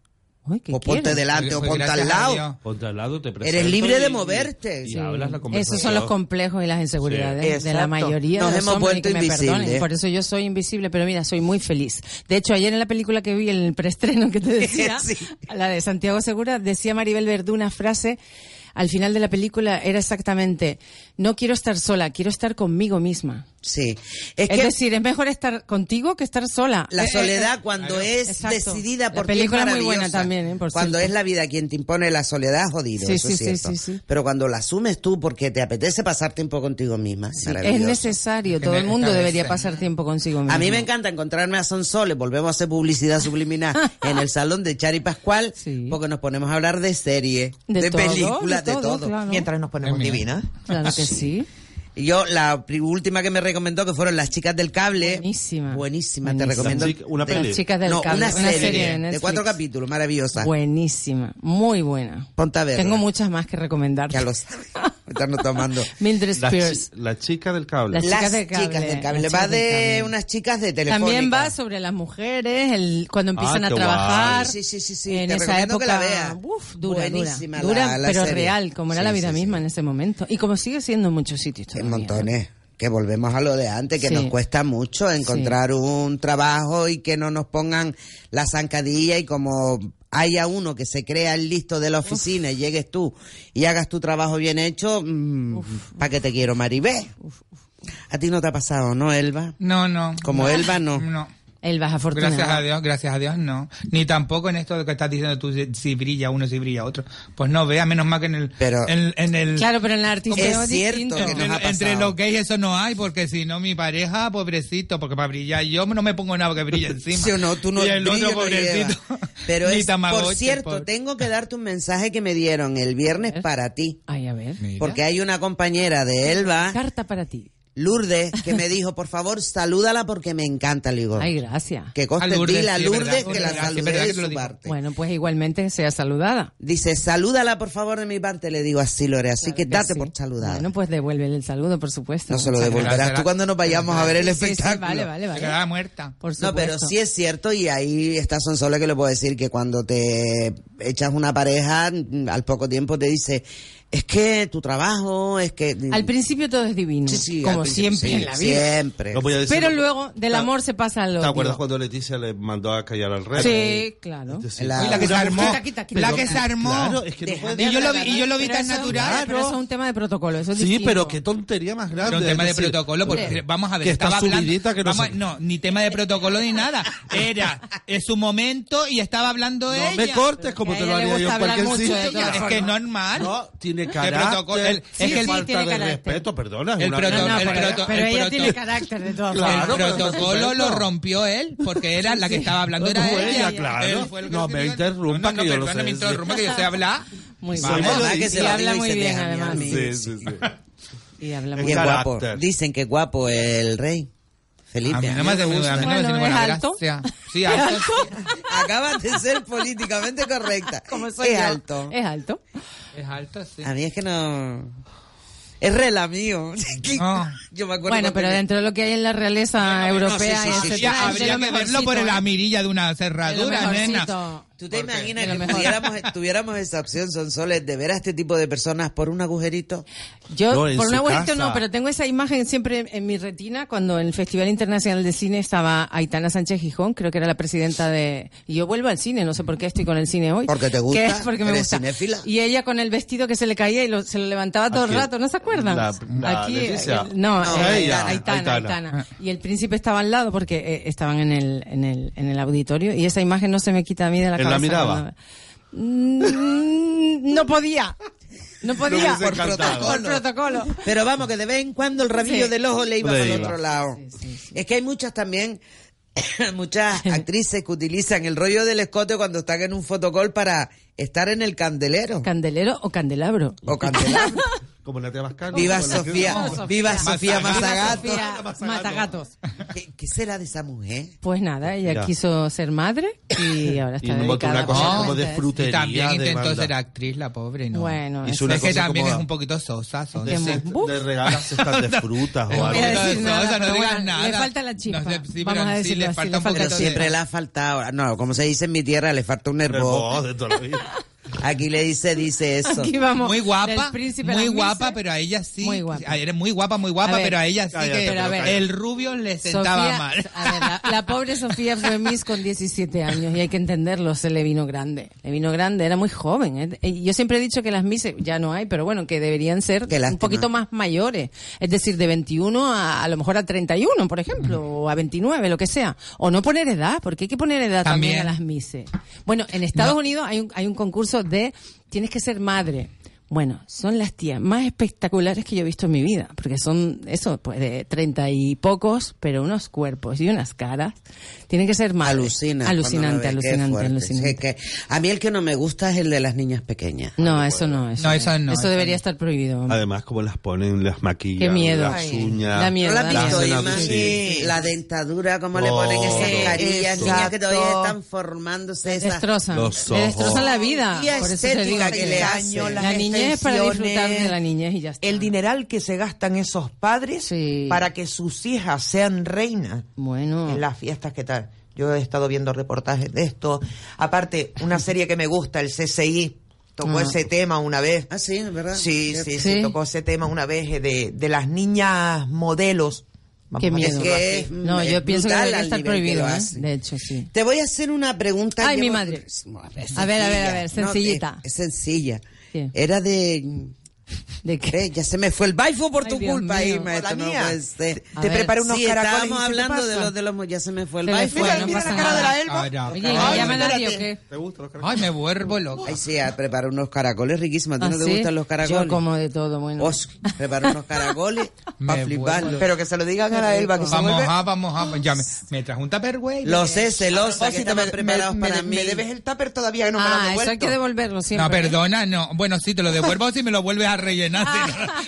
Speaker 4: o
Speaker 8: ponte
Speaker 9: quieres?
Speaker 8: delante o
Speaker 9: Pues
Speaker 8: ponte al
Speaker 9: gracias a Dios.
Speaker 8: lado.
Speaker 9: Ponte al lado, te
Speaker 8: Eres libre
Speaker 9: presento
Speaker 8: de
Speaker 9: y-
Speaker 8: moverte.
Speaker 9: Y, y hablas la conversación.
Speaker 4: Esos son los complejos y las inseguridades
Speaker 8: Sí.
Speaker 4: de la
Speaker 8: Exacto.
Speaker 4: mayoría
Speaker 8: Nos
Speaker 4: de los
Speaker 8: hemos
Speaker 4: hombres,
Speaker 8: vuelto
Speaker 4: que me
Speaker 8: invisibles.
Speaker 4: perdonen. Por eso yo soy invisible, pero mira, soy muy feliz. De hecho, ayer en la película que vi, en el preestreno que te decía,
Speaker 8: Sí.
Speaker 4: la de Santiago Segura, decía Maribel Verdú una frase al final de la película, era exactamente, no quiero estar sola, quiero estar conmigo misma.
Speaker 8: Sí.
Speaker 4: Es,
Speaker 8: Es que
Speaker 4: decir, es mejor estar contigo que estar sola.
Speaker 8: La
Speaker 4: Eh, eh,
Speaker 8: soledad
Speaker 4: eh,
Speaker 8: cuando
Speaker 4: claro.
Speaker 8: es
Speaker 4: Exacto.
Speaker 8: decidida por
Speaker 4: La
Speaker 8: ti es
Speaker 4: película muy buena
Speaker 8: maravillosa.
Speaker 4: también, ¿eh? Por
Speaker 8: cuando
Speaker 4: cierto.
Speaker 8: es la vida quien te impone la soledad, jodido,
Speaker 4: Sí,
Speaker 8: eso
Speaker 4: sí,
Speaker 8: es
Speaker 4: sí,
Speaker 8: cierto.
Speaker 4: sí, sí.
Speaker 8: Pero cuando la asumes tú porque te apetece pasar tiempo contigo misma,
Speaker 4: Sí, es
Speaker 8: maravilloso.
Speaker 4: necesario,
Speaker 8: Que
Speaker 4: todo
Speaker 8: me
Speaker 4: el mundo
Speaker 8: gusta
Speaker 4: debería
Speaker 8: ese.
Speaker 4: pasar tiempo consigo mismo.
Speaker 8: A mí me encanta encontrarme a Sonsoles, volvemos a hacer publicidad subliminal en el salón de Chari Pascual, porque nos ponemos a hablar de serie,
Speaker 4: De
Speaker 8: de,
Speaker 4: todo,
Speaker 8: películas,
Speaker 4: de
Speaker 8: de
Speaker 4: todo,
Speaker 8: todo,
Speaker 4: claro.
Speaker 8: mientras nos ponemos divinas.
Speaker 4: Claro que sí.
Speaker 8: Y Yo, la pri- última que me recomendó, que fueron Las Chicas del Cable. Buenísima. Buenísima, te
Speaker 4: Buenísima.
Speaker 8: recomiendo.
Speaker 4: Las chica- una
Speaker 8: De-
Speaker 4: peli. Las Chicas del
Speaker 8: no,
Speaker 4: Cable,
Speaker 8: Una
Speaker 4: una
Speaker 8: serie,
Speaker 4: serie de
Speaker 8: de
Speaker 4: Netflix.
Speaker 8: cuatro capítulos, maravillosa.
Speaker 4: Buenísima, muy buena.
Speaker 8: Ponte a verla.
Speaker 4: Tengo muchas más que recomendarte.
Speaker 8: Ya lo sabes. Están tomando.
Speaker 4: Mildred
Speaker 9: La,
Speaker 4: Spears.
Speaker 9: chi- la chica del cable.
Speaker 8: Las chicas del
Speaker 4: del
Speaker 8: cable.
Speaker 4: cable. Las
Speaker 8: Va
Speaker 4: chicas del
Speaker 8: de
Speaker 4: cable.
Speaker 8: unas chicas de teléfono.
Speaker 4: También va sobre las mujeres, el, cuando empiezan
Speaker 8: Ah,
Speaker 4: a
Speaker 8: qué guay.
Speaker 4: trabajar.
Speaker 8: Sí, sí, sí, sí,
Speaker 4: En
Speaker 8: te
Speaker 4: esa
Speaker 8: recomiendo
Speaker 4: época,
Speaker 8: que la veas.
Speaker 4: uf, dura, dura,
Speaker 8: Buenísima la-
Speaker 4: dura,
Speaker 8: la
Speaker 4: pero
Speaker 8: serie.
Speaker 4: real, como era
Speaker 8: Sí,
Speaker 4: la
Speaker 8: sí,
Speaker 4: vida misma en ese momento. Y como sigue siendo en muchos sitios todavía.
Speaker 8: Montones. Que volvemos a lo de antes, que
Speaker 4: Sí.
Speaker 8: nos cuesta mucho encontrar un trabajo y que no nos pongan la zancadilla y como haya uno que se crea el listo de la oficina y llegues tú y hagas tu trabajo bien hecho, ¿para qué te quiero, Maribé? A ti no te ha pasado, ¿no, Elba?
Speaker 11: No, no.
Speaker 8: Como
Speaker 11: No.
Speaker 8: Elba, no.
Speaker 11: No.
Speaker 4: El baja fortuna.
Speaker 11: Gracias a Dios, gracias a Dios, no. Ni tampoco en esto que estás diciendo tú, si- si brilla uno, si brilla otro. Pues no, vea, menos mal que en el... en, en el
Speaker 4: Claro, pero en la artista
Speaker 11: entre, entre lo que hay eso no hay, porque si no mi pareja, pobrecito, porque para brillar yo no me pongo nada que brille encima.
Speaker 8: Sí o no, tú no-
Speaker 11: y el
Speaker 8: brillo
Speaker 11: otro,
Speaker 8: no
Speaker 11: pobrecito.
Speaker 8: Pero
Speaker 11: ni
Speaker 8: es,
Speaker 11: Tamagotchi,
Speaker 8: por cierto,
Speaker 11: pobre.
Speaker 8: tengo que darte un mensaje que me dieron el viernes para ti.
Speaker 4: Ay, a ver.
Speaker 8: Porque hay una compañera de Elba.
Speaker 4: Carta para ti.
Speaker 8: Lourdes, que me dijo, por favor, salúdala porque me encanta, le digo.
Speaker 4: Ay, gracias.
Speaker 8: Que coste
Speaker 4: A Ah, Lourdes,
Speaker 8: dile a
Speaker 4: sí, es
Speaker 8: Lourdes
Speaker 4: verdad,
Speaker 8: que
Speaker 4: es verdad, sí,
Speaker 8: la
Speaker 4: es
Speaker 8: saludé
Speaker 4: verdad
Speaker 8: de
Speaker 4: que te lo
Speaker 8: su
Speaker 4: digo.
Speaker 8: parte.
Speaker 4: Bueno, pues igualmente sea saludada.
Speaker 8: Dice, salúdala por favor de mi parte, le digo así, Lore, así que date por saludada.
Speaker 4: Bueno, pues devuélvele el saludo, por supuesto.
Speaker 8: No se lo devolverás tú cuando nos vayamos a ver el
Speaker 4: Sí, sí, sí,
Speaker 8: espectáculo.
Speaker 4: vale, vale, vale.
Speaker 11: Se quedaba muerta.
Speaker 4: Por
Speaker 8: No, pero
Speaker 4: supuesto.
Speaker 8: sí es cierto y ahí está Sonsola que le puedo decir que cuando te echas una pareja, mm, al poco tiempo te dice, es que tu trabajo, es que...
Speaker 4: Al principio todo es divino,
Speaker 8: sí, al
Speaker 4: como
Speaker 8: principio,
Speaker 4: siempre
Speaker 8: sí,
Speaker 4: en la vida.
Speaker 8: Siempre.
Speaker 9: No voy a decir-
Speaker 4: Pero luego del amor se pasa al
Speaker 9: ¿Te
Speaker 4: odio.
Speaker 9: acuerdas cuando Leticia le mandó a callar al rey?
Speaker 4: Sí, claro.
Speaker 9: Este
Speaker 11: Uy, la que se
Speaker 9: Una
Speaker 11: armó.
Speaker 9: mujer-
Speaker 11: La
Speaker 9: Pero-
Speaker 11: que se armó.
Speaker 9: Claro, es que no puede-
Speaker 11: y yo lo vi, y yo lo vi
Speaker 4: Pero
Speaker 11: tan
Speaker 4: eso-
Speaker 11: natural.
Speaker 4: Pero eso es un tema de protocolo, eso es
Speaker 9: Sí,
Speaker 4: distinto.
Speaker 9: pero qué tontería más grande.
Speaker 11: Era un tema
Speaker 9: es
Speaker 11: de
Speaker 9: decir,
Speaker 11: protocolo, porque vamos a ver,
Speaker 9: Que está
Speaker 11: estaba hablando,
Speaker 9: subidita, que no
Speaker 11: vamos a-
Speaker 9: sé-
Speaker 11: no, ni tema de protocolo ni nada. Era es su momento y estaba hablando ella.
Speaker 9: me cortes como
Speaker 11: Que
Speaker 9: te
Speaker 11: a
Speaker 9: lo
Speaker 11: ella le
Speaker 9: haría yo en
Speaker 11: gusta hablar
Speaker 9: cualquier
Speaker 11: mucho,
Speaker 9: sitio.
Speaker 11: de todas Es que es normal.
Speaker 9: No, tiene
Speaker 11: El protocolo-
Speaker 9: carácter.
Speaker 11: el-
Speaker 9: es
Speaker 11: sí,
Speaker 9: que
Speaker 11: sí,
Speaker 9: falta
Speaker 11: tiene
Speaker 9: de
Speaker 11: carácter.
Speaker 9: respeto, perdona. es
Speaker 11: El
Speaker 9: una-
Speaker 11: protocolo-
Speaker 4: No,
Speaker 11: el
Speaker 4: pero,
Speaker 11: proto-
Speaker 4: pero
Speaker 11: el
Speaker 4: ella
Speaker 11: proto-
Speaker 4: tiene carácter de todas
Speaker 11: El
Speaker 4: formas.
Speaker 11: protocolo lo rompió él, porque era la que estaba hablando era
Speaker 9: Fue
Speaker 11: ella.
Speaker 9: ella, claro.
Speaker 11: Él fue el que
Speaker 9: No, me interrumpa que yo lo
Speaker 11: perdona, me
Speaker 9: sé.
Speaker 11: interrumpa que yo sé hablar.
Speaker 4: Muy
Speaker 11: Vamos.
Speaker 4: bien.
Speaker 11: Vamos.
Speaker 4: Y habla muy bien, además.
Speaker 9: Sí, sí, sí.
Speaker 4: Y habla
Speaker 8: Y
Speaker 4: muy
Speaker 8: es
Speaker 4: bien.
Speaker 8: guapo. Dicen que es guapo el rey. Felipe.
Speaker 11: A mí no me hace- a mí no me hace
Speaker 4: Bueno,
Speaker 11: ninguna
Speaker 4: es alto.
Speaker 11: gracia. Sí, alto.
Speaker 8: Acabas de ser políticamente correcta.
Speaker 4: Como soy
Speaker 8: es
Speaker 4: yo.
Speaker 8: alto.
Speaker 4: Es alto.
Speaker 11: Es alto, sí.
Speaker 8: A mí es que no. Es rela mío. Yo me
Speaker 4: Bueno,
Speaker 8: acuerdo. cuando
Speaker 4: pero
Speaker 8: me-
Speaker 4: dentro de lo que hay en la realeza europea,
Speaker 8: sí, sí, sí,
Speaker 4: etcétera,
Speaker 8: sí, Ah,
Speaker 11: Ya
Speaker 4: es de
Speaker 11: habría
Speaker 4: lo
Speaker 11: que verlo
Speaker 4: mejorcito,
Speaker 11: por
Speaker 4: ¿eh?
Speaker 11: la mirilla de una
Speaker 4: De lo
Speaker 11: cerradura,
Speaker 4: mejorcito.
Speaker 11: nena.
Speaker 8: ¿Tú te
Speaker 11: ¿Por qué?
Speaker 8: imaginas
Speaker 11: Pero
Speaker 8: que
Speaker 11: mejor.
Speaker 8: tuviéramos, e-, tuviéramos esa opción, son soles, de ver a este tipo de personas por un agujerito?
Speaker 4: Yo, por un abuelito no, pero tengo esa imagen siempre en- en mi retina cuando en el Festival Internacional de Cine estaba Aitana Sánchez Gijón, creo que era la presidenta de... Y yo vuelvo al cine, no sé por qué estoy con el cine hoy.
Speaker 8: Porque te gusta,
Speaker 4: Que es porque me
Speaker 8: eres
Speaker 4: gusta.
Speaker 8: cinéfila.
Speaker 4: Y ella con el vestido que se le caía y lo- se lo levantaba todo el
Speaker 8: Aquí-
Speaker 4: rato, ¿no se acuerdan?
Speaker 8: la- la
Speaker 4: Aquí,
Speaker 8: Leticia.
Speaker 4: eh, no,
Speaker 8: No,
Speaker 4: eh,
Speaker 8: ella,
Speaker 4: Aitana,
Speaker 8: Aitana.
Speaker 4: Aitana. Y el príncipe estaba al lado porque eh, estaban en el, en, el, en el auditorio y esa imagen no se me quita a mí de la
Speaker 9: Él
Speaker 4: cabeza.
Speaker 9: la miraba.
Speaker 4: cuando- Mm, no podía. No podía.
Speaker 8: Por protocolo. Pero vamos, que de vez en cuando el rabillo
Speaker 4: Sí.
Speaker 8: del ojo le iba
Speaker 9: Le
Speaker 8: para el
Speaker 9: iba.
Speaker 8: otro lado. Es que hay muchas también, muchas actrices que utilizan el rollo del escote cuando están en un fotocall para estar en el candelero.
Speaker 4: ¿Candelero o candelabro?
Speaker 8: O candelabro.
Speaker 9: Como la tía Mascaro.
Speaker 8: Viva
Speaker 9: como la tía-
Speaker 8: Sofía,
Speaker 9: No,
Speaker 8: viva Sofía Mazagato.
Speaker 4: Sofía Matagatos.
Speaker 8: ¿Qué, qué será de esa mujer?
Speaker 4: Pues nada, ella
Speaker 9: Ya.
Speaker 4: quiso ser madre y ahora
Speaker 9: Y
Speaker 4: está dedicada
Speaker 9: no encontró una cosa
Speaker 4: a-
Speaker 9: como de frutería.
Speaker 11: Y también
Speaker 9: de
Speaker 11: intentó
Speaker 9: banda.
Speaker 11: ser actriz, la pobre, ¿no?
Speaker 4: Bueno,
Speaker 9: Hizo una
Speaker 11: es que
Speaker 9: cosa
Speaker 11: también
Speaker 9: como
Speaker 11: es un poquito sosa. son
Speaker 9: de
Speaker 11: de-
Speaker 9: cest- de regalas cestas de frutas
Speaker 11: No
Speaker 9: o algo.
Speaker 11: voy a
Speaker 9: Eso
Speaker 11: decir nada,
Speaker 9: eso, no
Speaker 11: pero
Speaker 9: digas
Speaker 11: bueno,
Speaker 9: nada.
Speaker 11: nada.
Speaker 4: Le falta la chispa.
Speaker 11: No sé, sí,
Speaker 4: Vamos
Speaker 11: pero
Speaker 4: a
Speaker 11: sí,
Speaker 4: decirlo
Speaker 11: le
Speaker 4: así,
Speaker 11: falta
Speaker 4: le
Speaker 11: un
Speaker 4: falta
Speaker 8: Pero
Speaker 11: poquito
Speaker 8: siempre le ha faltado, no, como se dice en mi tierra, le falta un nervo.
Speaker 9: Nervoso de toda la vida.
Speaker 8: Aquí le dice, dice eso.
Speaker 4: Aquí vamos.
Speaker 11: Muy
Speaker 4: Del
Speaker 11: guapa,
Speaker 4: príncipe a
Speaker 11: muy
Speaker 4: las
Speaker 11: guapa,
Speaker 4: mises.
Speaker 11: pero a ella sí.
Speaker 4: Muy guapa.
Speaker 11: A- Eres muy guapa, muy guapa,
Speaker 4: A ver.
Speaker 11: pero a ella sí
Speaker 4: Cállate,
Speaker 11: que
Speaker 4: pero a ver.
Speaker 11: el rubio le sentaba
Speaker 4: Sofía-
Speaker 11: mal.
Speaker 4: a ver, la, la pobre Sofía fue Miss con 17 años y hay que entenderlo, se le vino grande. Le vino grande, era muy joven. ¿eh? Y Yo siempre he dicho que las Miss eh, ya no hay, pero bueno, que deberían ser
Speaker 8: Qué
Speaker 4: un
Speaker 8: lástima.
Speaker 4: poquito más mayores. Es decir, de 21 a a lo mejor a 31, por ejemplo,
Speaker 8: Mm.
Speaker 4: o a 29, lo que sea. O no poner edad, porque hay que poner edad también,
Speaker 11: También.
Speaker 4: a las Miss. ¿eh? Bueno, en Estados Unidos hay un, hay un concurso de tienes que ser madre. Bueno, son las tías más espectaculares que yo he visto en mi vida, porque son, eso, pues de treinta y pocos, pero unos cuerpos y unas caras. Tienen que ser madres.
Speaker 8: Alucina.
Speaker 4: Alucinante,
Speaker 8: cuando lo ve, qué
Speaker 4: alucinante,
Speaker 8: fuerte.
Speaker 4: alucinante.
Speaker 8: Es que a mí el que no me gusta es el de las niñas pequeñas.
Speaker 4: No, eso no, eso
Speaker 11: No, eso no, eso
Speaker 4: debería
Speaker 11: no.
Speaker 4: estar prohibido.
Speaker 9: Además, como las ponen, las maquillan,
Speaker 4: Qué miedo.
Speaker 9: las
Speaker 4: Ay,
Speaker 9: uñas.
Speaker 4: da miedo,
Speaker 8: No la
Speaker 4: da miedo.
Speaker 8: pinto,
Speaker 9: Sí.
Speaker 8: imagínate la dentadura, cómo le
Speaker 9: Oh.
Speaker 8: ponen esas
Speaker 9: Sí,
Speaker 8: carillas,
Speaker 9: exacto.
Speaker 8: niñas que todavía están formándose esas.
Speaker 4: Destrozan.
Speaker 9: Los
Speaker 4: Le destrozan
Speaker 9: ojos.
Speaker 4: la vida.
Speaker 8: Y la
Speaker 4: Por eso te digo
Speaker 8: estética que le hace.
Speaker 4: la,
Speaker 7: las
Speaker 4: niñez es para
Speaker 7: extensiones,
Speaker 4: disfrutar de la niñez y ya está.
Speaker 7: El dineral que se gastan esos padres para que sus hijas sean reinas
Speaker 4: bueno.
Speaker 7: en las fiestas, ¿qué tal? Yo he estado viendo reportajes de esto. Aparte, una serie que me gusta, el CCI, tocó
Speaker 8: Ah.
Speaker 7: ese tema una vez.
Speaker 8: Ah, sí, es ¿verdad?
Speaker 7: Sí,
Speaker 8: Qué-
Speaker 7: sí, sí, tocó ese tema una vez eh, de, de las niñas modelos. Vamos
Speaker 4: Qué
Speaker 7: a
Speaker 4: miedo.
Speaker 7: decirlo así.
Speaker 4: No,
Speaker 8: es
Speaker 4: yo pienso que
Speaker 8: brutal
Speaker 4: debería
Speaker 8: al
Speaker 4: estar
Speaker 8: nivel que
Speaker 4: prohibido,
Speaker 8: lo
Speaker 4: ¿eh?
Speaker 8: hace.
Speaker 4: De hecho, sí.
Speaker 8: Te voy a hacer una pregunta.
Speaker 4: Ay,
Speaker 8: que
Speaker 4: mi
Speaker 8: hemos-
Speaker 4: madre.
Speaker 8: sencilla.
Speaker 4: A ver, a ver, a ver,
Speaker 8: No, eh,
Speaker 4: sencillita.
Speaker 8: es- es sencilla.
Speaker 4: Sí.
Speaker 8: Era de... eh,
Speaker 4: ¿De qué?
Speaker 8: Ya se me fue el baifo por
Speaker 4: Ay,
Speaker 8: tu
Speaker 4: Dios
Speaker 8: culpa,
Speaker 4: mío.
Speaker 8: Irma, esto
Speaker 7: La
Speaker 8: no
Speaker 7: mía.
Speaker 8: puede ser.
Speaker 7: Te
Speaker 4: ver.
Speaker 7: preparo unos
Speaker 8: Sí,
Speaker 7: caracoles. y se
Speaker 8: estábamos
Speaker 7: te
Speaker 8: hablando de
Speaker 7: pasan.
Speaker 8: los de los... Ya se me fue el
Speaker 4: Se le
Speaker 8: baifo.
Speaker 4: fue,
Speaker 8: ya
Speaker 4: no
Speaker 8: me-
Speaker 7: Mira
Speaker 4: pasa
Speaker 7: la cara de
Speaker 4: nada.
Speaker 7: la Elba.
Speaker 11: Carajo.
Speaker 4: Oye, ¿no
Speaker 7: Ay,
Speaker 4: llama nadie o
Speaker 7: espérate.
Speaker 4: qué?
Speaker 9: ¿Te gustan los caracoles?
Speaker 11: Ay, me vuelvo loca.
Speaker 8: Ay, sí, ah, prepara unos caracoles riquísimos. ¿A ti
Speaker 4: ¿Ah,
Speaker 8: no te
Speaker 4: sí?
Speaker 8: gustan los caracoles?
Speaker 4: Yo como de todo, bueno.
Speaker 8: Os prepara unos caracoles para
Speaker 11: Me
Speaker 8: fliparlos.
Speaker 7: Pero que se lo digan a la Elba que se
Speaker 11: Vamos
Speaker 7: vuelve-
Speaker 11: a, vamos a. Ya me, me trajo un tupperware.
Speaker 8: Los celosa que
Speaker 7: Propósito,
Speaker 8: estaban preparados
Speaker 7: me-
Speaker 8: para
Speaker 7: me-
Speaker 8: mí.
Speaker 7: me debes el tupper todavía que no me lo han
Speaker 4: Ah, eso
Speaker 7: devuelto.
Speaker 4: hay que devolverlo siempre.
Speaker 11: No,
Speaker 4: ¿eh?
Speaker 11: perdona, no. Bueno, sí, te lo devuelvo si me lo vuelves a rellenar. si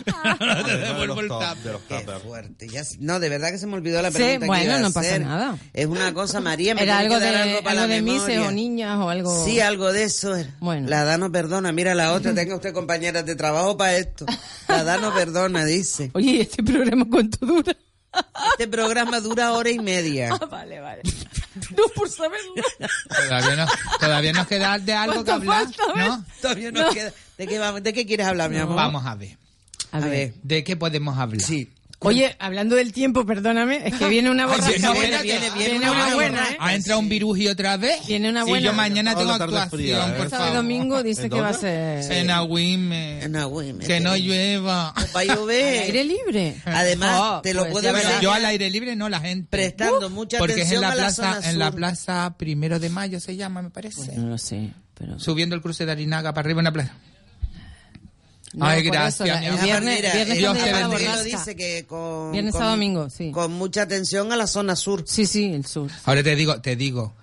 Speaker 4: Ah.
Speaker 11: no, no te
Speaker 9: de los
Speaker 11: devuelvo el
Speaker 9: top,
Speaker 11: tupper.
Speaker 9: de los
Speaker 8: Qué
Speaker 9: tupper.
Speaker 8: fuerte. Ya se- no, de verdad que se me olvidó la
Speaker 4: Sí,
Speaker 8: pregunta. que
Speaker 4: bueno,
Speaker 8: iba a
Speaker 4: no pasa
Speaker 8: hacer.
Speaker 4: nada.
Speaker 8: Es una cosa, María. me
Speaker 4: Era
Speaker 8: tiene
Speaker 4: algo
Speaker 8: que
Speaker 4: de,
Speaker 8: dar algo para
Speaker 4: algo
Speaker 8: la
Speaker 4: de mises
Speaker 8: memoria.
Speaker 4: o niñas o algo.
Speaker 8: Sí, algo de eso. era.
Speaker 4: Bueno.
Speaker 8: La edad no perdona. Mira la otra. Tenga usted compañeras de trabajo para esto. La edad no perdona, dice.
Speaker 4: Oye, ¿y este programa cuánto dura?
Speaker 8: Este programa dura hora y media.
Speaker 4: Ah, vale, vale. No por saberlo.
Speaker 11: Todavía, nos, todavía nos queda de algo que
Speaker 4: ¿Cuánto
Speaker 11: hablar,
Speaker 4: falta? A ver.
Speaker 11: ¿no?
Speaker 8: Todavía nos
Speaker 4: No.
Speaker 8: queda. ¿De qué, vamos- de qué quieres hablar, mi amor?
Speaker 11: Vamos a ver.
Speaker 8: A ver.
Speaker 11: ¿De qué podemos hablar?
Speaker 8: Sí.
Speaker 4: Oye, hablando del tiempo, perdóname, es que viene una borracha
Speaker 11: Ay, viene
Speaker 4: buena.
Speaker 11: buena, viene
Speaker 8: bien,
Speaker 4: Viene
Speaker 8: una
Speaker 4: una
Speaker 8: buena.
Speaker 4: buena, ¿eh?
Speaker 11: ¿Ha entrado un viruji otra vez?
Speaker 4: Viene una
Speaker 11: Sí,
Speaker 4: buena.
Speaker 11: yo mañana tengo
Speaker 9: Toda la tarde
Speaker 11: actuación,
Speaker 9: fría, ¿eh?
Speaker 11: por
Speaker 9: Sábado
Speaker 11: favor.
Speaker 4: Sábado domingo dice
Speaker 9: ¿En
Speaker 4: que va a
Speaker 9: dónde?
Speaker 4: ser
Speaker 11: En Agüime.
Speaker 8: No, güey, me
Speaker 11: Que no
Speaker 8: tiene-
Speaker 11: llueva.
Speaker 8: Va a llover.
Speaker 4: aire pues, libre. Oh,
Speaker 8: Además, te lo puedo
Speaker 4: ya
Speaker 8: asegurar.
Speaker 4: verás.
Speaker 11: Yo al aire libre no, la gente. Uh,
Speaker 8: Prestando mucha
Speaker 11: Porque es en
Speaker 8: atención
Speaker 11: la
Speaker 8: a la
Speaker 11: plaza,
Speaker 8: zona
Speaker 11: en la
Speaker 8: sur.
Speaker 11: plaza primero de mayo se llama, me parece.
Speaker 4: Pues No lo sé, pero...
Speaker 11: Subiendo el cruce de Arinaga para arriba en la plaza.
Speaker 4: No,
Speaker 11: Ay,
Speaker 4: por
Speaker 11: gracias,
Speaker 4: eso, la-
Speaker 11: mi
Speaker 4: el
Speaker 11: amor.
Speaker 4: viernes,
Speaker 8: Mira,
Speaker 4: viernes
Speaker 8: eh,
Speaker 11: Dios
Speaker 4: cuando
Speaker 11: te
Speaker 4: llega la
Speaker 8: Juan Diego
Speaker 11: bendiga.
Speaker 4: borrasca.
Speaker 8: dice que con,
Speaker 4: Viernes,
Speaker 8: con-
Speaker 4: sábado, domingo, sí.
Speaker 8: con mucha atención a la zona sur.
Speaker 4: Sí, sí, el sur.
Speaker 11: Ahora te digo, te digo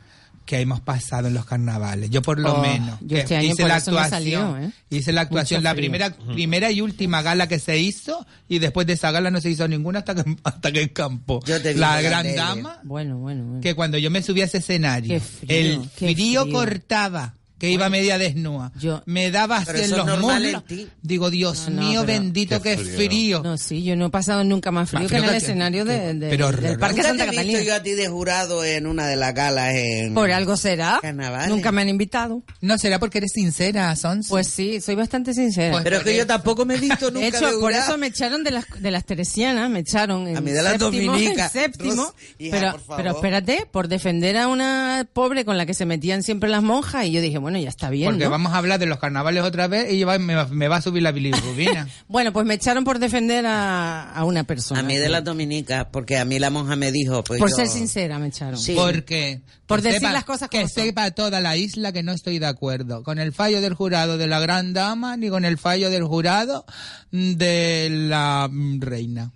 Speaker 11: que hemos pasado en los carnavales. Yo por lo
Speaker 4: Oh,
Speaker 11: menos
Speaker 4: yo
Speaker 11: que
Speaker 4: este año
Speaker 11: hice,
Speaker 4: por
Speaker 11: la
Speaker 4: eso no he salido,
Speaker 11: actuación,
Speaker 4: ¿eh?
Speaker 11: hice la actuación,
Speaker 4: Mucho
Speaker 11: la
Speaker 4: frío.
Speaker 11: primera primera y última gala que se hizo y después de esa gala no se hizo ninguna hasta que hasta que encampó.
Speaker 8: Yo te vi
Speaker 11: La
Speaker 8: en la
Speaker 11: gran
Speaker 8: tele.
Speaker 11: dama
Speaker 4: Bueno, bueno, bueno.
Speaker 11: que cuando yo me subí a ese escenario,
Speaker 4: Qué frío,
Speaker 11: el
Speaker 4: qué
Speaker 11: frío,
Speaker 4: frío.
Speaker 11: cortaba. que iba media desnuda. me daba
Speaker 4: Pero
Speaker 11: así en
Speaker 4: eso es
Speaker 11: los
Speaker 4: normal en
Speaker 11: muslos. Digo, Dios
Speaker 4: No, no,
Speaker 11: mío
Speaker 4: pero-
Speaker 11: bendito, que es frío.
Speaker 4: No, sí, yo no he pasado nunca más frío
Speaker 11: Más
Speaker 4: que en
Speaker 11: frío
Speaker 4: el
Speaker 11: que-
Speaker 4: escenario de- de-
Speaker 11: pero
Speaker 4: del
Speaker 11: horror.
Speaker 4: Parque
Speaker 8: Nunca
Speaker 4: Santa
Speaker 8: te he
Speaker 4: Catalina.
Speaker 8: visto yo a ti de jurado en una de las galas en...
Speaker 4: Por algo será.
Speaker 8: Carnavales.
Speaker 4: Nunca me han invitado.
Speaker 11: Mm. No será porque eres sincera, Pues Sons.
Speaker 4: Pues sí, soy bastante sincera.
Speaker 8: Pero es que yo tampoco me he visto
Speaker 4: De
Speaker 8: nunca
Speaker 4: hecho,
Speaker 8: de
Speaker 4: por
Speaker 8: jurado.
Speaker 4: eso me echaron de las, de las teresianas, me echaron en
Speaker 8: A mí de las
Speaker 4: séptimo,
Speaker 8: dominicas.
Speaker 4: en séptimo.
Speaker 8: Ros- hija,
Speaker 4: pero,
Speaker 8: por favor.
Speaker 4: pero espérate, por defender a una pobre con la que se metían siempre las monjas, y yo dije, bueno, ya está bien.
Speaker 11: Porque
Speaker 4: ¿no?
Speaker 11: vamos a hablar de los carnavales otra vez y va- me, me va a subir la bilirrubina.
Speaker 4: Bueno, pues me echaron por defender a, a una persona.
Speaker 8: A mí de las dominicas, porque a mí la monja me dijo... Pues
Speaker 4: por
Speaker 8: yo-
Speaker 4: ser sincera me echaron.
Speaker 8: Sí.
Speaker 11: Porque
Speaker 4: Por
Speaker 11: que
Speaker 4: decir las cosas
Speaker 11: que sepa toda la isla que no estoy de acuerdo con el fallo del jurado de la gran dama ni con el fallo del jurado de la mm, reina.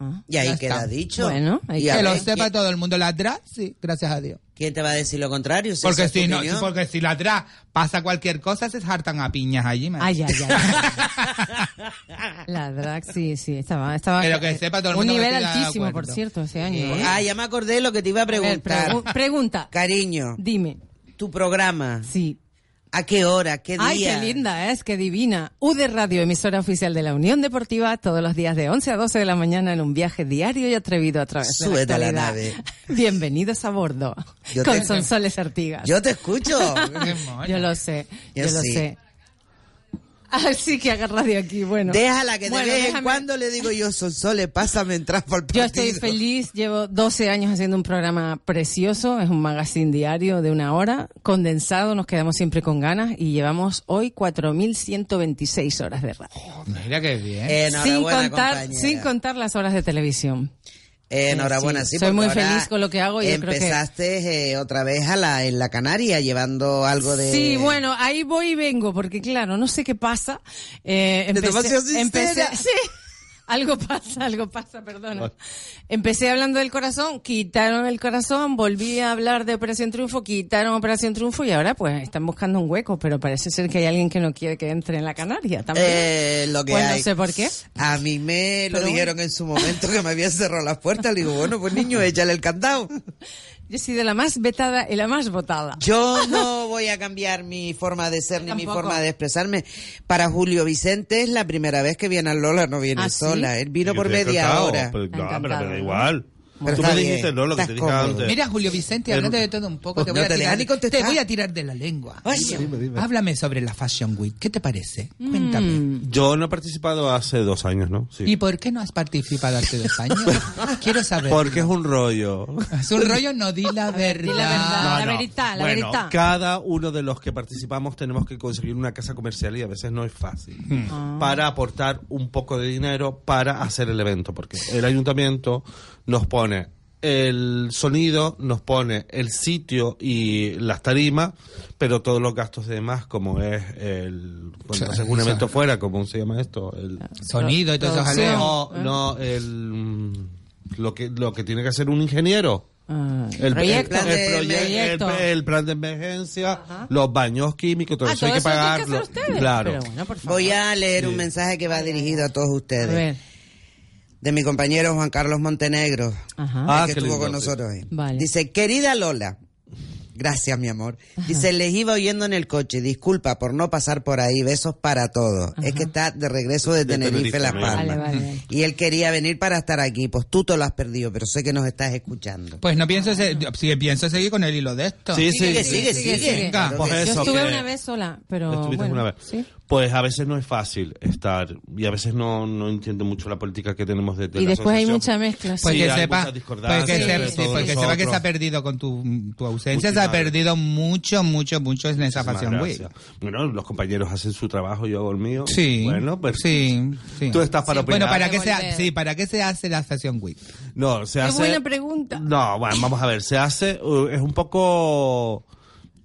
Speaker 4: Ah.
Speaker 8: Y ahí
Speaker 11: Ya
Speaker 8: queda
Speaker 11: está.
Speaker 8: dicho. Y a
Speaker 11: que lo
Speaker 8: ver,
Speaker 11: sepa todo el mundo. La atrás, sí, gracias a Dios.
Speaker 8: ¿Quién te va a decir lo contrario? Si esa
Speaker 11: Porque
Speaker 8: es tu
Speaker 11: si, no,
Speaker 8: opinión.
Speaker 11: porque si la atrás pasa cualquier cosa, se hartan a piñas allí. me-
Speaker 4: Ay, ay, La drag, sí, sí, estaba, estaba
Speaker 11: Pero que sepa todo el
Speaker 4: un
Speaker 11: mundo que
Speaker 4: nivel
Speaker 11: estoy de
Speaker 4: altísimo, por
Speaker 11: acuerdo.
Speaker 4: cierto, ese año. ¿eh?
Speaker 8: Ah, ya me acordé lo que te iba a preguntar.
Speaker 4: pregu- pregunta.
Speaker 8: Cariño.
Speaker 4: Dime.
Speaker 8: Tu programa.
Speaker 4: Sí.
Speaker 8: ¿A qué hora? ¿Qué día?
Speaker 4: Ay, qué linda es, qué divina. UD Radio, emisora oficial de la Unión Deportiva, todos los días de 11 a 12 de la mañana en un viaje diario y atrevido a través
Speaker 8: Súbete a
Speaker 4: de
Speaker 8: la
Speaker 4: la, actualidad.
Speaker 8: nave.
Speaker 4: Bienvenidos a bordo
Speaker 8: Yo
Speaker 4: con
Speaker 8: te-
Speaker 4: Sonsoles Artigas.
Speaker 8: Yo te escucho.
Speaker 4: yo lo sé, yo,
Speaker 8: Yo
Speaker 4: lo
Speaker 8: sí.
Speaker 4: sé. Así que haga radio aquí, bueno.
Speaker 8: Déjala que
Speaker 4: Bueno,
Speaker 8: de vez en
Speaker 4: déjame-
Speaker 8: cuando le digo yo, Sonsole, pásame entrar por partido.
Speaker 4: Yo estoy feliz, llevo 12 años haciendo un programa precioso, es un magazine diario de una hora, condensado, nos quedamos siempre con ganas y llevamos hoy 4.126 horas de radio.
Speaker 11: Mira qué bien.
Speaker 4: sin contar, sin contar las horas de televisión.
Speaker 8: Eh, enhorabuena,
Speaker 4: Eh, sí,
Speaker 8: sí.
Speaker 4: soy
Speaker 8: porque
Speaker 4: muy
Speaker 8: ahora
Speaker 4: feliz con lo que hago y yo creo que-
Speaker 8: Empezaste eh, otra vez a la, en la Canaria llevando algo de...
Speaker 4: Sí, bueno, ahí voy y vengo, porque claro, no sé qué pasa. Eh,
Speaker 8: Te tomaste
Speaker 4: empecé,
Speaker 8: sincera.
Speaker 4: empecé- sí, algo pasa, algo pasa, perdona. Empecé hablando del corazón, quitaron el corazón, volví a hablar de Operación Triunfo, quitaron Operación Triunfo y ahora pues están buscando un hueco, pero parece ser que hay alguien que no quiere que entre en la Canaria también.
Speaker 8: Eh, lo que
Speaker 4: Pues no
Speaker 8: hay.
Speaker 4: sé por qué.
Speaker 8: A mí me
Speaker 4: Pero
Speaker 8: lo
Speaker 4: bueno.
Speaker 8: dijeron en su momento que me habían cerrado las puertas. Le digo, bueno, pues niño, échale el candado.
Speaker 4: Yo soy de la más vetada y la más votada.
Speaker 8: Yo no voy a cambiar mi forma de ser ni mi
Speaker 4: Tampoco.
Speaker 8: forma de expresarme. Para Julio Vicente es la primera vez que viene a Lola, no viene
Speaker 4: ¿Ah, sí?
Speaker 8: sola. Él vino
Speaker 9: Yo
Speaker 8: por
Speaker 9: te he
Speaker 8: media
Speaker 9: contado,
Speaker 8: hora.
Speaker 9: Pero, no,
Speaker 11: Encantado,
Speaker 9: pero me da
Speaker 11: ¿no?
Speaker 9: igual.
Speaker 8: Pero
Speaker 9: Tú
Speaker 8: está
Speaker 9: me
Speaker 8: bien,
Speaker 9: dijiste, no, lo que
Speaker 8: estás
Speaker 9: te dije
Speaker 8: cómodo.
Speaker 9: antes.
Speaker 11: Mira, Julio Vicente,
Speaker 9: El-
Speaker 11: hablando de todo un poco, te
Speaker 8: pues No
Speaker 11: voy, a
Speaker 8: te deja
Speaker 11: tirar,
Speaker 8: ni contestar.
Speaker 11: te voy a tirar de la lengua.
Speaker 8: Vaya.
Speaker 9: Dime, dime.
Speaker 11: Háblame sobre la Fashion Week. ¿Qué te parece?
Speaker 4: Mm.
Speaker 11: Cuéntame.
Speaker 9: Yo no he participado hace dos años, ¿no? Sí.
Speaker 11: ¿Y por qué no has participado hace dos años? Quiero saber.
Speaker 9: Porque es un rollo.
Speaker 11: Es un rollo, no di la verdad.
Speaker 4: di la verdad,
Speaker 11: Ah,
Speaker 4: la veritad, la
Speaker 9: bueno,
Speaker 4: veritad.
Speaker 9: cada uno de los que participamos tenemos que conseguir una casa comercial y a veces no es fácil.
Speaker 11: Hmm.
Speaker 4: Ah.
Speaker 9: Para aportar un poco de dinero para hacer el evento, porque el ayuntamiento nos pone el sonido, nos pone el sitio y las tarimas, pero todos los gastos demás, como es el. Cuando
Speaker 11: Sí,
Speaker 9: haces un
Speaker 11: sí.
Speaker 9: evento fuera, ¿cómo se llama esto? El
Speaker 11: Sonido y todos esos
Speaker 4: Producción.
Speaker 11: jaleos.
Speaker 9: No, no, el. Lo que, lo que tiene que hacer un ingeniero.
Speaker 4: Ah,
Speaker 9: El
Speaker 4: proyecto.
Speaker 9: el, el proye-
Speaker 4: Proyecto.
Speaker 9: el- el plan de emergencia, los baños químicos, todo
Speaker 4: Ah,
Speaker 9: eso
Speaker 4: todo
Speaker 9: hay que
Speaker 4: eso tienen que
Speaker 9: pagarlo.
Speaker 4: hacer ustedes.
Speaker 9: claro.
Speaker 4: Pero bueno, por favor.
Speaker 8: Voy a leer
Speaker 9: Sí.
Speaker 8: un mensaje que va dirigido a todos ustedes.
Speaker 4: A ver.
Speaker 8: De mi compañero Juan Carlos Montenegro,
Speaker 4: Ajá.
Speaker 9: Ah,
Speaker 8: el que
Speaker 9: qué
Speaker 8: estuvo
Speaker 9: lindo,
Speaker 8: con
Speaker 9: sí.
Speaker 8: nosotros hoy.
Speaker 4: Vale.
Speaker 8: Dice, querida Lola, gracias mi amor. Dice, les iba oyendo en el coche, disculpa por no pasar por ahí, besos para todos. Es que está de regreso de,
Speaker 9: De Tenerife,
Speaker 8: Tenerife, Las
Speaker 9: mira.
Speaker 8: Palmas.
Speaker 4: Vale, vale, vale.
Speaker 8: Y él quería venir para estar aquí, pues tú te lo has perdido, pero sé que nos estás escuchando.
Speaker 11: Pues no pienso, se- sí, pienso seguir con el hilo de esto.
Speaker 9: Sí, sí,
Speaker 8: Sigue,
Speaker 9: sí.
Speaker 8: sigue, sigue.
Speaker 11: Venga,
Speaker 9: pues
Speaker 4: Yo
Speaker 9: eso,
Speaker 4: estuve
Speaker 9: que-
Speaker 4: una vez sola, pero
Speaker 9: Estuviste
Speaker 4: bueno,
Speaker 9: una vez.
Speaker 4: sí.
Speaker 9: Pues a veces no es fácil estar y a veces no, no entiendo mucho la política que tenemos de, de
Speaker 4: Y
Speaker 9: la
Speaker 4: después hay mucha
Speaker 9: asociación.
Speaker 4: mezcla, sí.
Speaker 11: Pues
Speaker 9: Sí,
Speaker 11: que
Speaker 9: hay
Speaker 11: sepa,
Speaker 9: muchas
Speaker 11: pues
Speaker 9: discordancias
Speaker 11: que,
Speaker 9: entre
Speaker 11: sepa, sí,
Speaker 9: todos
Speaker 11: pues que sepa que se
Speaker 9: nosotros.
Speaker 11: ha perdido con tu, tu ausencia, se
Speaker 9: Muchísimas
Speaker 11: ha perdido mucho, mucho, mucho en esa
Speaker 9: Muchísimas
Speaker 11: Fashion Week.
Speaker 9: gracias. Bueno, los compañeros hacen su trabajo, yo hago el mío.
Speaker 11: Sí,
Speaker 9: Bueno, pues
Speaker 11: sí, sí.
Speaker 9: tú estás para opinar.
Speaker 11: Bueno, ¿para qué,
Speaker 4: que
Speaker 11: se, ha-
Speaker 4: volver.
Speaker 11: sí, ¿para qué se hace la Fashion Week?
Speaker 9: No, se
Speaker 4: Qué
Speaker 9: hace.
Speaker 4: buena pregunta.
Speaker 9: No, bueno, vamos a ver, se hace, uh, es un poco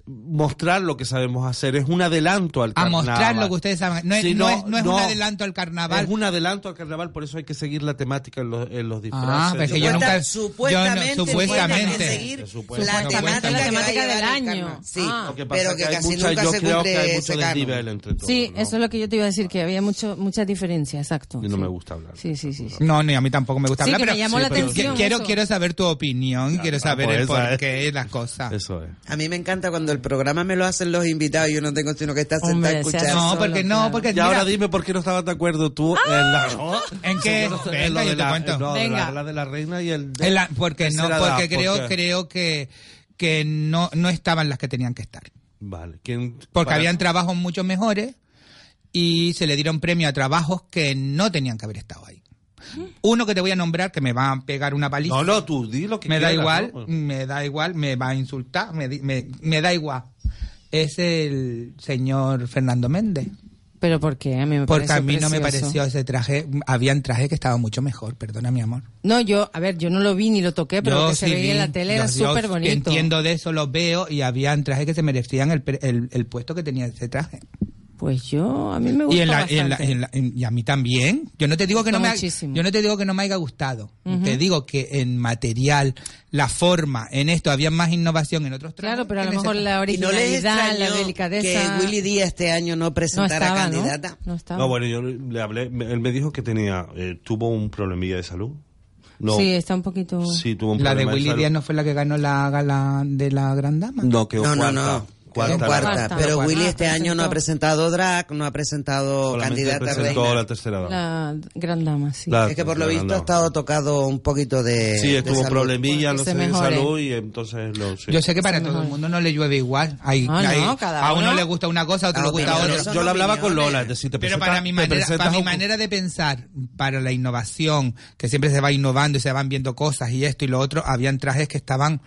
Speaker 9: mostrar lo que sabemos hacer, es un adelanto al
Speaker 11: A
Speaker 9: carnaval.
Speaker 11: mostrar lo que ustedes saben. No es,
Speaker 9: Sí, no,
Speaker 11: no, es, no es
Speaker 9: no.
Speaker 11: un adelanto al carnaval.
Speaker 9: Es un adelanto al carnaval, por eso hay que seguir la temática en los, en los disfraces.
Speaker 11: Ah, pero es que yo
Speaker 8: Supuesta-
Speaker 11: nunca.
Speaker 8: supuestamente
Speaker 11: yo no- supuestamente.
Speaker 8: tienen que seguir
Speaker 11: Supuestamente.
Speaker 8: la temática,
Speaker 11: La
Speaker 8: que va a
Speaker 4: temática del
Speaker 8: llevar el
Speaker 4: año.
Speaker 8: carnaval. Sí,
Speaker 4: Ah.
Speaker 9: Lo que pasa
Speaker 8: pero
Speaker 9: es
Speaker 8: que,
Speaker 9: hay
Speaker 8: casi
Speaker 9: mucha-
Speaker 8: nunca
Speaker 9: yo
Speaker 8: se
Speaker 9: creo que
Speaker 8: cumple
Speaker 9: hay
Speaker 8: ese
Speaker 9: mucho
Speaker 8: carnaval.
Speaker 9: desnivel entre todos.
Speaker 4: Sí,
Speaker 9: ¿no?
Speaker 4: eso es lo que yo te iba a decir, que había mucho, mucha diferencia, exacto.
Speaker 9: Y no
Speaker 4: sí.
Speaker 9: me gusta hablar.
Speaker 4: Sí, sí, sí. sí.
Speaker 11: No, ni a mí tampoco me gusta
Speaker 4: Sí,
Speaker 11: hablar,
Speaker 4: que me
Speaker 11: pero,
Speaker 4: llamó la
Speaker 11: pero que-
Speaker 4: atención
Speaker 11: quiero,
Speaker 4: eso.
Speaker 11: quiero saber tu opinión, quiero
Speaker 9: Claro,
Speaker 11: saber
Speaker 9: pues
Speaker 11: el
Speaker 9: esa
Speaker 11: porqué
Speaker 9: es.
Speaker 11: las cosas.
Speaker 9: Eso es.
Speaker 8: A mí me encanta cuando cuando el programa me lo hacen los invitados, yo no tengo sino que estar sentado
Speaker 11: Hombre,
Speaker 8: escuchando.
Speaker 11: seas No, solo, porque no, claro. porque
Speaker 8: Y
Speaker 11: mira- Ah,
Speaker 8: ahora
Speaker 9: dime por qué no estabas de acuerdo tú en la...
Speaker 11: ¿En qué?
Speaker 9: Sí,
Speaker 11: Venga,
Speaker 9: en lo
Speaker 11: yo
Speaker 9: de
Speaker 11: te
Speaker 9: la-
Speaker 11: cuento.
Speaker 9: no, de la-
Speaker 11: Venga.
Speaker 9: la de la reina y el...
Speaker 11: En la- porque no,
Speaker 9: Tercera edad,
Speaker 11: porque creo,
Speaker 9: porque-
Speaker 11: creo que, que no, no estaban las que tenían que estar.
Speaker 9: Vale, ¿quién-
Speaker 11: Porque
Speaker 9: para-
Speaker 11: habían trabajos mucho mejores y se le dieron premio a trabajos que no tenían que haber estado ahí. Uno que te voy a nombrar que me va a pegar una paliza.
Speaker 9: No, no, tú di lo que
Speaker 11: Me da
Speaker 9: quieras,
Speaker 11: igual,
Speaker 9: ¿no?
Speaker 11: me da igual, me va a insultar, me, di- me, me da igual. Es el señor Fernando Méndez.
Speaker 4: Pero ¿por qué? A mí me
Speaker 11: Porque
Speaker 4: pareció
Speaker 11: a mí no me
Speaker 4: precioso.
Speaker 11: pareció ese traje, habían trajes que estaban mucho mejor, perdona mi amor.
Speaker 4: No, yo, a ver, yo no lo vi ni lo toqué, Eh, pero lo que se
Speaker 11: sí
Speaker 4: veía en
Speaker 11: vi,
Speaker 4: la tele
Speaker 11: yo-
Speaker 4: era
Speaker 11: yo
Speaker 4: súper bonito.
Speaker 11: Entiendo de eso, los veo y habían trajes que se merecían el, pre- el- el puesto que tenía ese traje.
Speaker 4: Pues yo, a mí me
Speaker 11: Y,
Speaker 4: gustó
Speaker 11: en la- y en la-
Speaker 4: bastante.
Speaker 11: en la- en- y a mí también. Yo no te digo que no
Speaker 4: Gustó
Speaker 11: me ha-
Speaker 4: muchísimo.
Speaker 11: yo no te digo que no me haya gustado.
Speaker 4: Ujú.
Speaker 11: Te digo que en material, la forma, en esto había más innovación en otros trajes.
Speaker 4: Claro, pero a lo
Speaker 11: que en
Speaker 4: mejor
Speaker 11: ese
Speaker 4: la
Speaker 11: traje.
Speaker 4: originalidad, la
Speaker 8: que
Speaker 4: delicadeza...
Speaker 8: Willy Díaz este año no presentara
Speaker 4: estaba, ¿no?
Speaker 8: candidata.
Speaker 4: No estaba.
Speaker 9: No, bueno, yo le hablé, me- él me dijo que tenía, eh, tuvo un problemilla de salud. No,
Speaker 4: Sí, está un poquito...
Speaker 9: sí, tuvo un
Speaker 11: La de
Speaker 9: problema
Speaker 11: Willy
Speaker 9: salud.
Speaker 11: Díaz no fue la que ganó la gala de la Gran Dama.
Speaker 9: No, quedó
Speaker 8: No, no,
Speaker 9: cuarta.
Speaker 8: no.
Speaker 9: Cuarta.
Speaker 8: Cuarta,
Speaker 11: Cuarta.
Speaker 8: Pero
Speaker 11: Cuarta.
Speaker 8: Willy
Speaker 11: Ah,
Speaker 8: este año no ha presentado drag, no ha presentado
Speaker 9: Solamente
Speaker 8: candidata
Speaker 9: presentó
Speaker 8: reina.
Speaker 9: la tercera edad.
Speaker 4: La gran dama, sí.
Speaker 9: La-
Speaker 8: Es que por lo
Speaker 9: la
Speaker 8: visto ha
Speaker 9: grandona.
Speaker 8: estado tocado un poquito de.
Speaker 9: Sí,
Speaker 8: de
Speaker 9: estuvo
Speaker 8: salud.
Speaker 9: problemilla,
Speaker 11: Bueno, que
Speaker 9: no
Speaker 11: se
Speaker 9: sé, de
Speaker 11: mejore.
Speaker 9: salud y entonces lo... sí.
Speaker 11: Yo sé que para todo el mundo no le llueve igual. Hay-
Speaker 9: Ah, no,
Speaker 11: hay-
Speaker 9: cada
Speaker 11: a uno,
Speaker 9: uno-
Speaker 11: le gusta una cosa, a
Speaker 8: Ah,
Speaker 11: otro le gusta
Speaker 9: Yo-
Speaker 11: otra.
Speaker 9: Yo, lo hablaba con Lola, es decir, te
Speaker 11: Pero
Speaker 9: presentas-
Speaker 11: para mi,
Speaker 9: te
Speaker 11: manera,
Speaker 9: presentas
Speaker 11: para mi
Speaker 9: un-
Speaker 11: manera de pensar, para la innovación, que siempre se va innovando y se van viendo cosas y esto y lo otro, habían trajes que estaban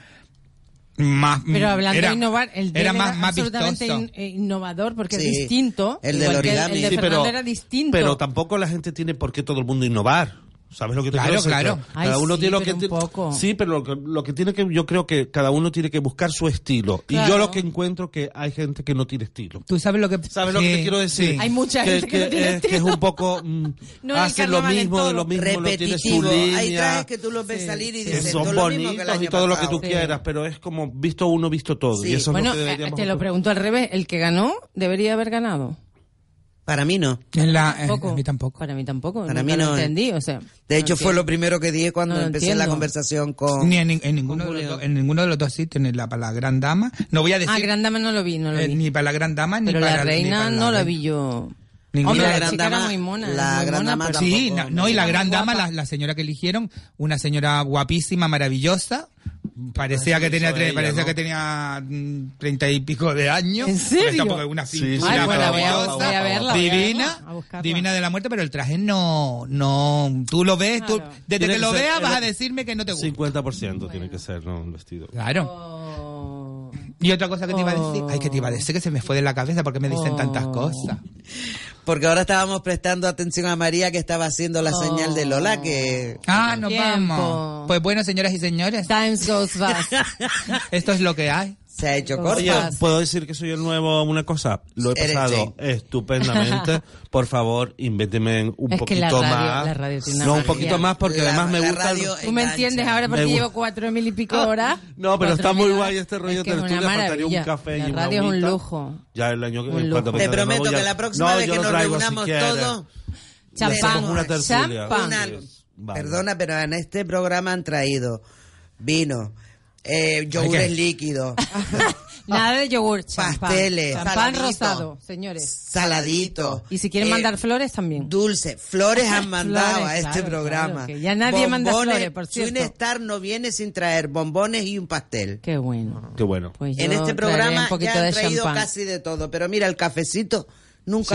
Speaker 11: más...
Speaker 9: mm,
Speaker 4: Pero hablando
Speaker 11: era-
Speaker 4: de innovar, el de
Speaker 11: era
Speaker 4: él
Speaker 11: más,
Speaker 4: era
Speaker 11: más
Speaker 4: absolutamente
Speaker 11: vistoso.
Speaker 4: in- eh, innovador porque
Speaker 9: Sí.
Speaker 4: es distinto.
Speaker 9: El del
Speaker 4: igual que
Speaker 9: origami.
Speaker 4: El, de
Speaker 9: Sí,
Speaker 4: Fernando
Speaker 9: pero-
Speaker 4: era distinto.
Speaker 9: Pero tampoco la gente tiene por qué todo el mundo innovar. ¿Sabes lo que te
Speaker 11: Claro,
Speaker 9: quiero decir?
Speaker 11: claro.
Speaker 9: Cada
Speaker 11: Ay,
Speaker 9: uno
Speaker 11: sí,
Speaker 9: tiene lo
Speaker 11: pero
Speaker 9: que
Speaker 11: un
Speaker 9: ti-
Speaker 11: poco.
Speaker 9: Sí, pero lo que, lo que tiene que yo creo que cada uno tiene que buscar su estilo. Y yo
Speaker 11: Claro.
Speaker 9: lo que encuentro que hay gente que no tiene estilo.
Speaker 11: Tú sabes lo que...
Speaker 9: ¿Sabes lo que te quiero decir?
Speaker 11: sí.
Speaker 9: es, que es un poco mm,
Speaker 8: No, el
Speaker 9: hace lo
Speaker 8: carnaval en
Speaker 9: mismo de lo
Speaker 8: todo.
Speaker 9: mismo, no tiene su
Speaker 8: Repetitivo.
Speaker 9: línea.
Speaker 8: Hay trajes que tú los ves salir y
Speaker 9: que
Speaker 8: dices, todo
Speaker 9: son
Speaker 8: lo mismo que el
Speaker 9: bonitos y
Speaker 8: año
Speaker 9: todo lo que
Speaker 8: pasado.
Speaker 9: tú quieras, pero es como visto uno, visto todo. Y eso
Speaker 4: bueno,
Speaker 9: es lo que
Speaker 4: eh,
Speaker 9: deberíamos
Speaker 4: te lo pregunto al revés. El que ganó debería haber ganado.
Speaker 8: Para mí no.
Speaker 4: eh, a mí tampoco. Para mí tampoco.
Speaker 8: Para
Speaker 4: Para
Speaker 8: mí
Speaker 4: mí
Speaker 8: no,
Speaker 4: Lo
Speaker 8: eh.
Speaker 4: entendí, o sea,
Speaker 8: De hecho,
Speaker 4: no
Speaker 8: fue lo
Speaker 4: entiendo.
Speaker 8: primero que dije cuando
Speaker 4: No lo
Speaker 8: empecé
Speaker 4: entiendo.
Speaker 8: la conversación con.
Speaker 11: Ni en, en ninguno de los dos- en ninguno de los dos sitios, ni la para la gran dama. No voy a decir...
Speaker 4: Ah, Gran Dama no lo vi, no lo
Speaker 11: eh,
Speaker 4: vi.
Speaker 11: ni para la gran dama, ni
Speaker 4: Pero
Speaker 11: para
Speaker 4: la
Speaker 11: ni
Speaker 4: reina
Speaker 11: para
Speaker 4: no la
Speaker 11: reina.
Speaker 4: vi yo.
Speaker 11: Ninguna.
Speaker 4: Hombre,
Speaker 11: Y la
Speaker 4: la,
Speaker 11: gran
Speaker 4: chica
Speaker 11: dama-
Speaker 4: era muy mona.
Speaker 11: la
Speaker 4: era muy
Speaker 11: gran
Speaker 4: mona,
Speaker 11: dama
Speaker 4: pero-
Speaker 11: Sí, no, no, y la gran dama, la, la señora que eligieron, una señora guapísima, maravillosa. Parecía
Speaker 9: Eso
Speaker 11: que tenía
Speaker 9: hizo
Speaker 11: tre-
Speaker 9: ella,
Speaker 11: parecía
Speaker 9: ¿no?
Speaker 11: que tenía mm, treinta y pico de años.
Speaker 9: ¿En serio?
Speaker 11: Pero Tampoco una
Speaker 9: Sí,
Speaker 11: cintura
Speaker 9: sí, Ay, pues la voy a-
Speaker 11: maravillosa,
Speaker 9: voy a verla, voy a
Speaker 11: divina,
Speaker 9: verla, a buscarla.
Speaker 11: divina de la muerte, pero el traje no, no, tú lo ves, tú, desde
Speaker 9: Tiene
Speaker 11: que lo
Speaker 9: ser
Speaker 11: veas
Speaker 9: el-
Speaker 11: vas a decirme que no te gusta.
Speaker 9: 50% tiene que ser, ¿no? Un vestido.
Speaker 11: Claro. Y otra cosa que te iba a decir, ay, que te iba a decir que se me fue de la cabeza porque me dicen
Speaker 8: Oh.
Speaker 11: tantas cosas.
Speaker 8: Porque ahora estábamos prestando atención a María que estaba haciendo la señal de Lola que.
Speaker 11: Ah, nos
Speaker 8: Tiempo.
Speaker 11: vamos. Pues bueno, señoras y señores.
Speaker 4: Times goes fast.
Speaker 11: Esto es lo que hay.
Speaker 8: Se ha hecho
Speaker 9: Oye, ¿puedo decir que soy el nuevo una cosa? Lo he
Speaker 11: Eres
Speaker 9: pasado
Speaker 11: Jane.
Speaker 9: estupendamente. Por favor, invénteme un
Speaker 4: Es que
Speaker 9: poquito
Speaker 4: la radio,
Speaker 9: más.
Speaker 4: la radio tiene una
Speaker 9: no, un
Speaker 4: magia.
Speaker 9: poquito más porque
Speaker 4: La-
Speaker 9: además me
Speaker 4: la
Speaker 9: gusta.
Speaker 4: radio Tú me entiendes ahora porque
Speaker 9: Me gu- Ah.
Speaker 4: llevo cuatro mil y pico horas.
Speaker 9: No, pero
Speaker 4: Cuatro
Speaker 9: está
Speaker 4: mil
Speaker 9: muy
Speaker 4: horas.
Speaker 9: guay este rollo
Speaker 4: Es que
Speaker 9: del
Speaker 4: es una
Speaker 9: estudio. Faltaría un
Speaker 4: maravilla.
Speaker 9: café
Speaker 4: La
Speaker 9: y una
Speaker 4: radio es un
Speaker 9: agüita.
Speaker 4: lujo.
Speaker 9: Ya el año
Speaker 4: Un
Speaker 9: cuando
Speaker 4: lujo.
Speaker 9: venga
Speaker 4: Te
Speaker 9: de
Speaker 4: prometo
Speaker 9: ya-
Speaker 4: que la próxima
Speaker 9: No,
Speaker 4: vez
Speaker 9: yo
Speaker 4: que
Speaker 9: lo
Speaker 4: nos
Speaker 9: traigo si
Speaker 4: reunamos
Speaker 9: quieres.
Speaker 4: todos,
Speaker 9: Le hacemos
Speaker 8: Champán.
Speaker 9: una tertulia.
Speaker 8: Champán. Perdona, pero en este programa han traído vino, eh, yogures
Speaker 4: ¿qué?
Speaker 8: líquidos,
Speaker 4: Nada de yogur, champán.
Speaker 8: Pasteles,
Speaker 4: Champán
Speaker 8: saladito.
Speaker 4: rosado, señores.
Speaker 8: saladitos.
Speaker 4: Y si quieren
Speaker 8: Eh,
Speaker 4: mandar flores también.
Speaker 8: Dulce, flores han mandado
Speaker 4: Flores,
Speaker 8: a este
Speaker 4: claro,
Speaker 8: programa.
Speaker 4: claro, que ya nadie manda
Speaker 8: Bombones,
Speaker 4: flores, por cierto.
Speaker 8: Star no viene sin traer bombones y un pastel.
Speaker 4: Qué bueno.
Speaker 9: Qué bueno.
Speaker 4: Pues yo
Speaker 8: en este
Speaker 4: traeré
Speaker 8: programa
Speaker 4: un poquito
Speaker 8: ya han
Speaker 4: de
Speaker 8: traído
Speaker 4: champán.
Speaker 8: casi de todo, pero mira, el cafecito nunca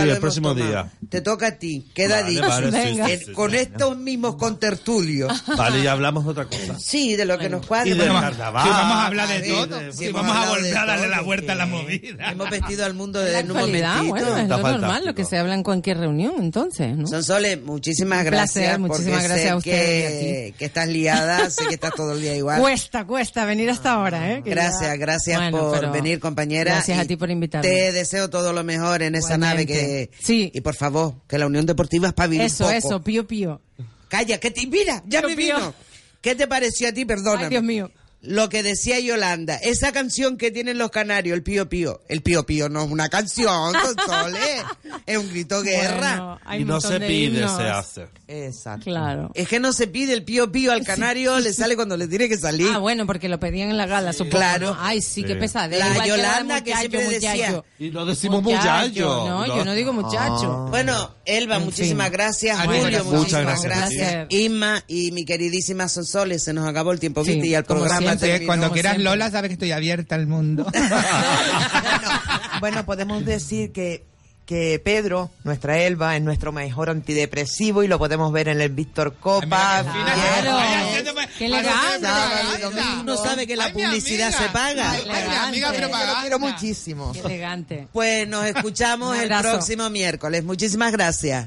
Speaker 9: Sí,
Speaker 8: lo
Speaker 9: el
Speaker 8: hemos
Speaker 9: próximo
Speaker 8: tomado.
Speaker 9: día.
Speaker 8: Te toca a ti, queda
Speaker 9: Vale,
Speaker 8: dicho.
Speaker 9: vale, sí, Venga. sí,
Speaker 8: El-
Speaker 9: sí,
Speaker 8: con estos mismos contertulios.
Speaker 9: Vale, ya hablamos de otra cosa.
Speaker 8: Sí, de lo que nos cuadra.
Speaker 9: Y del
Speaker 8: Bueno,
Speaker 9: carnaval.
Speaker 11: Si vamos a hablar de
Speaker 8: ver,
Speaker 11: todo,
Speaker 8: si
Speaker 11: si
Speaker 8: hemos
Speaker 11: vamos a
Speaker 8: hablado de
Speaker 11: volver a darle
Speaker 8: todo,
Speaker 11: la vuelta a la movida.
Speaker 8: Hemos vestido al mundo
Speaker 4: La
Speaker 8: de en un
Speaker 4: actualidad,
Speaker 8: momentito.
Speaker 4: bueno, es lo normal, lo que se habla en cualquier reunión, entonces, ¿no?
Speaker 8: Sonsoles, muchísimas
Speaker 4: Un
Speaker 8: gracias.
Speaker 4: placer, muchísimas
Speaker 8: porque
Speaker 4: gracias
Speaker 8: sé
Speaker 4: a Pues, ustedes y
Speaker 8: Que, que estás liada, sé que estás todo el día igual.
Speaker 4: Cuesta, cuesta venir hasta ahora, ¿eh? Que
Speaker 8: Ah, Gracias,
Speaker 4: ya-
Speaker 8: gracias
Speaker 4: Bueno,
Speaker 8: por
Speaker 4: pero
Speaker 8: venir, compañera.
Speaker 4: Gracias a
Speaker 8: y
Speaker 4: ti por invitarme.
Speaker 8: Te deseo todo lo mejor en esa nave que.
Speaker 4: Igualmente. Sí.
Speaker 8: Y por favor, que la Unión Deportiva es para vivir.
Speaker 4: Eso,
Speaker 8: poco.
Speaker 4: eso, pío, pío.
Speaker 8: Calla, que te. Mira, ya
Speaker 4: Pío,
Speaker 8: me
Speaker 4: pío.
Speaker 8: vino. ¿Qué te pareció a ti? Perdona.
Speaker 4: Ay, Dios mío.
Speaker 8: Lo que decía Yolanda, esa canción que tienen los canarios, el pío pío. El pío pío no es una canción, Consoles. Es un grito guerra.
Speaker 4: Bueno, hay Y un no montón se de pide, himnos. se hace.
Speaker 8: Exacto.
Speaker 4: Claro.
Speaker 8: Es que no se pide el pío pío al canario, le sale cuando le tiene que salir.
Speaker 4: Ah, bueno, porque lo pedían en la gala, supongo.
Speaker 8: Claro.
Speaker 4: ¿no? Ay, sí, qué
Speaker 8: Sí.
Speaker 4: pesadez.
Speaker 8: La
Speaker 4: Igual que de
Speaker 8: Yolanda que
Speaker 4: muchacho,
Speaker 8: siempre decía-
Speaker 4: muchacho.
Speaker 9: Y no decimos
Speaker 4: Muchacho,
Speaker 9: muchacho.
Speaker 4: no, yo no digo muchacho. Ah.
Speaker 8: Bueno, Elba,
Speaker 4: En
Speaker 8: muchísimas
Speaker 4: fin.
Speaker 8: gracias.
Speaker 4: Ah,
Speaker 8: Julio,
Speaker 4: muchas
Speaker 8: muchísimas
Speaker 4: gracias.
Speaker 8: gracias.
Speaker 4: Gracias.
Speaker 8: Inma y mi queridísima Sonsoles, se nos acabó el tiempo, viste, y al
Speaker 11: Como
Speaker 8: programa
Speaker 11: siempre,
Speaker 8: terminó.
Speaker 11: cuando quieras Lola, sabes que estoy abierta al mundo.
Speaker 7: Bueno, podemos decir que, que Pedro, nuestra Elba, es nuestro mejor antidepresivo y lo podemos ver en el Víctor
Speaker 4: Ah,
Speaker 7: Copa.
Speaker 8: Claro.
Speaker 7: Qué elegante.
Speaker 8: Sábado y domingo. No sabe que la publicidad se paga.
Speaker 7: lo quiero muchísimo.
Speaker 4: elegante.
Speaker 8: Pues nos escuchamos
Speaker 7: Un
Speaker 8: el
Speaker 7: abrazo.
Speaker 8: próximo miércoles. Muchísimas gracias.